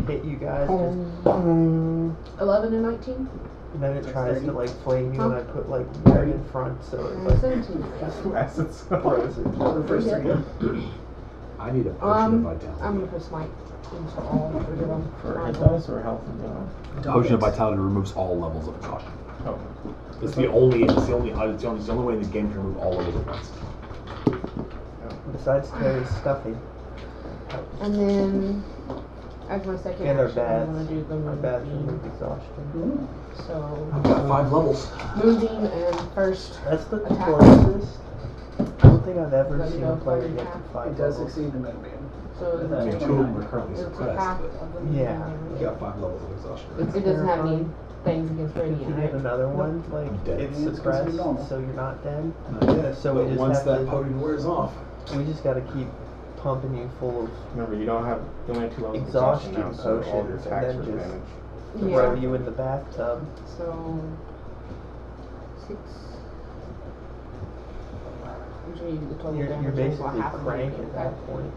S9: hit you guys, just
S2: 11 Um, and 19?
S10: And then it tries to like flame you, and I put like one in front, so
S2: I
S10: it's like
S2: seventeen.
S4: That's what acid
S10: throws it.
S3: The first
S2: Yeah.
S3: three.
S11: I need a potion
S2: Um,
S11: of vitality.
S2: I'm gonna put smite into all three of them.
S4: for
S2: Might as
S4: it
S2: well.
S4: does or health in general.
S6: Potion of Vitality removes all levels of shock.
S4: Oh.
S6: It's the only. It's the only. uh, It's the only, it's the only way in the game to remove all levels at once.
S3: Besides Terry's stuffing,
S2: And then as my second
S3: And our
S2: action, I wanna
S3: bats.
S2: do the
S3: my
S2: moon
S3: badge of exhaustion.
S1: Mm,
S2: So
S6: I've got five levels.
S2: moving and first
S3: That's the
S2: Attack.
S3: closest. I don't think I've ever
S2: Let me
S3: seen a
S2: know if
S3: player
S2: I'm
S3: get
S2: half.
S3: to five
S1: It does
S3: levels.
S1: exceed the minimum.
S2: so
S1: I
S6: I mean,
S2: it's
S6: two of them are currently suppressed,
S2: half
S6: but
S2: of the
S3: Yeah.
S2: minimum.
S11: You got five levels of exhaustion.
S2: It doesn't have any
S3: Terrifying.
S2: things against
S3: If you
S2: radiant,
S3: get
S2: right?
S3: another one,
S11: I'm
S3: like
S11: dead.
S3: it's
S1: It's considered
S3: suppressed,
S1: normal.
S3: so you're not dead.
S11: Yes,
S3: So we
S11: but
S3: just
S11: once
S3: have
S11: that
S3: to-
S11: potion wears off,
S3: We just gotta keep pumping you full of
S4: Remember, you don't have you only have two levels of
S3: Exhaustion
S4: exhaustion now, so all your
S3: potions, and
S4: attacks
S3: then
S4: are
S3: just-
S4: advantage.
S3: throw you in the bathtub.
S2: So six. I'm sure you do the total
S3: You're,
S2: damage.
S3: you're
S2: is about
S3: basically
S2: half of
S3: crank
S2: it,
S3: at
S2: okay?
S3: that point.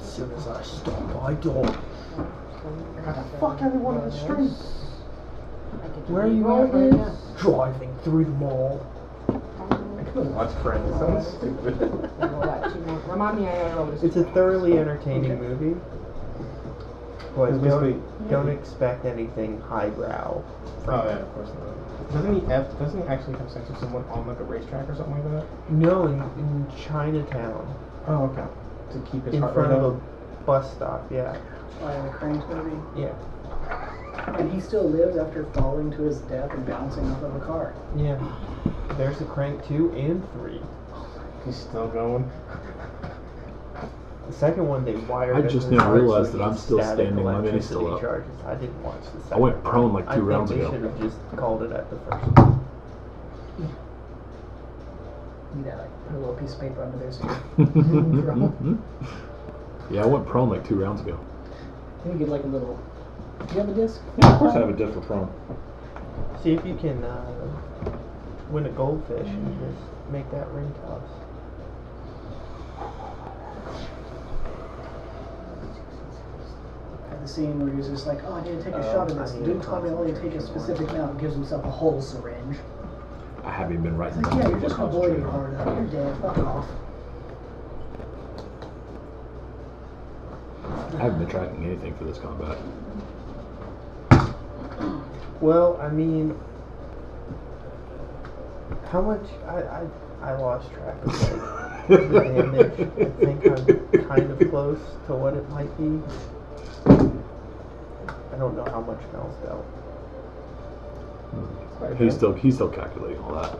S12: As soon as I stop my dog.
S10: fuck everyone in the street.
S2: I get to
S3: Where are you
S2: re-roll
S3: at right
S2: this.
S3: now?
S12: Driving through the mall.
S4: I couldn't watch Friends. Sounds stupid.
S2: Roll that two more. Remind me I gotta roll this.
S3: It's a thoroughly entertaining movie. But
S4: Because
S3: don't,
S4: basically-
S3: don't expect anything highbrow.
S4: Oh yeah, of course not. Doesn't he have, doesn't he actually have sex with someone on like a racetrack or something like that?
S3: No, in, in Chinatown,
S4: Oh okay. To keep his
S3: in
S4: heart
S3: front
S4: rate
S3: of
S4: up.
S3: a bus stop. Yeah,
S1: Why the Cranes movie?
S3: yeah,
S1: And he still lives after falling to his death and bouncing off of a car.
S3: yeah. There's the Crank two and three.
S4: He's still going.
S3: The second one they wired.
S6: I just
S3: everyone
S6: now
S3: hard so
S6: realized
S3: it
S6: that I'm
S3: gets
S6: still
S3: static
S6: standing, my minute's still
S3: electricity
S6: up.
S3: Charges. I didn't watch the second.
S6: I went
S3: one.
S6: prone like
S3: I
S6: two
S3: think
S6: rounds
S3: they
S6: ago.
S3: should have just called it at the first.
S1: You know, like put a little piece of paper under there so you
S6: yeah, I went prone like two rounds ago.
S1: then you get like a little. Do you have a disc?
S6: Yeah, of course, I have a diff for prone.
S3: one. See if you can uh, win a goldfish and just make that ring toss.
S1: At the scene where he's just like, oh, I didn't take a
S3: Uh,
S1: shot of
S3: I
S1: this.
S3: need a
S1: Didn't tell me I only take a
S3: concentration
S1: specific amount. Gives himself a whole syringe.
S6: I haven't been right
S1: It's
S6: since
S1: like,
S6: I
S1: yeah,
S6: was
S1: you're just gonna blow
S6: concentrating
S1: your
S6: on.
S1: heart out. You're dead. Fuck off.
S6: I haven't been tracking anything for this combat.
S3: Well, I mean, how much? I I, I lost track of like the damage. I think I'm kind of close to what it might be. I don't know how much Mel's dealt.
S6: He's still he's still calculating all that.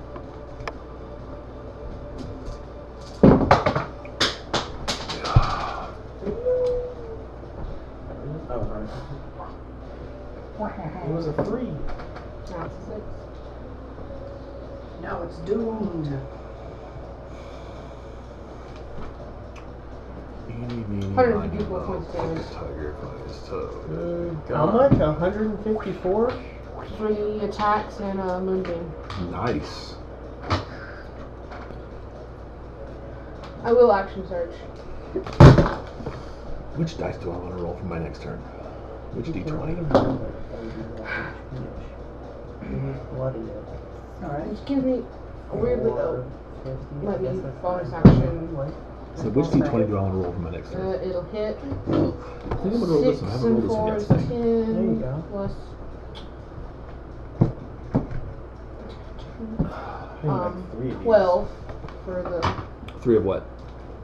S4: Oh right. It was a three.
S2: Now it's a six.
S1: Now it's doomed.
S6: Eeny, meeny,
S2: 154
S6: miny,
S2: points
S6: moe,
S2: damage.
S6: Tiger by his toe.
S4: Good
S3: How much? 154?
S2: Three attacks and a moonbeam.
S6: Nice.
S2: I will action search.
S6: Which dice do I want to roll for my next turn? Which d20?
S3: Bloody
S1: Alright.
S2: Which gives me weirdly though. Might be
S3: Yes, that's
S2: bonus
S3: fine.
S2: action.
S3: What?
S6: So which d20 do I want to roll for my next turn?
S2: Uh, it'll hit
S6: I think I'm gonna roll
S2: six
S6: this one. I haven't
S2: and
S6: rolled
S2: four
S6: this
S2: is
S6: one yet. I think.
S3: There you
S2: ten
S3: go.
S2: plus
S4: I think
S2: um,
S4: like three of these-
S2: twelve for the
S6: Three of what?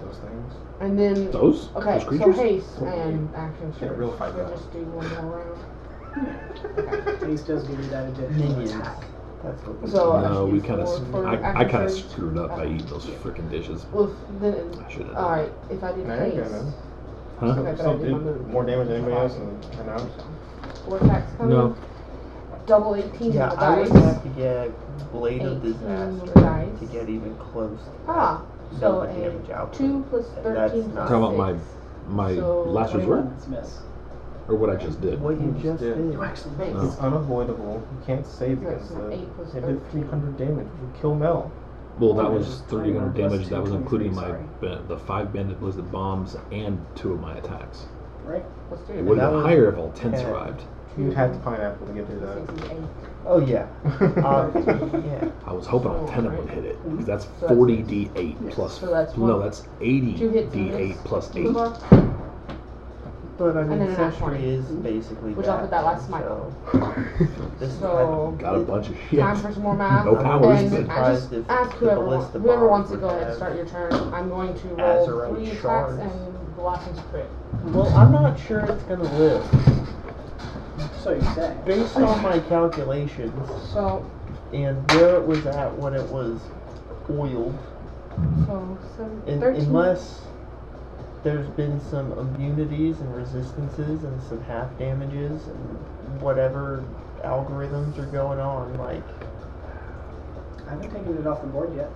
S4: Those things.
S2: and then
S6: Those?
S2: okay
S6: Those
S2: so
S6: creatures? Oh,
S2: haste and action search.
S4: real fight
S2: We'll
S4: back.
S2: just do one more round.
S1: Taste does give you that additional
S3: Minions.
S1: attack.
S3: That's what we
S2: So I
S6: no,
S2: should
S6: we
S2: do
S6: kind
S2: uh, four
S6: of
S2: for
S6: I, I
S2: action
S6: kind of
S2: surge.
S6: screwed up by eating those freaking dishes.
S2: Well, if- then
S6: I should have.
S2: all right. If I did
S4: There you go,
S2: haste,
S4: then.
S6: Huh?
S2: Okay, but I
S4: Still
S2: did my
S4: did
S2: move.
S4: more damage than anybody else, and and I'm just
S2: four attacks coming.
S6: No.
S2: Double eighteen
S3: Yeah,
S2: on
S3: I
S2: the
S3: would
S2: dice.
S3: have to get Blade of
S2: Eighteen on the
S3: Disaster
S2: dice.
S3: to get even close to
S2: Ah,
S3: double
S2: so
S3: the damage
S2: a
S3: out.
S2: two plus
S3: And that's
S2: thirteen
S3: not-
S2: plus
S6: Talking about
S2: six.
S6: my my
S2: So,
S6: last resort
S1: 21, it's miss.
S6: or what I just did.
S3: What you just
S4: Yeah.
S3: did.
S1: You actually miss.
S6: No.
S4: It's unavoidable. You can't save
S2: Right,
S4: against
S2: so
S4: the.
S2: eight plus
S4: It did
S2: 13.
S4: 300 damage. You kill Mel.
S6: Well, that
S1: Oh,
S6: was
S1: it's
S6: 300
S1: 21 plus
S6: damage. That was
S1: 2,
S6: including
S1: 23,
S6: my
S1: sorry.
S6: ben- the five bandit blizzard bombs and two of my attacks.
S1: Right?
S2: Let's do
S6: It
S2: it.
S6: would
S3: that
S6: have been
S3: was
S6: higher if all ten
S3: ten.
S6: survived.
S4: You'd have to pineapple to get through that.
S2: Six is eight.
S9: Oh yeah.
S3: Uh,
S9: Obviously,
S4: Obviously.
S9: yeah.
S6: I was hoping a 10 would hit it. 'cause That's
S2: Mm-hmm. So that's-
S6: 40 d8 plus.
S2: So that's
S6: No,
S2: one.
S6: that's 80
S2: Two hits and
S6: d8
S2: miss.
S6: plus 8.
S2: Lumbar,
S9: But I
S2: And
S9: mean,
S2: then an act one.
S9: century is basically
S2: Which
S9: that.
S2: I'll put that last smite
S9: So this is
S2: So-
S6: Got a bunch of shit.
S2: Time for some more math.
S6: No powers,
S2: And
S6: but-
S2: I just
S9: Surprised if
S2: ask
S9: the
S2: whoever, wa-
S9: ballista
S2: whoever
S9: bomb
S2: wants to
S9: would
S2: go ahead and
S9: have
S2: start your turn. I'm going to
S9: Azerite
S2: roll three attacks
S9: shards.
S2: and Galactus crit.
S9: well, I'm not sure it's gonna live.
S1: So you say.
S9: Based on my calculations
S2: So,
S9: and where it was at when it was oiled,
S2: so, seven,
S9: in,
S2: 13.
S9: unless there's been some immunities and resistances and some half damages and whatever algorithms are going on, like
S1: I haven't taken it off the board yet.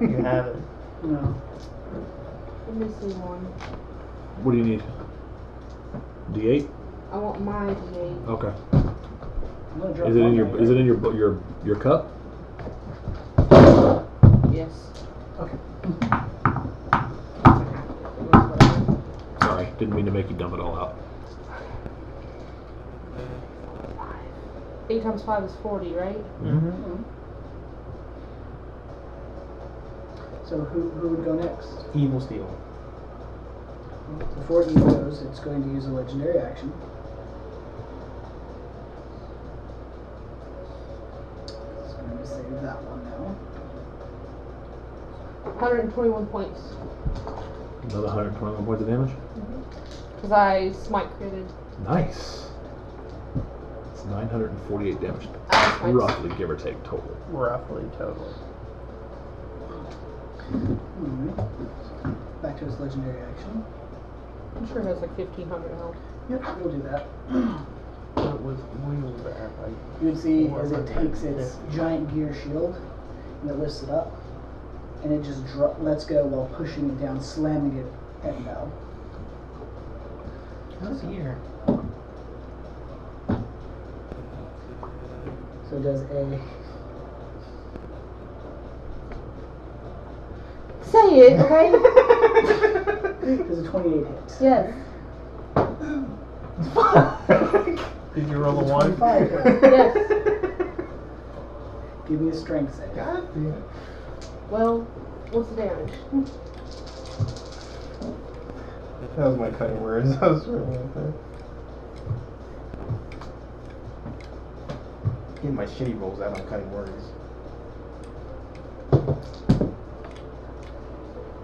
S9: you haven't.
S1: No.
S2: I'm missing one.
S6: What do you need? D8.
S2: I want my D8.
S6: Okay.
S1: I'm gonna drop
S6: Is it
S1: one
S6: in your?
S1: right
S6: Is
S1: here.
S6: it in your bu- your your cup?
S2: Yes.
S1: Okay.
S6: Sorry, didn't mean to make you dump it all out.
S2: Eight times five is 40, right?
S9: Mm-hmm.
S1: So who, who would go next?
S4: Evil steel.
S1: Before it goes, it's going to use a legendary action. So I'm gonna save that one now.
S2: 121 points.
S6: Another 121 points of damage.
S2: Because I smite critted.
S6: Nice. It's 948 damage,
S2: I smite.
S6: roughly give or take total.
S9: Roughly total.
S1: Alright. Back to his legendary action.
S2: I'm sure it has like 1500 health.
S1: Yep, we'll do that.
S9: It was wheeled at like
S1: You would see as it takes its giant gear shield and it lifts it up and it just dro- lets go while pushing it down, slamming it at Mel.
S9: How's here?
S1: So it does a
S2: Say it, okay?
S1: does a 28 hit.
S2: yes.
S9: Did you roll a one?
S1: 25 hit.
S2: Yes.
S1: Give me a strength save.
S4: God damn it.
S2: Well, what's the damage?
S4: That was my cutting words. I was really out there. Getting my shitty rolls out on cutting words.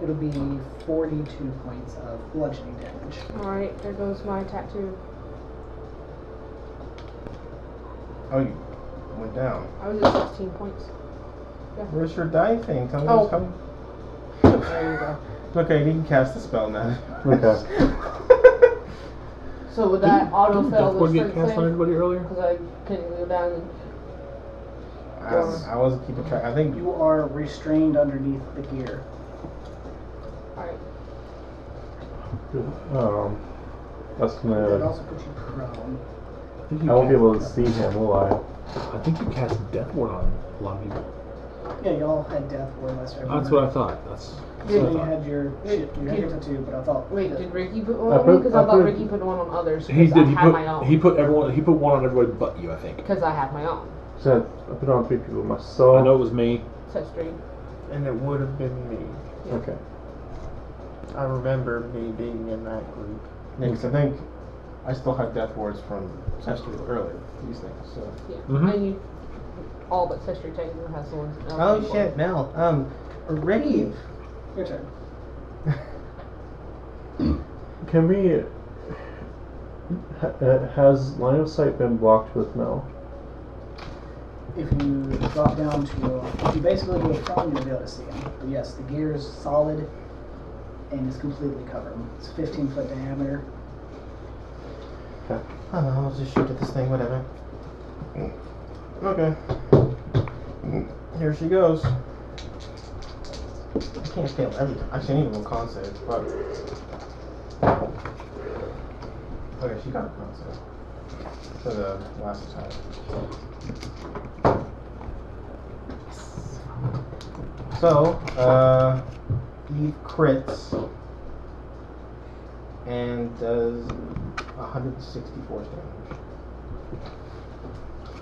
S1: It'll be 42 points of bludgeoning damage.
S2: Alright, there goes my tattoo.
S4: Oh, you went down.
S2: I was at 16 points.
S4: Where's your die thing? Tell me
S2: Oh.
S4: what's coming. There you go. Look, I didn't cast the spell now.
S7: Okay.
S2: So would that auto fail
S6: Deathward
S2: with
S6: get
S2: strength
S6: cast on
S2: save?
S6: anybody earlier?
S2: Because I couldn't go down and
S4: I, I wasn't keeping track. I think
S1: You are restrained underneath the gear.
S2: Alright.
S7: Um, that's
S1: That
S7: gonna.
S1: also puts you prone.
S6: I, think
S7: I
S6: you
S7: won't be
S6: cast,
S7: able to see him, will I?
S6: I think you cast Deathward on a lot of people.
S1: Yeah, y'all had death or less.
S6: That's what I thought. That's. that's
S1: So
S6: what I
S1: you
S6: thought.
S1: had your shit, you had your tattoo, but I thought
S2: Wait, did Ricky put one
S7: I
S2: on me?
S7: put-
S2: Because
S7: I
S2: I thought
S7: put-
S2: Ricky put one on others.
S6: He
S2: Because I
S6: did. He
S2: had my
S6: put. He
S2: own.
S6: put everyone. He put one on everybody but you. I think.
S2: Because I had my own.
S7: So I put on three people myself.
S6: I know it was me.
S2: So it's three.
S9: And it would have been me.
S7: Okay.
S9: I remember me being in that group.
S4: because I think I still have death wards from Sestry earlier. These things. So.
S2: Yeah.
S6: Mhm.
S2: And you, all but Sister Taylor has the ones.
S4: Oh shit, Mel. Um, Ricky.
S1: your turn.
S7: Can we? ha- uh, Has line of sight been blocked with Mel?
S1: If you drop down to, if you basically do a prone, you'll be able to see him. But yes, the gear is solid and is completely covered. It's 15 foot diameter.
S4: I don't know, I'll just shoot at this thing, whatever. Okay. Here she goes. I can't fail every time. I can't even roll con save. Fuck. Okay, she got a con save. For the last attack. So, uh, Eve crits and does 164 damage.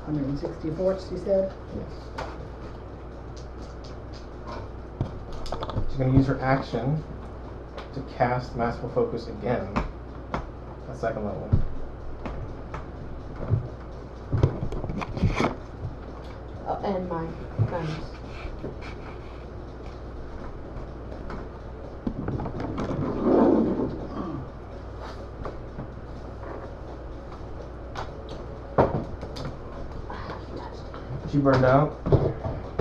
S1: 160 forts, you said?
S4: Yes. She's going to use her action to cast Masterful Focus again at second level.
S2: Oh, and my friends.
S4: She burned out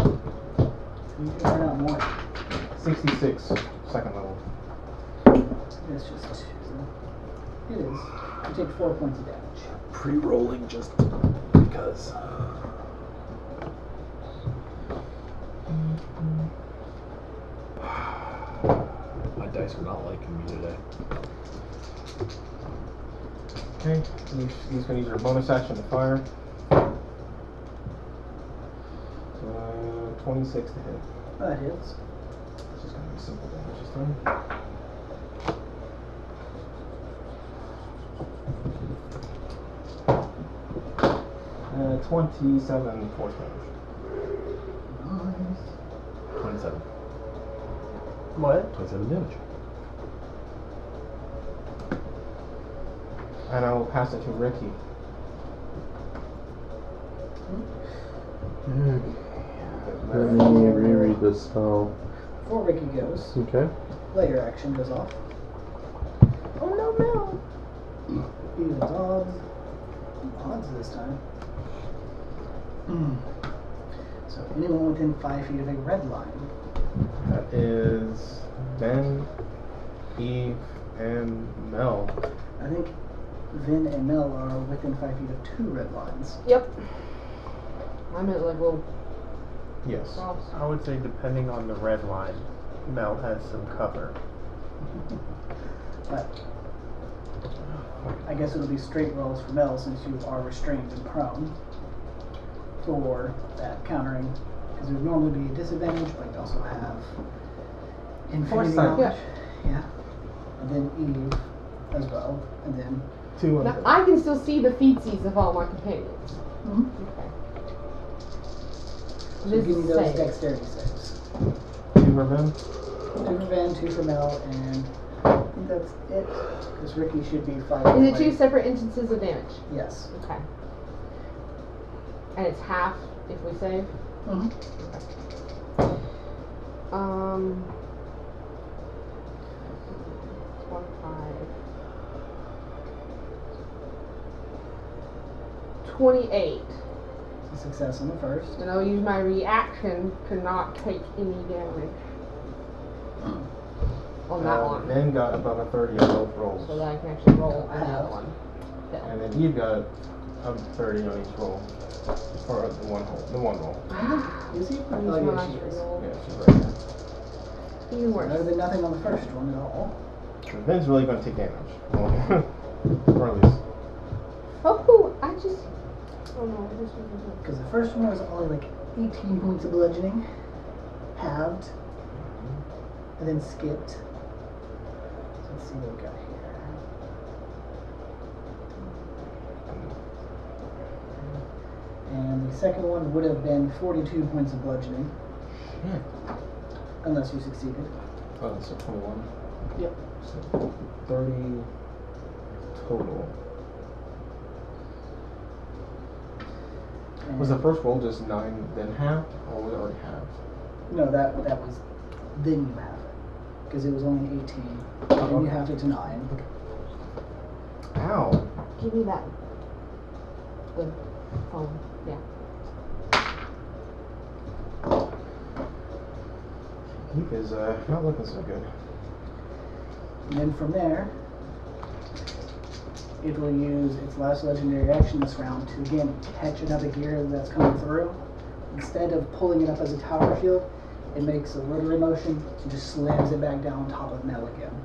S1: You can burn out more.
S4: 66 second level.
S1: That's just. It is. You take four points of damage.
S6: Pre-rolling just because. My dice are not liking me today.
S4: Okay, he's, he's going to use her bonus action to fire. Uh, 26 to hit.
S1: That hits.
S4: It's just going to be simple damage this time. Uh, 27 force damage.
S1: Nice.
S6: 27.
S9: What?
S6: 27 damage.
S4: And I will pass it to Ricky.
S7: Mm. Let me reread this spell.
S1: Before Ricky goes,
S7: Okay.
S1: player action goes off.
S9: Oh no, no.
S1: Evens odds. Odds this time. Hmm. So anyone within five feet of a red line.
S4: That is Ben, Eve, and Mel.
S1: I think Vin and Mel are within five feet of two red lines.
S2: Yep. I'm at level
S4: Yes.
S2: cross.
S9: I would say depending on the red line, Mel has some cover.
S1: I guess it'll be straight rolls for Mel since you are restrained and prone for that countering. Because it would normally be a disadvantage, but you also have infinity
S4: Foresight.
S1: knowledge. Yeah. And then Eve as well. And then
S4: Two and
S2: Now, I can still see the feetsies of all my companions.
S1: Mhm.
S2: Okay.
S1: so
S2: This
S1: give me
S2: is
S1: those
S2: safe.
S1: dexterity saves.
S4: two for Ben.
S1: Two for Vin, two for Mel, and I think that's it. Because Ricky should be five.
S2: Is it
S1: away.
S2: two separate instances of damage?
S1: Yes.
S2: Okay. And it's half if we save?
S1: Mhm.
S2: Um. 25. 28.
S1: It's a success on the first.
S2: And I'll use my reaction to not take any damage on that
S4: Uh,
S2: one.
S4: Ben got above a 30 on both rolls.
S2: So that I can actually roll
S1: I
S2: another
S1: have.
S2: one.
S4: And then Eve got a 30 on each roll. Or the one, hole- the one roll.
S1: Is he?
S2: Use
S1: Oh,
S2: my
S1: yeah, she is.
S2: roll.
S4: Yeah, she's right there.
S2: Even
S1: Better
S2: worse.
S1: than nothing on the first one at all.
S4: So Ben's really going to take damage. Well, or at least.
S2: Oh, I just. Oh no, I just wasn't good.
S1: Because the first one was only like 18 points of bludgeoning, halved, and then skipped. So let's see what we got here. And the second one would have been 42 points of bludgeoning.
S4: Yeah.
S1: Unless you succeeded.
S4: Oh, so 21.
S1: Yep.
S4: So 30 total. Was the
S1: And-
S4: first roll just 9 then half? Or was it already half?
S1: No, that that was then you have it. Because it was only 18.
S4: Oh,
S1: Then you halved it to 9.
S4: Ow.
S2: Give me that. Good. Phone. Yeah.
S4: Eve is uh, not looking so good.
S1: And then from there, it will use its last legendary action this round to again catch another gear that's coming through. Instead of pulling it up as a tower shield, it makes a rotary motion and just slams it back down on top of Mel again.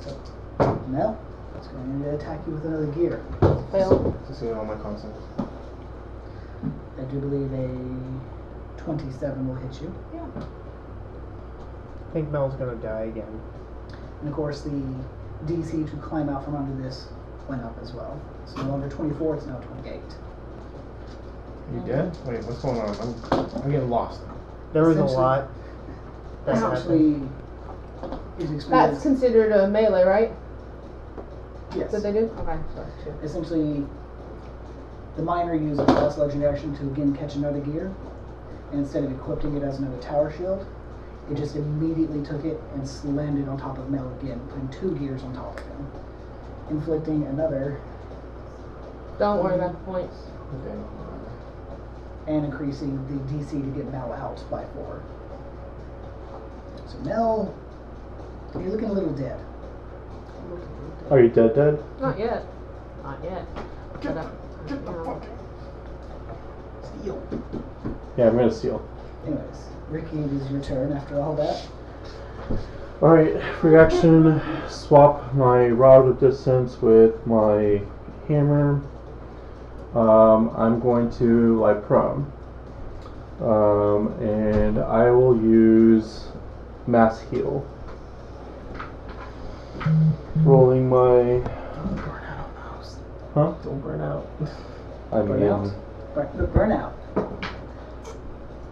S1: So, Mel, it's going to attack you with another gear.
S2: Fail.
S4: Succeeded on my concept.
S1: I do believe a 27 will hit you.
S9: I think Mel's gonna die again.
S1: And of course, the DC to climb out from under this went up as well. It's no longer 24, it's now 28.
S4: You dead? Wait, what's going on? I'm, I'm getting lost.
S9: There was a
S1: Essentially-
S9: lot. that
S1: That's
S9: happened.
S1: actually is
S2: That's
S1: experienced.
S2: considered a melee, right?
S1: Yes.
S2: That they do? Okay, sorry. two.
S1: Essentially, the miner uses class legendary action to again catch another gear, and instead of equipping it as another tower shield, it just immediately took it and slammed it on top of Mel again, putting two gears on top of him, inflicting another
S2: Don't worry about the points.
S4: Okay.
S1: and increasing the DC to get Mel out by four. So Mel, you're looking a little dead.
S7: Are you dead, dead?
S2: Not yet. Not yet. But I- you know,
S1: Steel.
S7: Yeah, I'm gonna steal.
S1: Anyways, Ricky, it is your turn after all that.
S7: Alright, free action. Swap my rod of distance with my hammer. Um, I'm going to lie prone. Um, and I will use mass heal. Rolling my. Huh?
S4: Don't burn out.
S7: I
S1: Burn out?
S7: mean,
S1: Burn, the burnout.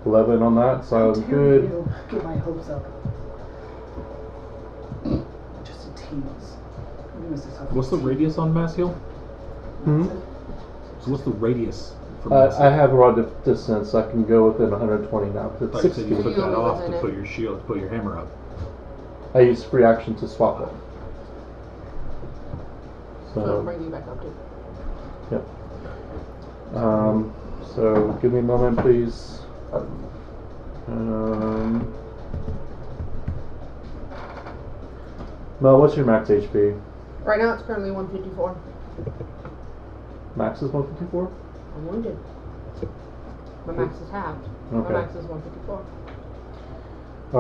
S7: 11 on that, so I'm
S1: Dare
S7: good.
S1: you Get my hopes up. Just a tease. I'm gonna miss this up.
S6: What's the radius on Mass Heal?
S7: Hmm?
S6: So what's the radius for
S7: Uh,
S6: Mass
S7: I
S6: Heal?
S7: have rod of distance. I can go within 120 now. 'cause
S6: Like,
S7: It's
S6: so
S7: 60.
S6: you put
S2: You
S6: that
S2: only
S6: off
S2: within
S6: to
S2: it.
S6: put your shield, to put your hammer up.
S7: I use free action to swap it.
S2: It'll
S7: So,
S2: bring you back up to.
S7: um, so give me a moment, please. Um, Mel, what's your max HP?
S2: Right now it's currently 154.
S7: Max is 154.
S2: I'm wounded. My max is halved. My
S7: Okay.
S2: max is 154.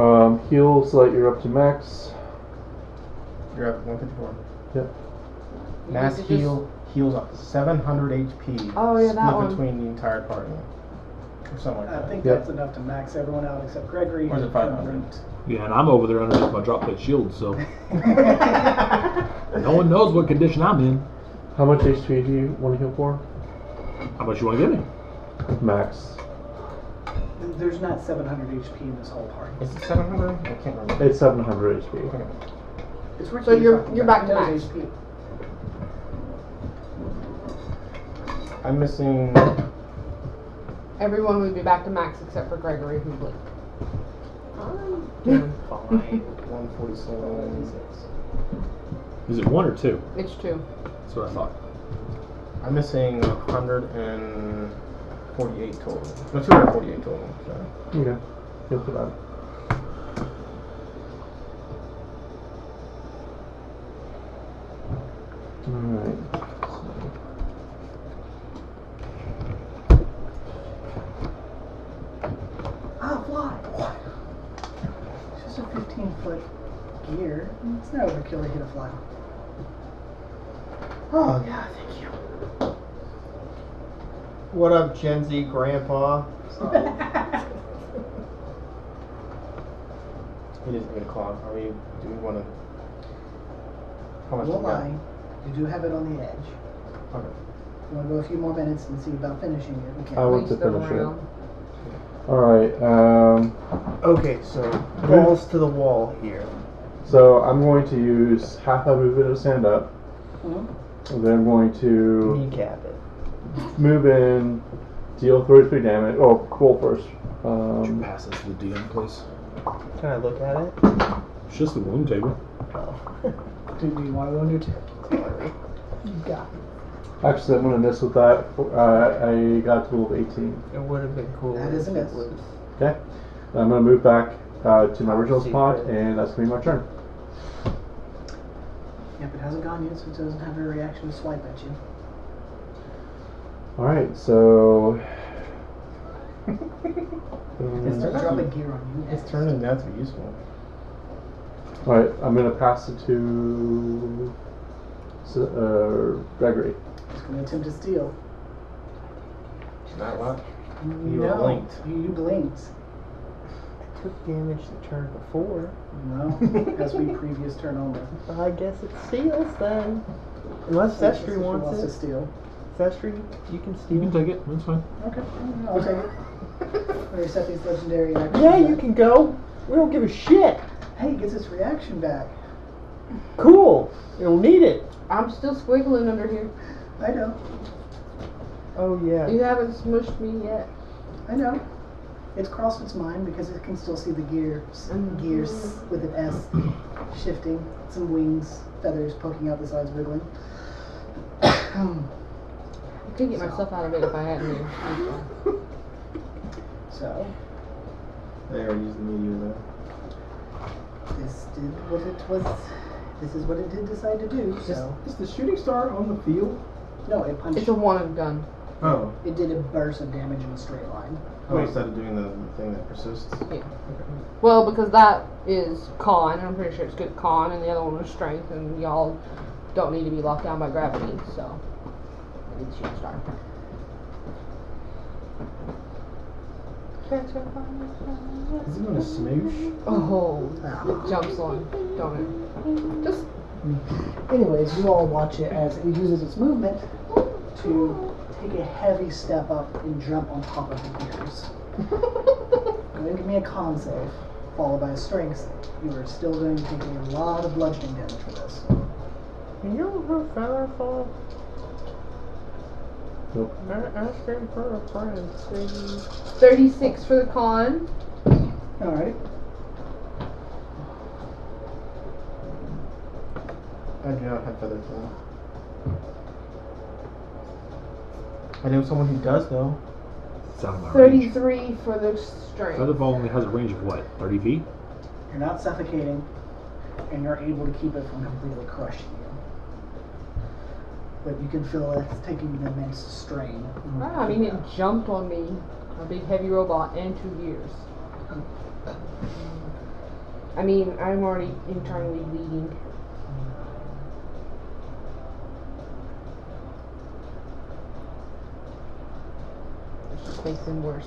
S7: Um, heal so that you're up to max.
S4: You're at 154.
S2: You
S4: Mass
S2: need to just-
S4: heal heals up to 700 HP.
S2: Oh, yeah, that
S4: split
S2: one.
S4: between the entire party, or something like
S1: I
S4: that.
S1: think
S7: Yep.
S1: that's enough to max everyone out except Gregory.
S4: Or is it 500?
S6: Yeah, and I'm over there underneath my drop plate shield, so no one knows what condition I'm in.
S7: How much HP do you want to heal for?
S6: How much you want to give me?
S7: Max.
S1: There's not 700 HP in this whole party.
S4: Is it 700? I can't remember.
S7: It's 700 HP.
S1: It's Ricky
S2: So you're-
S1: talking
S2: you're
S1: about.
S2: back to
S1: He knows
S2: max.
S1: HP.
S4: I'm missing.
S2: Everyone would be back to max except for Gregory who blinked.
S4: Fine. 147.
S6: Is it one or two?
S2: It's two.
S6: That's what I thought.
S4: I'm missing 148 total. No, 248 total. Sorry.
S7: Okay. Heal for that. Alright.
S1: Ah, fly! It's just a 15 foot gear. It's not overkill to hit a fly.
S4: Oh, yeah, thank you.
S9: What up, Gen Z Grandpa?
S4: It is 8 o'clock. Are we. Do we want to. How much
S1: Won't
S4: we got?
S1: lie, you do have it on the edge.
S4: Okay.
S1: You wanna go a few more minutes and see about finishing it? We can.
S7: I
S1: not
S7: want
S2: Waste
S7: to
S2: of
S7: finish it.
S2: round.
S7: Alright, um,
S9: Okay, so balls to the wall here.
S7: so I'm going to use half my movement to stand up.
S1: Mhm.
S7: And then I'm going to
S9: Kneecap it.
S7: move in, deal 33 damage. Oh, roll first.
S6: Would you
S7: Um,
S6: pass this to the DM, please?
S9: Can I look at it?
S6: It's just the wound table.
S9: Oh.
S1: Do do you wanna go into two?
S9: Sorry.
S7: actually, I'm going to miss with that. Uh, I got a total of 18.
S9: It would have been cool.
S1: That
S9: if
S1: is a
S9: it
S1: miss.
S9: was-
S7: Okay. I'm going to move back uh, to my original
S9: Secret.
S7: spot, and that's going to be my turn.
S1: Yep, it hasn't gone yet, so it doesn't have a reaction to swipe at you.
S7: Alright, so. Mm.
S1: It's
S4: It's
S1: not
S4: turn-
S1: dropping gear on you.
S4: It's turning out to be useful.
S7: Alright, I'm going to pass it to. s- Uh, Gregory.
S1: It's gonna attempt to steal.
S4: Not a lot.
S1: You
S4: were blinked.
S1: You, you blinked.
S9: I took damage the turn before.
S1: No, as we previous turn only.
S9: I guess it steals then. Unless Sestry
S1: If she
S9: wants
S1: to
S9: it.
S1: steal.
S9: Sestry, you can
S6: You can
S9: steal.
S6: take it. That's fine.
S1: Okay, mm, I'll take it. I accept these legendary.
S9: Yeah, you can go. We don't give a shit.
S1: Hey, he gets his reaction back.
S9: Cool. You'll need it.
S2: I'm still squiggling under here.
S1: I know.
S9: Oh yeah.
S2: You haven't smushed me yet.
S1: I know. It's CrossFit's mind because it can still see the gears,
S2: Mhm.
S1: gears with an S, shifting, some wings, feathers poking out the sides, wiggling.
S2: I could get myself out of it if I hadn't. been.
S1: so
S4: They are using the meteor though.
S1: this did what it was. This is what it did decide to do. So
S4: Is the shooting star on the field?
S1: no, it punched.
S2: It's a one and done.
S4: Oh.
S1: it did a burst of damage in a straight line.
S4: Oh,
S9: Wait.
S4: instead of doing the thing that persists.
S2: Well, because that is con, and I'm pretty sure it's good con, and the other one was strength, and y'all don't need to be locked down by gravity, so. I did shoot star.
S4: Is it gonna smoosh?
S2: Oh, it jumps on, don't it? Just
S1: Anyways, you all watch it as it uses its movement to take a heavy step up and jump on top of the gears. Go ahead and give me a con save, followed by a strength save. You are still going to take a lot of bludgeoning damage for this.
S9: Can you ever feather fall?
S7: Nope.
S9: I- Ice cream for a friend. baby.
S2: 36 for the con.
S1: Alright.
S4: I do not have feather fall. I know someone who does though.
S6: It's out of my range.
S2: 33 for the
S6: Feather
S2: strength.
S6: ball only has a range of what? 30 feet?
S1: You're not suffocating, and you're able to keep it from completely crushing you. But you can feel it's taking an immense strain.
S2: Ah, I mean, it jumped on me, a big heavy robot, and two gears. I mean, I'm already internally bleeding. This just makes them worse.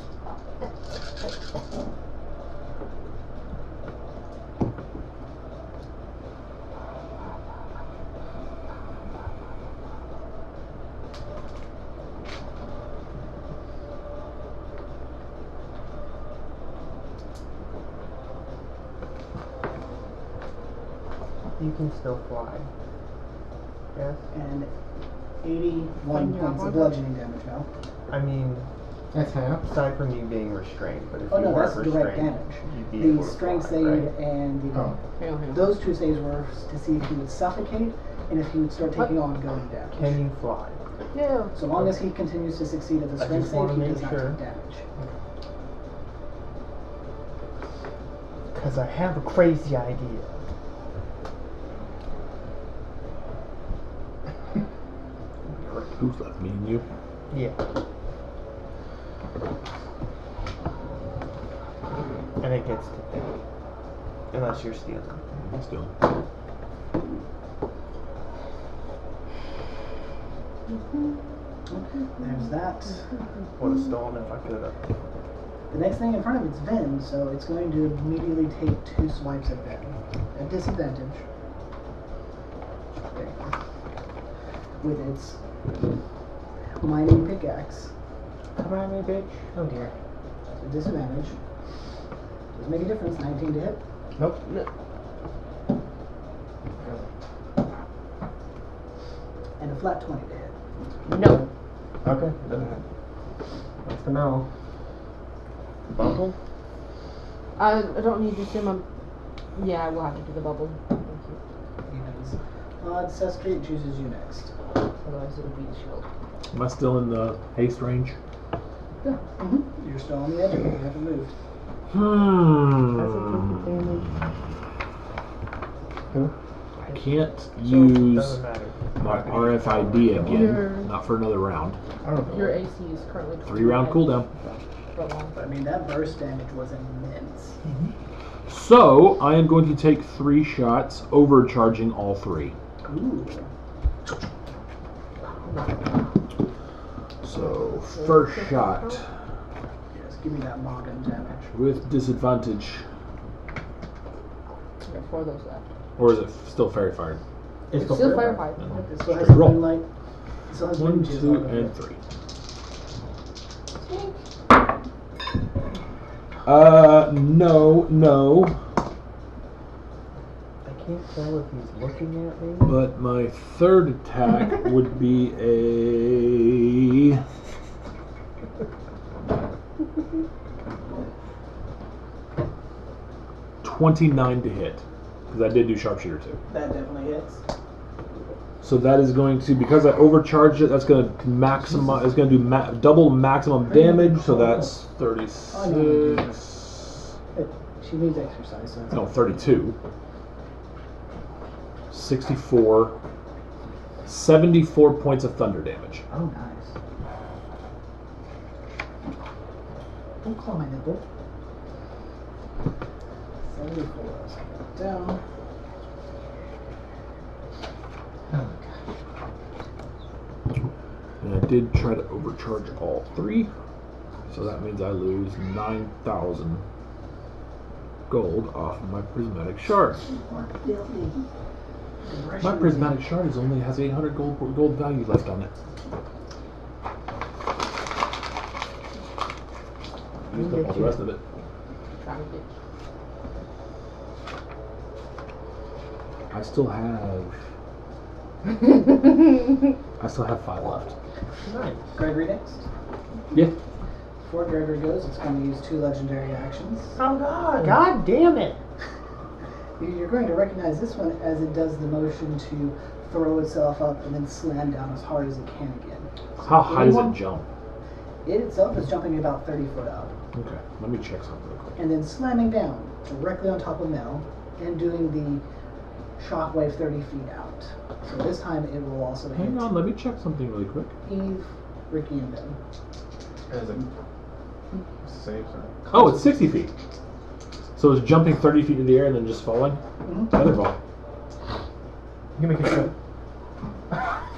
S9: You can still fly. Yes.
S1: And 81
S2: Yeah,
S1: points
S2: what
S1: of
S2: the-
S1: bludgeoning damage now.
S9: I mean,
S4: That's half.
S9: aside from you being restrained, but if
S1: Oh
S9: you
S1: no,
S9: weren't
S1: that's direct
S9: restrained,
S1: damage.
S9: you'd be
S1: The
S9: able to
S1: strength
S9: fly,
S1: save
S9: right?
S1: and the
S4: Oh.
S2: Hang on, hang on.
S1: Those two saves were to see if he would suffocate and if he would start taking ongoing damage.
S9: Can you fly?
S2: Yeah.
S1: So long as he continues to succeed at the
S9: I
S1: strength
S9: just
S1: save,
S9: wanna
S1: he
S9: make
S1: does not
S9: sure.
S1: take damage.
S9: Because I have a crazy idea.
S6: Who's left? Me and you.
S9: Yeah. And it gets to pick. Unless you're stealing.
S6: Still.
S1: There's that.
S9: Would have stolen if I could have.
S1: The next thing in front of it's Vin, so it's going to immediately take two swipes at Vin. At disadvantage. There you go. With its mining pickaxe.
S9: Come at me, bitch. Oh dear.
S1: So disadvantage. Doesn't make a difference. 19 to hit.
S4: Nope.
S1: And a flat 20 to hit.
S2: No.
S4: Okay. it Doesn't happen. That's the no.
S9: Bumble?
S2: I, I don't need to do my. Yeah, I will have to do the bubble. Thank you.
S1: You know, it's odd. Sestri, it chooses you next.
S2: Otherwise, it would be the shield.
S6: Am I still in the haste range?
S1: You're still on the edge of it. You haven't moved.
S6: Hmm. I can't use
S9: Doesn't matter.
S6: my RFID again. Not for another round.
S4: I don't know.
S2: Your AC is currently
S6: Three round cooldown.
S2: uh,
S1: But I mean, that burst damage was immense.
S6: So I am going to take three shots, overcharging all three.
S1: Ooh.
S6: So first shot
S1: Yes, give me that Magen damage.
S6: with disadvantage,
S2: There are four of those left.
S6: or is it still fairy fired?
S4: It's
S2: Still
S4: still fire.
S2: firefight.
S1: This one has
S6: Straight roll.
S1: moonlight. This one has
S6: One,
S1: ninjas
S6: two,
S1: all over
S6: and
S1: it.
S6: three. Uh-huh. Uh, no, no.
S9: I can't tell if he's looking at me.
S6: But my third attack would be a. Twenty-nine to hit, because I did do sharpshooter too.
S1: That definitely hits.
S6: So that is going to because I overcharged it. That's going to maximize. It's going to do ma- double maximum damage. So that's
S1: I know you do that.
S6: thirty-six.
S1: She needs exercise, so it's
S6: No, thirty-two. Sixty-four. Seventy-four points of thunder damage.
S1: Oh, nice. Don't claw my nipple. 74. so go Down.
S6: And I did try to overcharge all three. So that means I lose nine thousand gold off my prismatic shard. My prismatic shard is only has 800 gold gold value left on it. Used up all the rest of it.
S2: Trying to get-
S6: I still have. I still have five left.
S1: Gregory next.
S6: Yeah.
S1: Before Gregory goes, it's going to use two legendary actions.
S9: Oh god! God damn it!
S1: You- You're going to recognize this one as it does the motion to throw itself up and then slam down as hard as it can again.
S6: How high does it
S1: Anyone?
S6: jump?
S1: It itself is jumping about 30 foot up
S6: Okay, let me check something real quick.
S1: and then slamming down directly on top of Mel and doing the shockwave 30 feet out. So this time it will also hit
S6: Hang on, let me check something really quick.
S1: Eve, Ricky, and Ben.
S4: As a save sign.
S6: Oh, it's 60 feet. So it's jumping 30 feet in the air and then just falling?
S1: Mhm.
S6: Feather ball.
S4: You can make a show.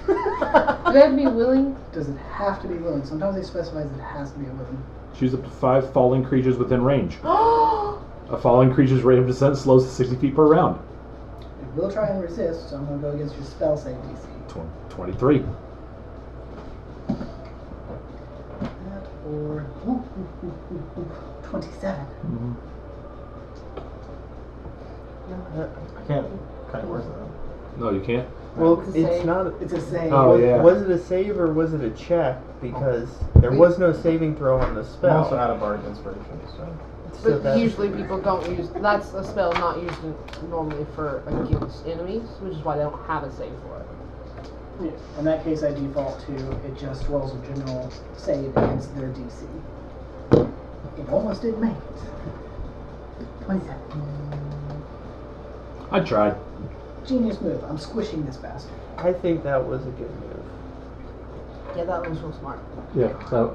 S2: You gotta be willing.
S1: Does it have to be willing? Sometimes they specify that it has to be a willing.
S6: Choose up to five falling creatures within range. A falling creature's rate of descent slows to 60 feet per round.
S1: It will try and resist, so I'm going to go against your spell save DC.
S6: Tw- 23.
S1: That or 27.
S4: I can't. Kind of worse though.
S6: No, you can't.
S9: Well,
S2: It's a
S9: it's
S2: save.
S9: not.
S1: It's a save.
S6: Oh,
S9: was,
S6: yeah.
S9: was it a save or was it a check? Because there was no saving throw on the
S4: I'm
S9: spell.
S4: also out of bardic inspiration, so.
S9: So
S2: But
S9: that's-
S2: usually people don't use. That's a spell not used in- normally for against enemies, which is why they don't have a save for it.
S1: In that case, I default to it just rolls a general save against their DC. It almost didn't make it. 27.
S6: I tried.
S1: Genius move. I'm squishing this bastard.
S9: I think that was a good move.
S2: Yeah, that was real smart.
S7: Yeah, that,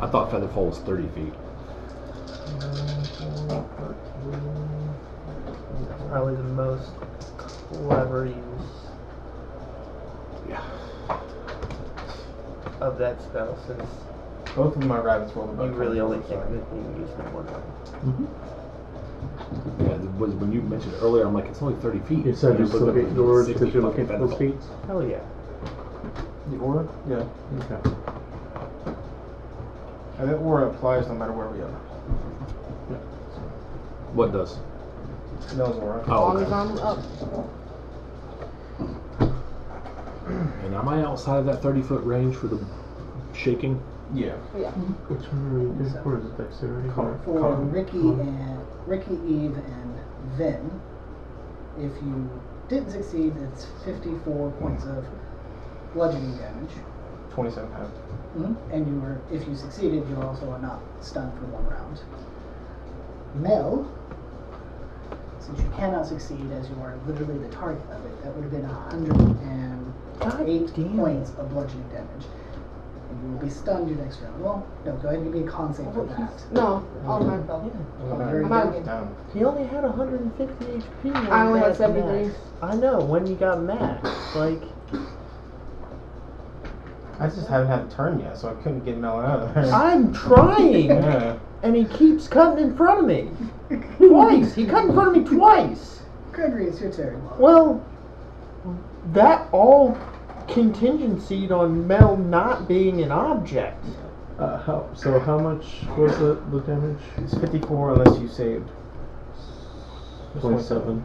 S6: I thought feather fall was 30 feet.
S9: Probably the most clever use
S6: Yeah.
S9: of that spell since
S4: Both of my rabbits rolled
S9: you
S4: above.
S9: really
S4: 20,
S9: only
S4: so.
S9: can you can use them one time.
S6: Yeah, it was when you mentioned it earlier, I'm like, it's only 30 feet.
S7: you said
S6: And I
S7: just
S6: looked
S7: look
S6: up,
S7: at yours
S6: 60
S7: because you're
S6: fucking
S7: looking at
S6: feather
S7: those
S6: fall.
S7: feet.
S9: Hell yeah.
S4: The aura? Yeah.
S7: Okay.
S4: And that aura applies no matter where we are.
S6: What does?
S4: Mel's aura.
S6: Oh,
S2: Long as
S6: okay.
S2: I'm up.
S6: And am I outside of that 30 foot range for the shaking?
S4: Yeah.
S7: Which one are you? Where is it? Dexterity? or-
S1: For
S7: con-
S1: Ricky
S7: con-
S1: and Ricky, Eve, and Vin, if you didn't succeed, it's 54 points of bludgeoning damage.
S4: 27 pounds.
S1: Mhm. And you were, if you succeeded, you also are not stunned for one round. Mel, since you cannot succeed as you are literally the target of it, that would have been 108 points of bludgeoning damage. And you will be stunned your next round. Well, no, go ahead and give me a con save for that.
S2: No, all my spell.
S1: Oh,
S4: Down.
S1: very
S2: I'm
S1: good.
S2: out again.
S4: Down.
S9: He only had 150 HP. when
S2: I
S9: he
S2: only had
S9: got
S2: 73.
S9: max. I know, when you got max. Like,
S4: I just haven't had a turn yet, so I couldn't get Mel out of there.
S9: I'm trying!
S4: yeah.
S9: and he keeps cutting in front of me. Twice! He cut in front of me twice!
S1: Gregory, it's your turn.
S3: Well, that all contingencies on Mel not being an object.
S7: Uh, how, so how much was the, the damage?
S4: It's 54 unless you saved. Just one
S7: Twenty-seven.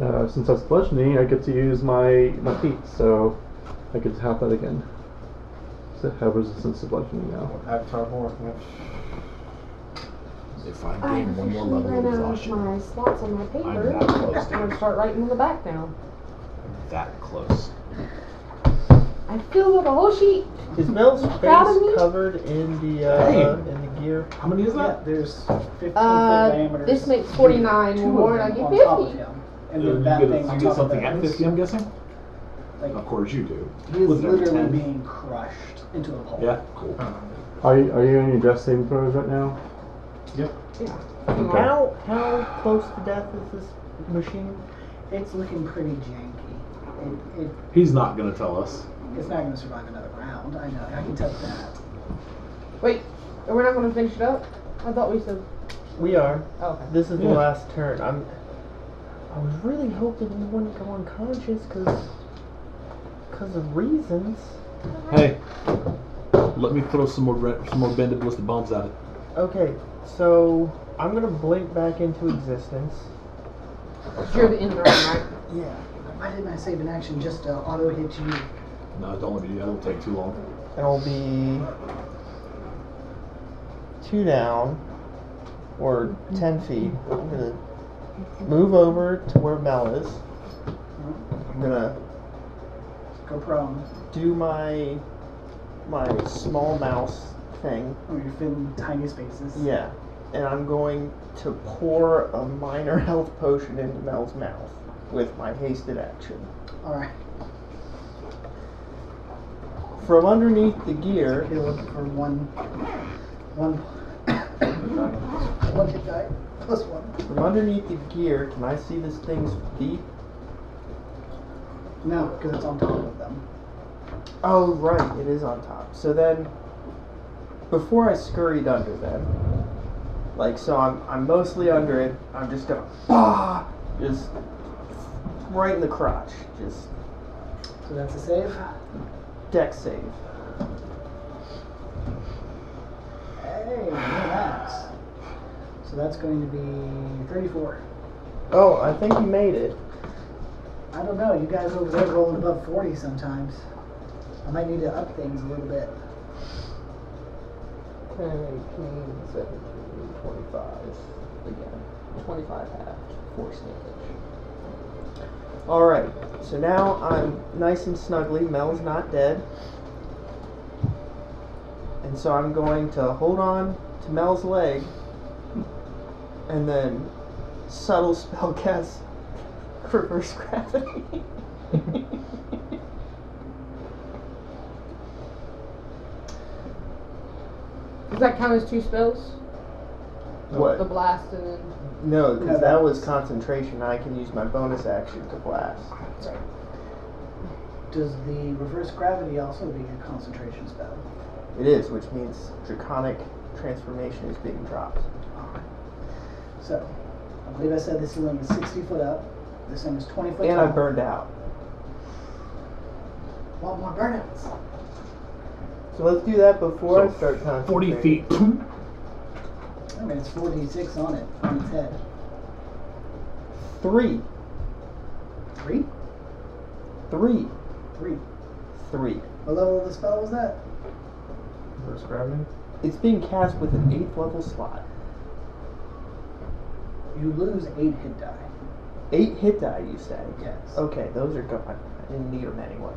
S7: Uh, since that's bludgeoning, I get to use my my feet, so I get to have that again. So I have resistance to bludgeoning now.
S4: Avatar horror. Yep.
S13: If I
S2: I
S13: gain one more level
S2: officially
S13: of
S2: ran out of
S13: exhaustion,
S2: my slots on my
S13: I'm
S2: paper.
S13: that close.
S2: I'm gonna start writing in the back now.
S13: That close.
S2: I filled up a whole sheet.
S3: Is Mel's
S2: Proud of me?
S3: face covered in the uh,
S6: Hey.
S3: in the gear?
S6: How many is
S1: Yeah,
S6: that?
S1: there's 15
S2: Uh,
S1: foot diameter.
S2: This makes 49
S1: Two
S2: more,
S1: of
S2: and I
S1: them
S2: get
S1: on top of
S2: 50.
S1: him.
S6: You
S1: And then that
S6: get-
S1: thing
S6: you
S1: on
S6: get
S1: top of
S6: something
S1: that
S6: at
S1: is,
S6: 50, I'm guessing?
S13: Of course you do.
S1: he is
S6: with an
S1: literally
S6: antenna.
S1: being crushed into a pulp.
S6: Yeah, cool.
S7: Are you, are you on your death saving throws right now?
S2: Yeah.
S3: How how close to death is this machine?
S1: It's looking pretty janky. It, it,
S6: He's not going to tell us.
S1: it's not going to survive another round. I know. I can tell that.
S2: Wait, we're not gonna finish it up? I thought we said.
S3: We are.
S2: Oh, okay.
S3: This is the
S6: Yeah.
S3: last turn. I'm. I was really hoping you wouldn't go unconscious because of reasons.
S6: Hey, let me throw some more re- some more bended ballistic bombs at it.
S3: Okay, so I'm gonna blink back into existence.
S2: You're the end of the round, right?
S1: Yeah. Why didn't I save an action just to auto hit you?
S6: No, don't let me do that. It'll take too long.
S3: It'll be two down or ten feet. I'm gonna move over to where Mel is. I'm gonna
S1: Go prone.
S3: do my my small mouse thing.
S1: Or you fit in tiny spaces.
S3: Yeah, and I'm going to pour a minor health potion into Mel's mouth with my hasted action.
S1: All right.
S3: From underneath the gear,
S1: You're looking for one, one, one hit die plus one.
S3: from underneath the gear, can I see this thing's feet?
S1: No, because it's on top of them.
S3: Oh, right, it is on top. So then, before I scurried under them, like, so I'm, I'm mostly under it, I'm just gonna, bah, just right in the crotch, just
S1: So that's a save.
S3: deck save.
S1: Hey, relax. So that's going to be 34.
S3: Oh, I think you made it.
S1: I don't know. You guys over there rolling above 40 sometimes. I might need to up things a little bit.
S3: 10, 18, 17, 25. Again, 25 half, force damage. Alright, so now I'm nice and snuggly. Mel's not dead. And so I'm going to hold on to Mel's leg and then subtle spell cast reverse gravity.
S2: Does that count as two spells? The
S3: what?
S2: blast and then.
S3: No, because
S1: No,
S3: that
S1: that
S3: was concentration. I can use my bonus action to blast.
S1: Does the reverse gravity also be a concentration spell?
S3: It is, which means draconic transformation is being dropped.
S1: Alright. So, I believe I said this ceiling is 60 foot up. This thing is 20 foot
S3: and
S1: tall.
S3: I burned out.
S1: Want more burnouts?
S3: So let's do that before
S6: So,
S3: I start concentrating.
S6: Forty feet.
S1: I mean, it's 4d6 on it, on its head.
S3: Three.
S1: Three?
S3: Three.
S1: Three.
S3: Three.
S1: What level of the spell was that?
S4: Reverse gravity.
S3: It's being cast with an eighth level slot.
S1: You lose eight hit die.
S3: Eight hit die, you say?
S1: Yes.
S3: Okay, those are gone. I didn't need them anyway.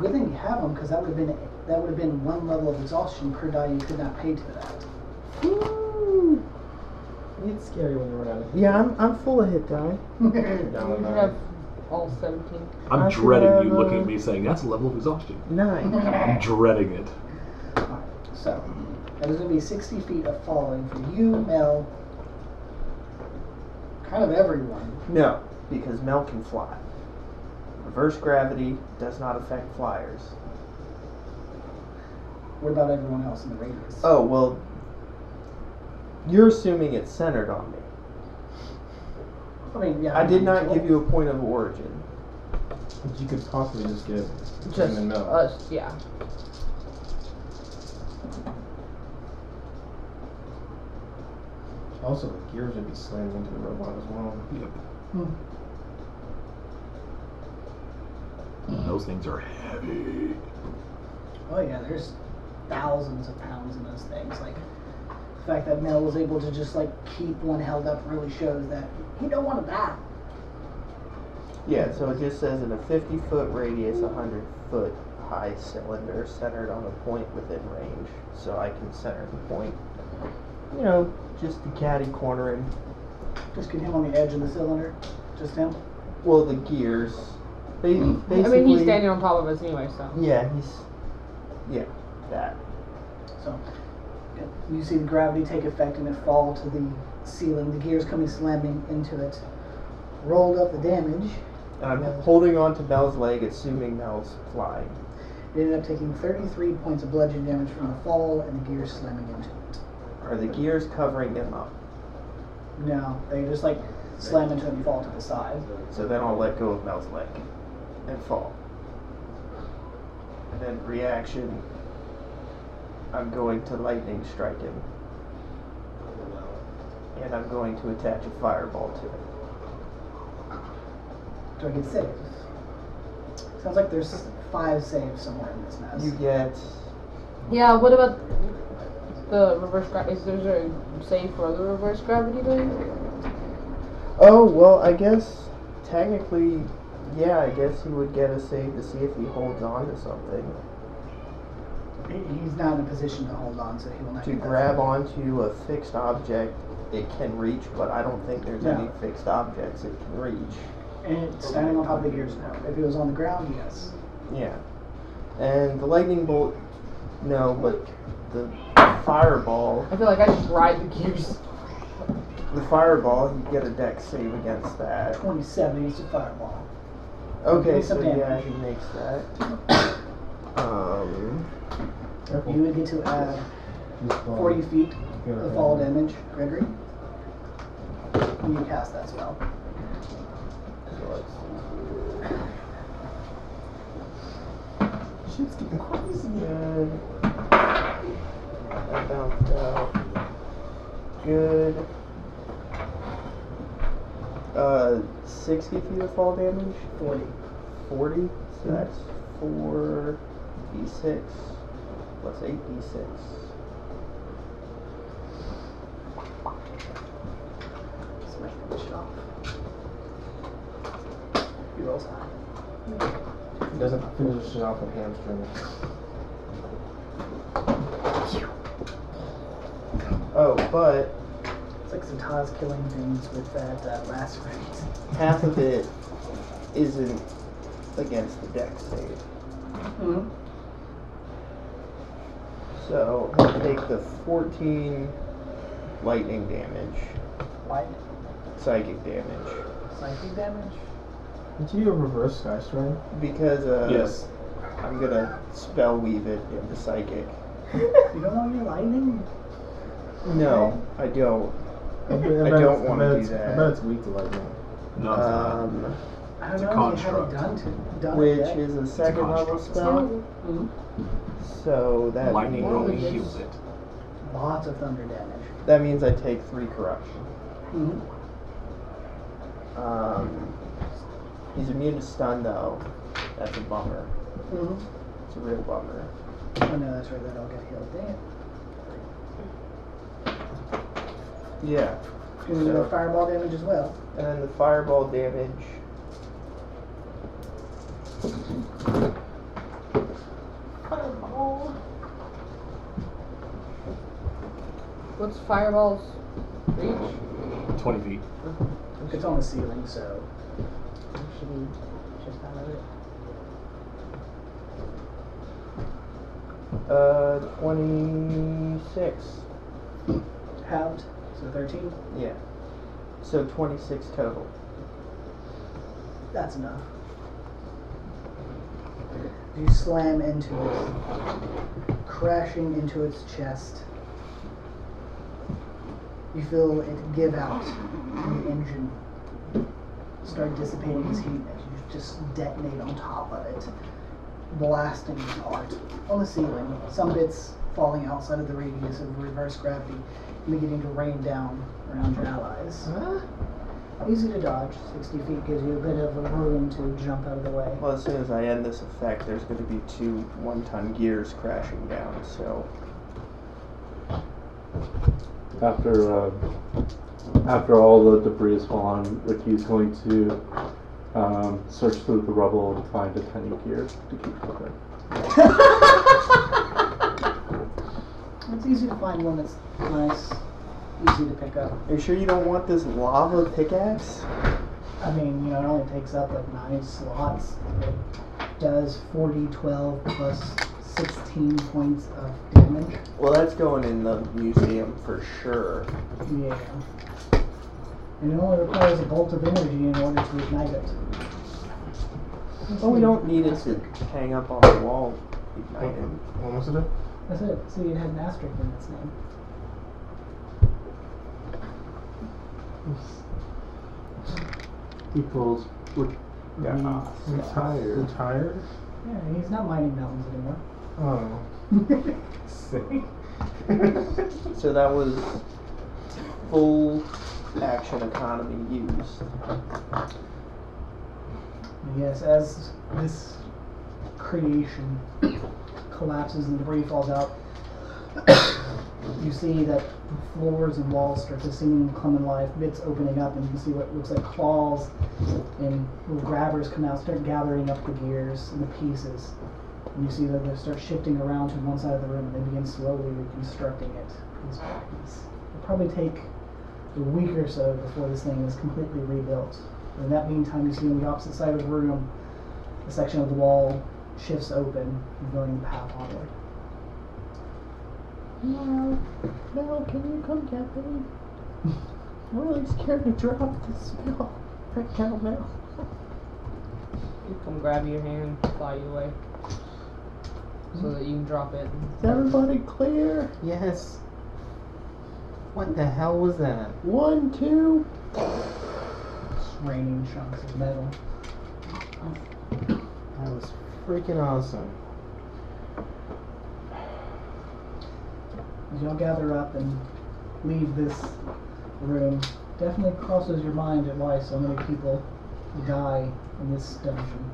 S1: Good thing you have them, because that would have been that would have been one level of exhaustion per die you could not pay to that.
S4: It's scary when you run out of
S3: Yeah, I'm, I'm full of hit die.
S2: You should have all 17.
S6: I'm
S3: I should have,
S6: dreading you
S3: uh,
S6: looking at me saying that's a level of exhaustion.
S3: Nine.
S6: I'm dreading it.
S1: so that is going to be 60 feet of falling for you, Mel, kind of everyone.
S3: No, because Mel can fly. Reverse gravity does not affect flyers.
S1: What about everyone else in the radius?
S3: Oh, well, you're assuming it's centered on me.
S1: I mean, yeah.
S3: I did not give you a point of origin.
S4: You could possibly just get
S2: Just
S4: in the middle.
S2: us, yeah.
S4: Also, the gears would be slammed into the robot as well.
S6: Those things are heavy.
S1: Oh yeah, there's thousands of pounds in those things. Like the fact that Mel was able to just like keep one held up really shows that he don't want to die.
S3: Yeah, so it just says in a 50 foot radius, 100 foot high cylinder centered on a point within range. So I can center the point. You know, just the catty cornering.
S1: Just get him on the edge of the cylinder. Just him.
S3: Well, the gears. They basically.
S2: I mean, he's standing on top of us anyway, so.
S3: Yeah, he's. Yeah, that.
S1: So yeah, you see the gravity take effect and it fall to the ceiling. The gears coming slamming into it. Rolled up the damage.
S3: And I'm holding on to Mel's leg, assuming Mel's flying.
S1: It ended up taking 33 points of bludgeon damage from the fall and the gears slamming into it.
S3: Are the gears covering him up?
S1: No, they just like slam into it and fall to the side.
S3: So then I'll let go of Mel's leg and fall. And then reaction, I'm going to lightning strike him. And I'm going to attach a fireball to it.
S1: Do I get saves? Sounds like there's five saves somewhere in this mess.
S3: You get
S2: Yeah, what about the reverse gravity? Is there a save for the reverse gravity thing?
S3: Oh well, I guess technically, yeah, I guess he would get a save to see if he holds on to something.
S1: He- He's not in a position to hold on, so he will not.
S3: To
S1: get that
S3: grab
S1: save.
S3: onto a fixed object, it can reach, but I don't think there's
S1: No.
S3: any fixed objects it can reach.
S1: And standing on top of the gears now. If he was on the ground, yes.
S3: Yeah. And the lightning bolt, no, but the fireball,
S2: I feel like I just ride the gears.
S3: the fireball, you get a deck save against that.
S1: 27 is a fireball.
S3: Okay,
S1: Make some
S3: so yeah,
S1: damage.
S3: he makes that. Um,
S1: You would get to add
S3: uh,
S1: 40 feet of fall damage, Gregory. And you cast that spell.
S3: so let's see.
S4: Shit's getting crazy.
S3: Good. That bounced out. uh, Good. Uh, 60 feet of fall damage.
S1: 40.
S3: 40. So that's 4 d6 plus 8 d6.
S1: Smash that shit off. He rolls high.
S4: It doesn't finish it off with hamstring.
S3: Oh, but
S1: It's like Zatara's killing things with that uh, lacerate.
S3: half of it isn't against the deck save.
S1: Mm-hmm.
S3: So I'll take the 14 lightning damage,
S1: Light,
S3: psychic damage.
S1: psychic damage.
S4: Did you do a reverse sky strike?
S3: Because uh,
S6: Yes.
S3: I'm gonna spell weave it into psychic.
S1: You don't want your lightning?
S3: No, I don't.
S4: I, bet-
S3: I
S4: bet
S3: don't
S4: it's- I
S3: wanna
S4: bet
S3: do
S4: it's- I
S3: that.
S4: bet it's weak to lightning.
S6: No, it's not.
S3: Um,
S1: I don't
S6: It's a
S1: know.
S6: construct.
S1: You haven't done, to, done
S3: which
S1: it yet.
S3: is a second level
S6: construct.
S3: spell. So that
S6: Lightning only
S3: means
S6: heals it.
S1: lots of thunder damage.
S3: that means I take three corruption.
S1: Mm-hmm.
S3: Um, he's immune to stun though. That's a bummer.
S1: Mm-hmm.
S3: It's a real bummer.
S1: Oh no, that's right. That'll get healed. Damn.
S3: Yeah.
S1: Doing another
S3: So-
S1: fireball damage as well.
S3: And then the fireball damage.
S2: What's fireballs reach?
S6: 20 feet.
S1: It's on the ceiling, so
S2: Should be just out of it.
S3: Uh, twenty-six.
S1: halved. So 13.
S3: Yeah. So twenty-six total.
S1: That's enough. You slam into it, crashing into its chest. You feel it give out from the engine. start dissipating as heat as you just detonate on top of it, blasting the art on the ceiling. Some bits falling outside of the radius of reverse gravity and beginning to rain down around your allies. Easy to dodge. 60 feet gives you a bit of a room to jump out of the way.
S3: Well, as soon as I end this effect, there's going to be two one-ton gears crashing down. So
S7: After uh, after all the debris has fallen, Ricky's going to um, search through the rubble and find a tiny gear to keep cooking.
S1: It's easy to find one that's nice, easy to pick up.
S3: are you sure you don't want this lava pickaxe?
S1: I mean, you know, it only takes up like nine slots. It does 40, 12 plus 16 points of damage.
S3: Well, that's going in the museum for sure.
S1: Yeah. And it only requires a bolt of energy in order to ignite it.
S3: But we don't need it to hang up on the wall, ignited.
S4: What was it?
S1: That's it. See, it had an asterisk in its name.
S7: Equals we're
S4: Yeah.
S7: retired.
S4: Mm-hmm. Retired?
S1: Yeah, he's not mining mountains anymore.
S4: Oh. Sick.
S3: So that was full action economy used.
S1: Yes, as this creation collapses and debris falls out, you see that the floors and walls start to seem and come alive, bits opening up, and you can see what looks like claws and little grabbers come out, start gathering up the gears and the pieces. And you see that they start shifting around to one side of the room and they begin slowly reconstructing it piece by piece. It'll probably take a week or so before this thing is completely rebuilt. In that meantime, you see on the opposite side of the room, a section of the wall shifts open, revealing the path onward.
S14: No, no, can you come get me? I'm really scared to drop this mill right now, mill.
S2: He'll come grab your hand, fly you away. So that you can drop it.
S3: Is everybody clear?
S4: Yes. What the hell was that?
S3: One, two.
S1: It's raining chunks of metal.
S4: That was freaking awesome.
S1: As y'all gather up and leave this room, definitely crosses your mind at why so many people die in this dungeon.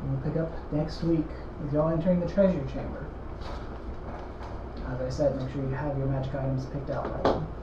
S1: And we'll pick up next week with y'all entering the treasure chamber. As I said, make sure you have your magic items picked out by then.